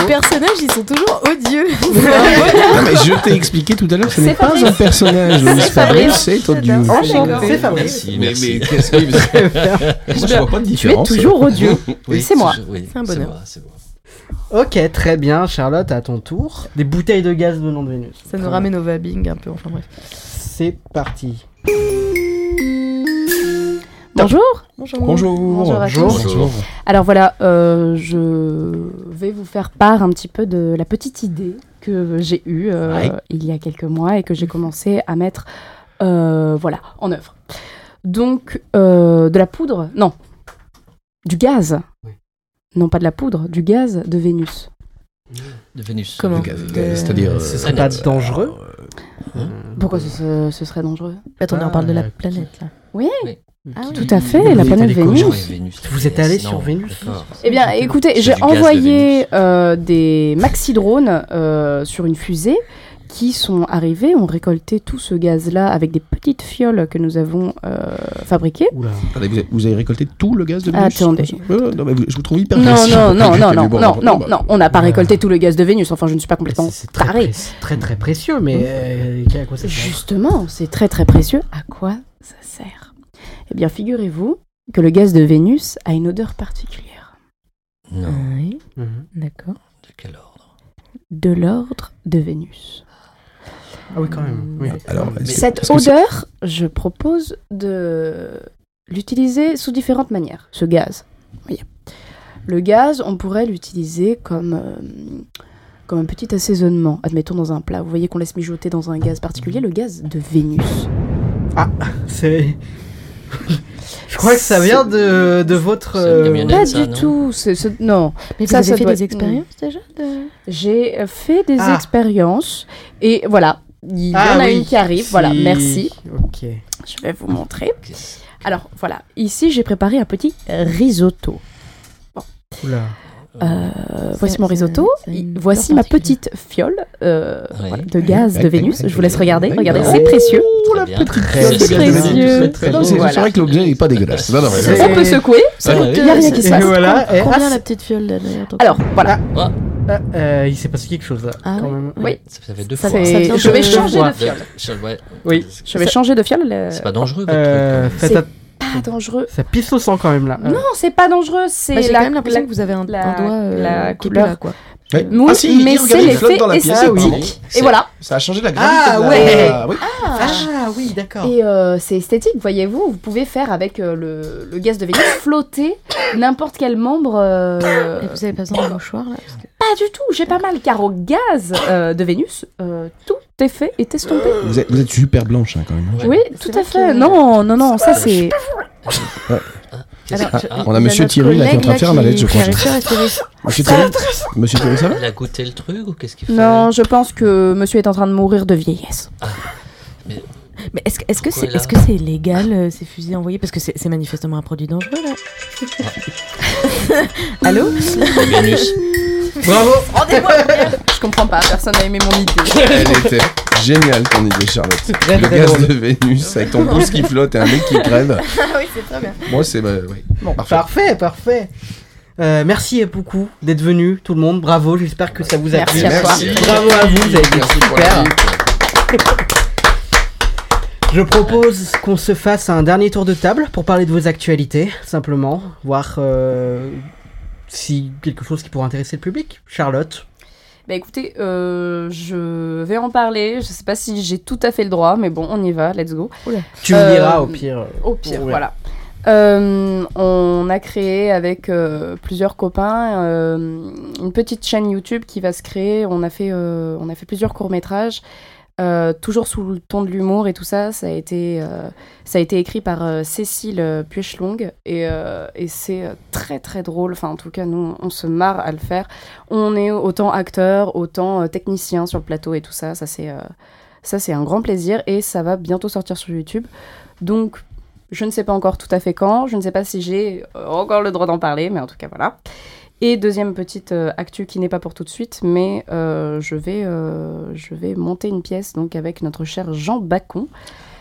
Speaker 6: Les personnages, ils sont toujours odieux.
Speaker 10: Non, mais je t'ai expliqué tout à l'heure, ce
Speaker 6: C'est
Speaker 10: n'est pas
Speaker 6: Fabrice.
Speaker 10: un personnage, Louis
Speaker 6: C'est
Speaker 10: Fabrice,
Speaker 6: Fabrice.
Speaker 10: c'est odieux.
Speaker 6: Ah, d'accord. C'est
Speaker 1: Fabrice.
Speaker 8: Merci,
Speaker 10: Mais-
Speaker 8: merci.
Speaker 10: mais qu'est-ce que- Moi, je vois pas de
Speaker 1: Tu es
Speaker 10: différence.
Speaker 1: toujours odieux.
Speaker 8: Oui,
Speaker 1: C'est moi.
Speaker 8: oui,
Speaker 1: C'est un bonheur.
Speaker 8: moi, c'est moi.
Speaker 1: Ok, très bien, Charlotte, à ton tour. Des bouteilles de gaz venant de Vénus.
Speaker 6: Ça nous ramène au vabbing un peu, enfin bref.
Speaker 1: C'est parti.
Speaker 5: Bonjour.
Speaker 6: Bonjour.
Speaker 1: Bonjour.
Speaker 5: à
Speaker 1: Bonjour.
Speaker 5: tous.
Speaker 1: Bonjour.
Speaker 5: Alors voilà, euh, je vais vous faire part un petit peu de la petite idée que j'ai eue euh,
Speaker 6: Ouais.
Speaker 5: il y a quelques mois et que j'ai commencé à mettre euh, voilà, en œuvre. Donc, euh, de la poudre, non, du gaz. Non, pas de la poudre, du gaz de Vénus.
Speaker 8: De Vénus.
Speaker 5: Comment
Speaker 8: De-
Speaker 5: De-
Speaker 10: C'est-à-dire,
Speaker 1: Ce
Speaker 10: euh,
Speaker 1: serait pas
Speaker 10: euh,
Speaker 1: dangereux Euh,
Speaker 5: Pourquoi ce, ce- ce serait dangereux
Speaker 6: Attendez, on parle de la planète là.
Speaker 5: Oui,
Speaker 1: euh,
Speaker 6: Ah oui.
Speaker 5: tout à fait, la planète Vénus.
Speaker 1: Vous êtes allé sur Vénus
Speaker 5: Eh bien, écoutez,
Speaker 1: C'est
Speaker 5: j'ai
Speaker 1: du gaz de
Speaker 5: envoyé euh, des maxi-drones euh, sur une fusée qui sont arrivés, ont récolté tout ce gaz-là avec des petites fioles que nous avons euh, fabriquées.
Speaker 10: Attendez, vous avez, vous avez récolté tout le gaz de Vénus
Speaker 5: Attendez.
Speaker 10: Euh, non, mais vous- je vous trouve hyper
Speaker 5: Ah, Non,
Speaker 10: précis.
Speaker 5: non, non,
Speaker 10: J'ai
Speaker 5: non,
Speaker 10: fait
Speaker 5: non,
Speaker 10: du bon
Speaker 5: non,
Speaker 10: rapport.
Speaker 5: non,
Speaker 10: Bah,
Speaker 5: non, on n'a pas récolté tout le gaz de Vénus, enfin je ne suis pas complètement tarée.
Speaker 1: Très très précieux, mais euh, quel- à quoi ça sert
Speaker 5: Justement, c'est très très précieux. À quoi ça sert Eh bien, figurez-vous que le gaz de Vénus a une odeur particulière.
Speaker 8: Non.
Speaker 6: Oui. D'accord.
Speaker 5: De l'ordre de Vénus.
Speaker 1: Ah oui, quand même. oui.
Speaker 5: Euh,
Speaker 10: Alors, est-ce que- est-ce
Speaker 5: Cette
Speaker 10: que c'est-
Speaker 5: odeur, je propose de l'utiliser sous différentes manières, ce gaz. Voyez. Le gaz, on pourrait l'utiliser comme, euh, comme un petit assaisonnement, admettons dans un plat. Vous voyez qu'on laisse mijoter dans un gaz particulier, le gaz de Vénus.
Speaker 1: Ah, c'est. Je crois que ça vient de, de votre. euh,
Speaker 5: Pas du tout. c'est- c'est- non.
Speaker 6: Mais
Speaker 5: Ça,
Speaker 6: vous
Speaker 5: ça
Speaker 6: avez fait
Speaker 5: doit-
Speaker 6: des expériences déjà de-
Speaker 5: J'ai euh, fait des
Speaker 6: Ah.
Speaker 5: expériences et voilà,
Speaker 1: euh,
Speaker 5: il y
Speaker 6: Ah
Speaker 5: en a
Speaker 6: oui,
Speaker 5: une qui arrive.
Speaker 6: si.
Speaker 5: Voilà, merci.
Speaker 1: Ok.
Speaker 5: Je vais vous montrer. Alors voilà, ici j'ai préparé un petit risotto.
Speaker 1: Oula.
Speaker 5: Euh, voici mon risotto. Et Voici ma petite fiole euh, voilà, de gaz de Vénus. Je vous laisse regarder. Regardez, c'est précieux.
Speaker 23: C'est
Speaker 5: C'est précieux. Donc, voilà.
Speaker 23: vrai que l'objet n'est pas dégueulasse. Non, non, mais-
Speaker 5: On peut secouer.
Speaker 23: Ça
Speaker 5: Il
Speaker 23: coûte,
Speaker 5: n'y a rien qui se passe.
Speaker 1: voilà, et
Speaker 6: Combien
Speaker 1: as-
Speaker 6: la petite fiole là, d'ailleurs toi
Speaker 5: Alors, voilà.
Speaker 1: Ah, euh, il s'est passé quelque chose là. quand même.
Speaker 5: Ah Oui.
Speaker 8: Ça fait deux
Speaker 5: Ça
Speaker 8: fois.
Speaker 5: fait- Ça vient je de- vais changer de fiole.
Speaker 8: fiole, ouais.
Speaker 1: Oui.
Speaker 5: Je vais changer de fiole. euh,
Speaker 8: C'est pas dangereux. votre
Speaker 1: Euh,
Speaker 8: truc,
Speaker 1: faites
Speaker 5: C'est
Speaker 1: att-
Speaker 5: pas dangereux.
Speaker 1: Ça pisse au sang quand même là. Euh,
Speaker 5: Non, c'est pas dangereux. C'est
Speaker 6: Bah, j'ai
Speaker 5: la-
Speaker 6: quand même l'impression
Speaker 5: la-
Speaker 6: que vous avez un, un
Speaker 5: la-
Speaker 6: doigt euh,
Speaker 5: la
Speaker 6: qui est plus
Speaker 5: couleur.
Speaker 6: là, quoi.
Speaker 23: Ouais.
Speaker 5: Oui,
Speaker 23: Ah si,
Speaker 5: mais
Speaker 23: regardez,
Speaker 5: c'est
Speaker 23: il flotte
Speaker 5: l'effet
Speaker 23: dans la pièce. Ah oui.
Speaker 5: esthétique.
Speaker 23: C'est-
Speaker 5: Et voilà.
Speaker 23: Ça a changé la gravité.
Speaker 5: Ah
Speaker 23: de la-
Speaker 5: ouais.
Speaker 23: oui.
Speaker 1: Ah oui, d'accord.
Speaker 5: Et euh, c'est esthétique, voyez-vous. Vous pouvez faire avec euh, le, le gaz de Vénus flotter n'importe quel membre. euh,
Speaker 6: Et vous avez pas besoin d'un mouchoir là parce que-
Speaker 5: Pas du tout, j'ai pas mal, car au gaz euh, de Vénus, euh, tout est fait et estompé.
Speaker 7: Vous êtes, vous êtes super blanche hein, quand même.
Speaker 5: Oui, tout à fait. Non, non, non, ça c'est.
Speaker 7: Ouais.
Speaker 6: Alors,
Speaker 7: Ah,
Speaker 6: je-
Speaker 7: on a
Speaker 6: il y
Speaker 7: Monsieur
Speaker 6: notre
Speaker 7: Thierry là qui est en train de
Speaker 6: collègue,
Speaker 7: faire un
Speaker 6: là,
Speaker 7: malaise,
Speaker 6: qui
Speaker 7: je crois.
Speaker 6: arrive sur STV.
Speaker 7: Monsieur Thierry, Monsieur Thierry, ça va
Speaker 8: Il a goûté le truc ou qu'est-ce qu'il fait
Speaker 5: Non, je pense que monsieur est en train de mourir de vieillesse.
Speaker 6: Mais est-ce que- est-ce que c'est
Speaker 8: Pourquoi
Speaker 6: est -ce que c'est légal euh, ces fusils envoyés Parce que c'est c'est manifestement un produit dangereux là. Allô
Speaker 8: Vénus.
Speaker 1: Bravo
Speaker 5: Rendez-moi Je comprends pas, personne n'a aimé mon
Speaker 7: Elle
Speaker 5: idée.
Speaker 7: était géniale ton idée, Charlotte.
Speaker 1: Très,
Speaker 7: Le
Speaker 1: très
Speaker 7: gaz
Speaker 1: drôle.
Speaker 7: de Vénus avec ton pouce qui flotte et un mec qui crève.
Speaker 6: oui, c'est très bien.
Speaker 7: Moi, c'est. bah, oui.
Speaker 1: Bon, parfait, parfait. Euh, merci beaucoup d'être venu, tout le monde. Bravo, j'espère que ça vous a
Speaker 5: Merci
Speaker 1: plu.
Speaker 5: à toi. Merci.
Speaker 1: Bravo à vous, vous avez été
Speaker 5: Merci pour
Speaker 1: super.
Speaker 5: la vie.
Speaker 1: Je propose qu'on se fasse un dernier tour de table pour parler de vos actualités, simplement, voir euh, si quelque chose qui pourrait intéresser le public. Charlotte,
Speaker 5: Bah écoutez, euh, je vais en parler. Je sais pas si j'ai tout à fait le droit, mais bon, on y va, let's go.
Speaker 1: tu me
Speaker 5: Euh,
Speaker 1: diras au pire.
Speaker 5: Au pire,
Speaker 1: Ouais.
Speaker 5: voilà. Euh, on a créé avec euh, plusieurs copains euh, une petite chaîne YouTube qui va se créer. On a fait, euh, on a fait plusieurs courts-métrages, euh, toujours sous le ton de l'humour et tout ça. Ça a été, euh, ça a été écrit par euh, Cécile euh, Puechlong et, euh, et c'est euh, très très drôle. Enfin, en tout cas, nous, on se marre à le faire. On est autant acteur, autant euh, technicien sur le plateau et tout ça. Ça, c'est. euh, ça, c'est un grand plaisir et ça va bientôt sortir sur YouTube. Donc, je ne sais pas encore tout à fait quand, je ne sais pas si j'ai euh, encore le droit d'en parler, mais en tout cas, voilà. Et deuxième petite euh, actu qui n'est pas pour tout de suite, mais euh, je, vais, euh, je vais monter une pièce donc avec notre cher Jean Bacon.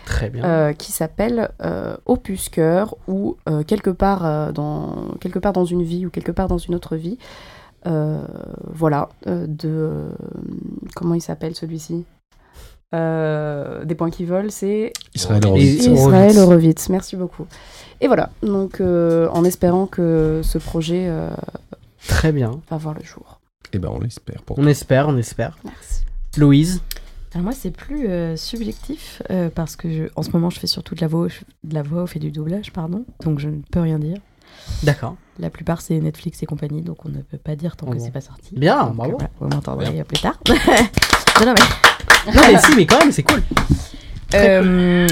Speaker 1: Très bien.
Speaker 5: euh, qui s'appelle euh, Opus Cœur, ou euh, quelque, part, euh, dans, quelque part dans une vie ou quelque part dans une autre vie. Euh, voilà, euh, de. euh, comment il s'appelle celui-ci Euh, Des points qui volent, c'est.
Speaker 23: Israël
Speaker 1: Horowitz. Horowitz.
Speaker 5: Israël Horowitz, merci beaucoup. Et voilà, donc euh, en espérant que ce projet euh,
Speaker 1: Très bien.
Speaker 5: va voir le jour.
Speaker 7: Eh ben, on l'espère. Pour
Speaker 1: On espère, on espère. Louise,
Speaker 6: Alors moi c'est plus euh, subjectif euh, parce que je- en ce moment je fais surtout de la voix, off- de la voix off et du doublage pardon, donc je ne peux rien dire.
Speaker 1: d'accord.
Speaker 6: La plupart c'est Netflix et compagnie, donc on ne peut pas dire tant
Speaker 1: Oh
Speaker 6: que
Speaker 1: bon.
Speaker 6: c'est pas sorti.
Speaker 1: Bien,
Speaker 6: donc,
Speaker 1: bravo.
Speaker 6: euh, voilà, vous m'entendrez euh, plus tard. non, non, mais...
Speaker 1: Non, mais si, mais quand même, c'est cool.
Speaker 6: Euh,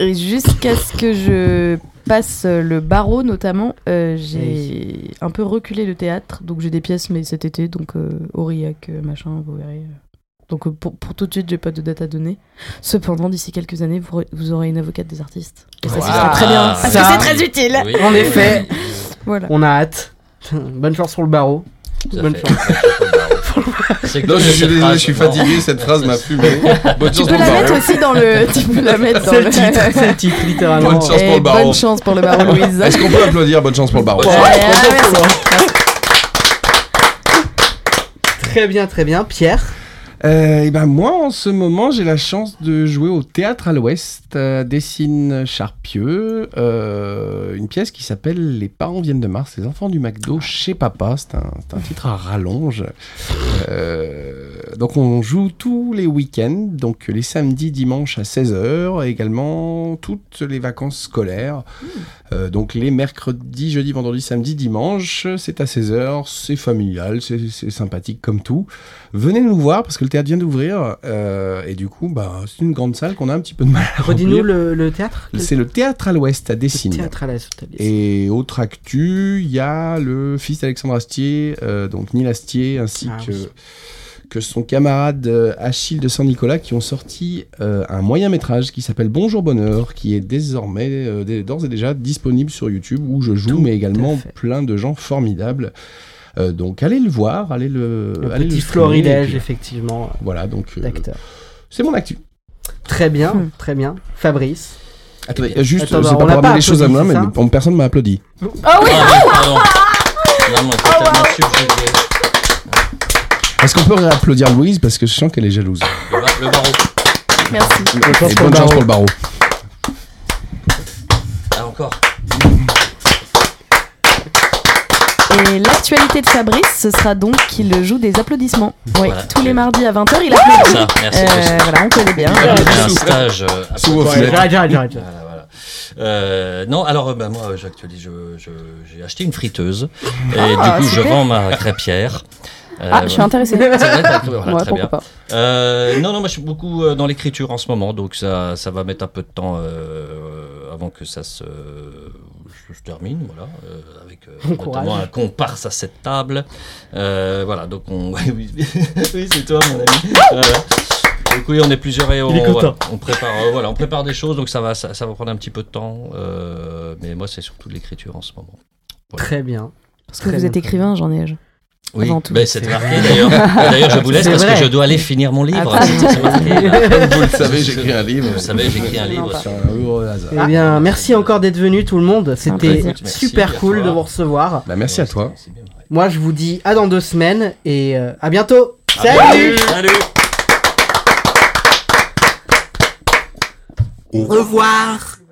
Speaker 6: et jusqu'à ce que je passe le barreau notamment, euh, j'ai un peu reculé le théâtre, donc j'ai des pièces mais cet été, donc euh, Aurillac, euh, machin, vous verrez. euh. Donc euh, pour, pour tout de suite, j'ai pas de date à donner. Cependant, d'ici quelques années, vous, aurez- vous aurez une avocate des artistes. Et ça,
Speaker 1: Wow.
Speaker 6: c'est très bien.
Speaker 1: Ah,
Speaker 6: Parce
Speaker 1: ça.
Speaker 6: que c'est très utile.
Speaker 1: Oui. En effet.
Speaker 6: voilà.
Speaker 1: On a hâte. Bonne chance sur le barreau.
Speaker 8: à
Speaker 1: Bonne
Speaker 8: fait.
Speaker 1: chance.
Speaker 8: C'est que
Speaker 7: Non, je
Speaker 8: cette
Speaker 7: suis désolé,
Speaker 8: phrase,
Speaker 7: je suis
Speaker 8: vraiment.
Speaker 7: fatigué, cette phrase m'a fumé. Bonne
Speaker 6: Tu
Speaker 7: chance
Speaker 6: peux
Speaker 7: pour le
Speaker 6: la mettre
Speaker 7: barreau.
Speaker 6: aussi dans le. Tu peux la mettre dans
Speaker 1: C'est
Speaker 6: le.
Speaker 1: le titre, c'est le titre, littéralement.
Speaker 7: Ah, Bonne chance
Speaker 6: Et
Speaker 7: pour le barreau.
Speaker 6: bonne chance pour le barreau, Louise.
Speaker 7: Est-ce qu'on peut applaudir Bonne chance pour le barreau
Speaker 6: Ouais, ouais, ouais.
Speaker 1: Très bien, très bien. Pierre
Speaker 7: Euh, et ben moi, en ce moment, j'ai la chance de jouer au Théâtre à l'Ouest, euh, Dessine Charpieu, euh, une pièce qui s'appelle Les parents viennent de Mars, les enfants du McDo chez papa. C'est un, c'est un titre à rallonge. Euh, donc on joue tous les week-ends, donc les samedis, dimanches à 16h, également toutes les vacances scolaires.
Speaker 1: Hmm.
Speaker 7: Euh, donc les mercredis, jeudi, vendredi, samedi, dimanche, c'est à 16h, c'est familial, c'est c'est sympathique comme tout. Venez nous voir parce que le théâtre vient d'ouvrir euh, et du coup bah, c'est une grande salle qu'on a un petit peu de mal à
Speaker 1: Redis-nous
Speaker 7: remplir.
Speaker 1: le, le théâtre
Speaker 7: C'est le théâtre à l'ouest à Dessine.
Speaker 1: théâtre à l'Est, t'as dit.
Speaker 7: Et autre actu, il y a le fils d'Alexandre Astier, euh, donc Neil Astier, ainsi
Speaker 1: Ah
Speaker 7: que,
Speaker 1: oui.
Speaker 7: que son camarade euh, Achille de Saint-Nicolas, qui ont sorti euh, un moyen métrage qui s'appelle Bonjour Bonheur, qui est désormais, euh, dès- d'ores et déjà disponible sur YouTube, où je joue, mais également plein de gens formidables. Euh, donc allez le voir, allez le.
Speaker 1: Le
Speaker 7: euh, allez
Speaker 1: petit
Speaker 7: streamer,
Speaker 1: florilège,
Speaker 7: et puis- euh,
Speaker 1: effectivement.
Speaker 7: Voilà, donc. euh,
Speaker 1: d'acteurs.
Speaker 7: C'est mon actu.
Speaker 1: Très bien, très bien. Fabrice.
Speaker 7: Attendez, juste, euh,
Speaker 1: Attends, bah,
Speaker 7: c'est pas
Speaker 1: on
Speaker 7: pour
Speaker 1: l'a
Speaker 7: ramener les
Speaker 1: applaudi,
Speaker 7: choses à moi,
Speaker 1: c'est
Speaker 7: mais
Speaker 1: ça
Speaker 7: bon, personne m'a applaudi.
Speaker 8: Ah oui Pardon. Non, mais totalement subjugué.
Speaker 7: Est-ce qu'on peut réapplaudir Louise parce que je sens qu'elle est jalouse.
Speaker 8: Le, ba- le barreau.
Speaker 6: Merci.
Speaker 7: Et bonne chance pour le barreau.
Speaker 8: Ah, encore.
Speaker 6: Et l'actualité de Fabrice, ce sera donc qu'il joue des applaudissements. Oui,
Speaker 8: Voilà.
Speaker 6: tous les mardis à 20h, il applaudit. Euh,
Speaker 8: Ça, merci,
Speaker 24: Euh,
Speaker 8: merci.
Speaker 6: Voilà, on connaît bien.
Speaker 8: Il y a un stage. euh, à
Speaker 7: Sous vos
Speaker 8: propos.
Speaker 7: fenêtres. J'arrête, j'arrête,
Speaker 1: j'arrête.
Speaker 8: Voilà, voilà. Euh, non, alors euh, bah, moi, euh, j'actualise. je- je- J'ai acheté une friteuse et
Speaker 24: Ah,
Speaker 8: du coup, je
Speaker 24: super.
Speaker 8: vends ma crêpière. Euh,
Speaker 24: Ah, je suis
Speaker 8: voilà.
Speaker 24: intéressée.
Speaker 8: C'est vrai, t'as- voilà,
Speaker 24: Ouais,
Speaker 8: très
Speaker 24: pourquoi
Speaker 8: bien.
Speaker 24: pas.
Speaker 8: Euh, non, non, moi je suis beaucoup euh, dans l'écriture en ce moment, donc ça, ça va mettre un peu de temps euh, avant que ça se, se termine, voilà, euh, avec euh,
Speaker 1: Bon
Speaker 8: notamment
Speaker 1: courage.
Speaker 8: un comparse à cette table. Euh, voilà, donc on... oui, oui, oui, c'est toi mon ami. Voilà. Donc oui, on est plusieurs et on,
Speaker 1: Ah Il est content.
Speaker 8: voilà, on prépare, euh, voilà, on prépare des choses, donc ça va, ça, ça va prendre un petit peu de temps, euh, mais moi c'est surtout de l'écriture en ce moment. Voilà.
Speaker 1: Très bien.
Speaker 6: Parce que vous êtes écrivain, j'en ai.
Speaker 8: Oui,
Speaker 6: Avant tout.
Speaker 8: mais c'est
Speaker 1: C'est
Speaker 8: marqué
Speaker 1: vrai.
Speaker 8: d'ailleurs. Et D'ailleurs, je vous laisse
Speaker 1: C'est
Speaker 8: parce
Speaker 1: vrai.
Speaker 8: que je dois aller finir mon livre.
Speaker 1: Ah,
Speaker 8: C'est marqué.
Speaker 1: Comme
Speaker 7: vous le savez, j'écris un livre.
Speaker 8: Vous le savez, j'écris un livre.
Speaker 7: C'est un heureux hasard.
Speaker 1: Eh bien, merci encore d'être venu tout le monde. C'était
Speaker 7: Ah. plaisir. Merci,
Speaker 1: super
Speaker 7: à
Speaker 1: cool
Speaker 7: toi.
Speaker 1: de vous recevoir.
Speaker 7: Bah, merci à toi.
Speaker 1: Moi, je vous dis à dans deux semaines et euh, à bientôt. Salut
Speaker 8: Salut Salut
Speaker 25: Au revoir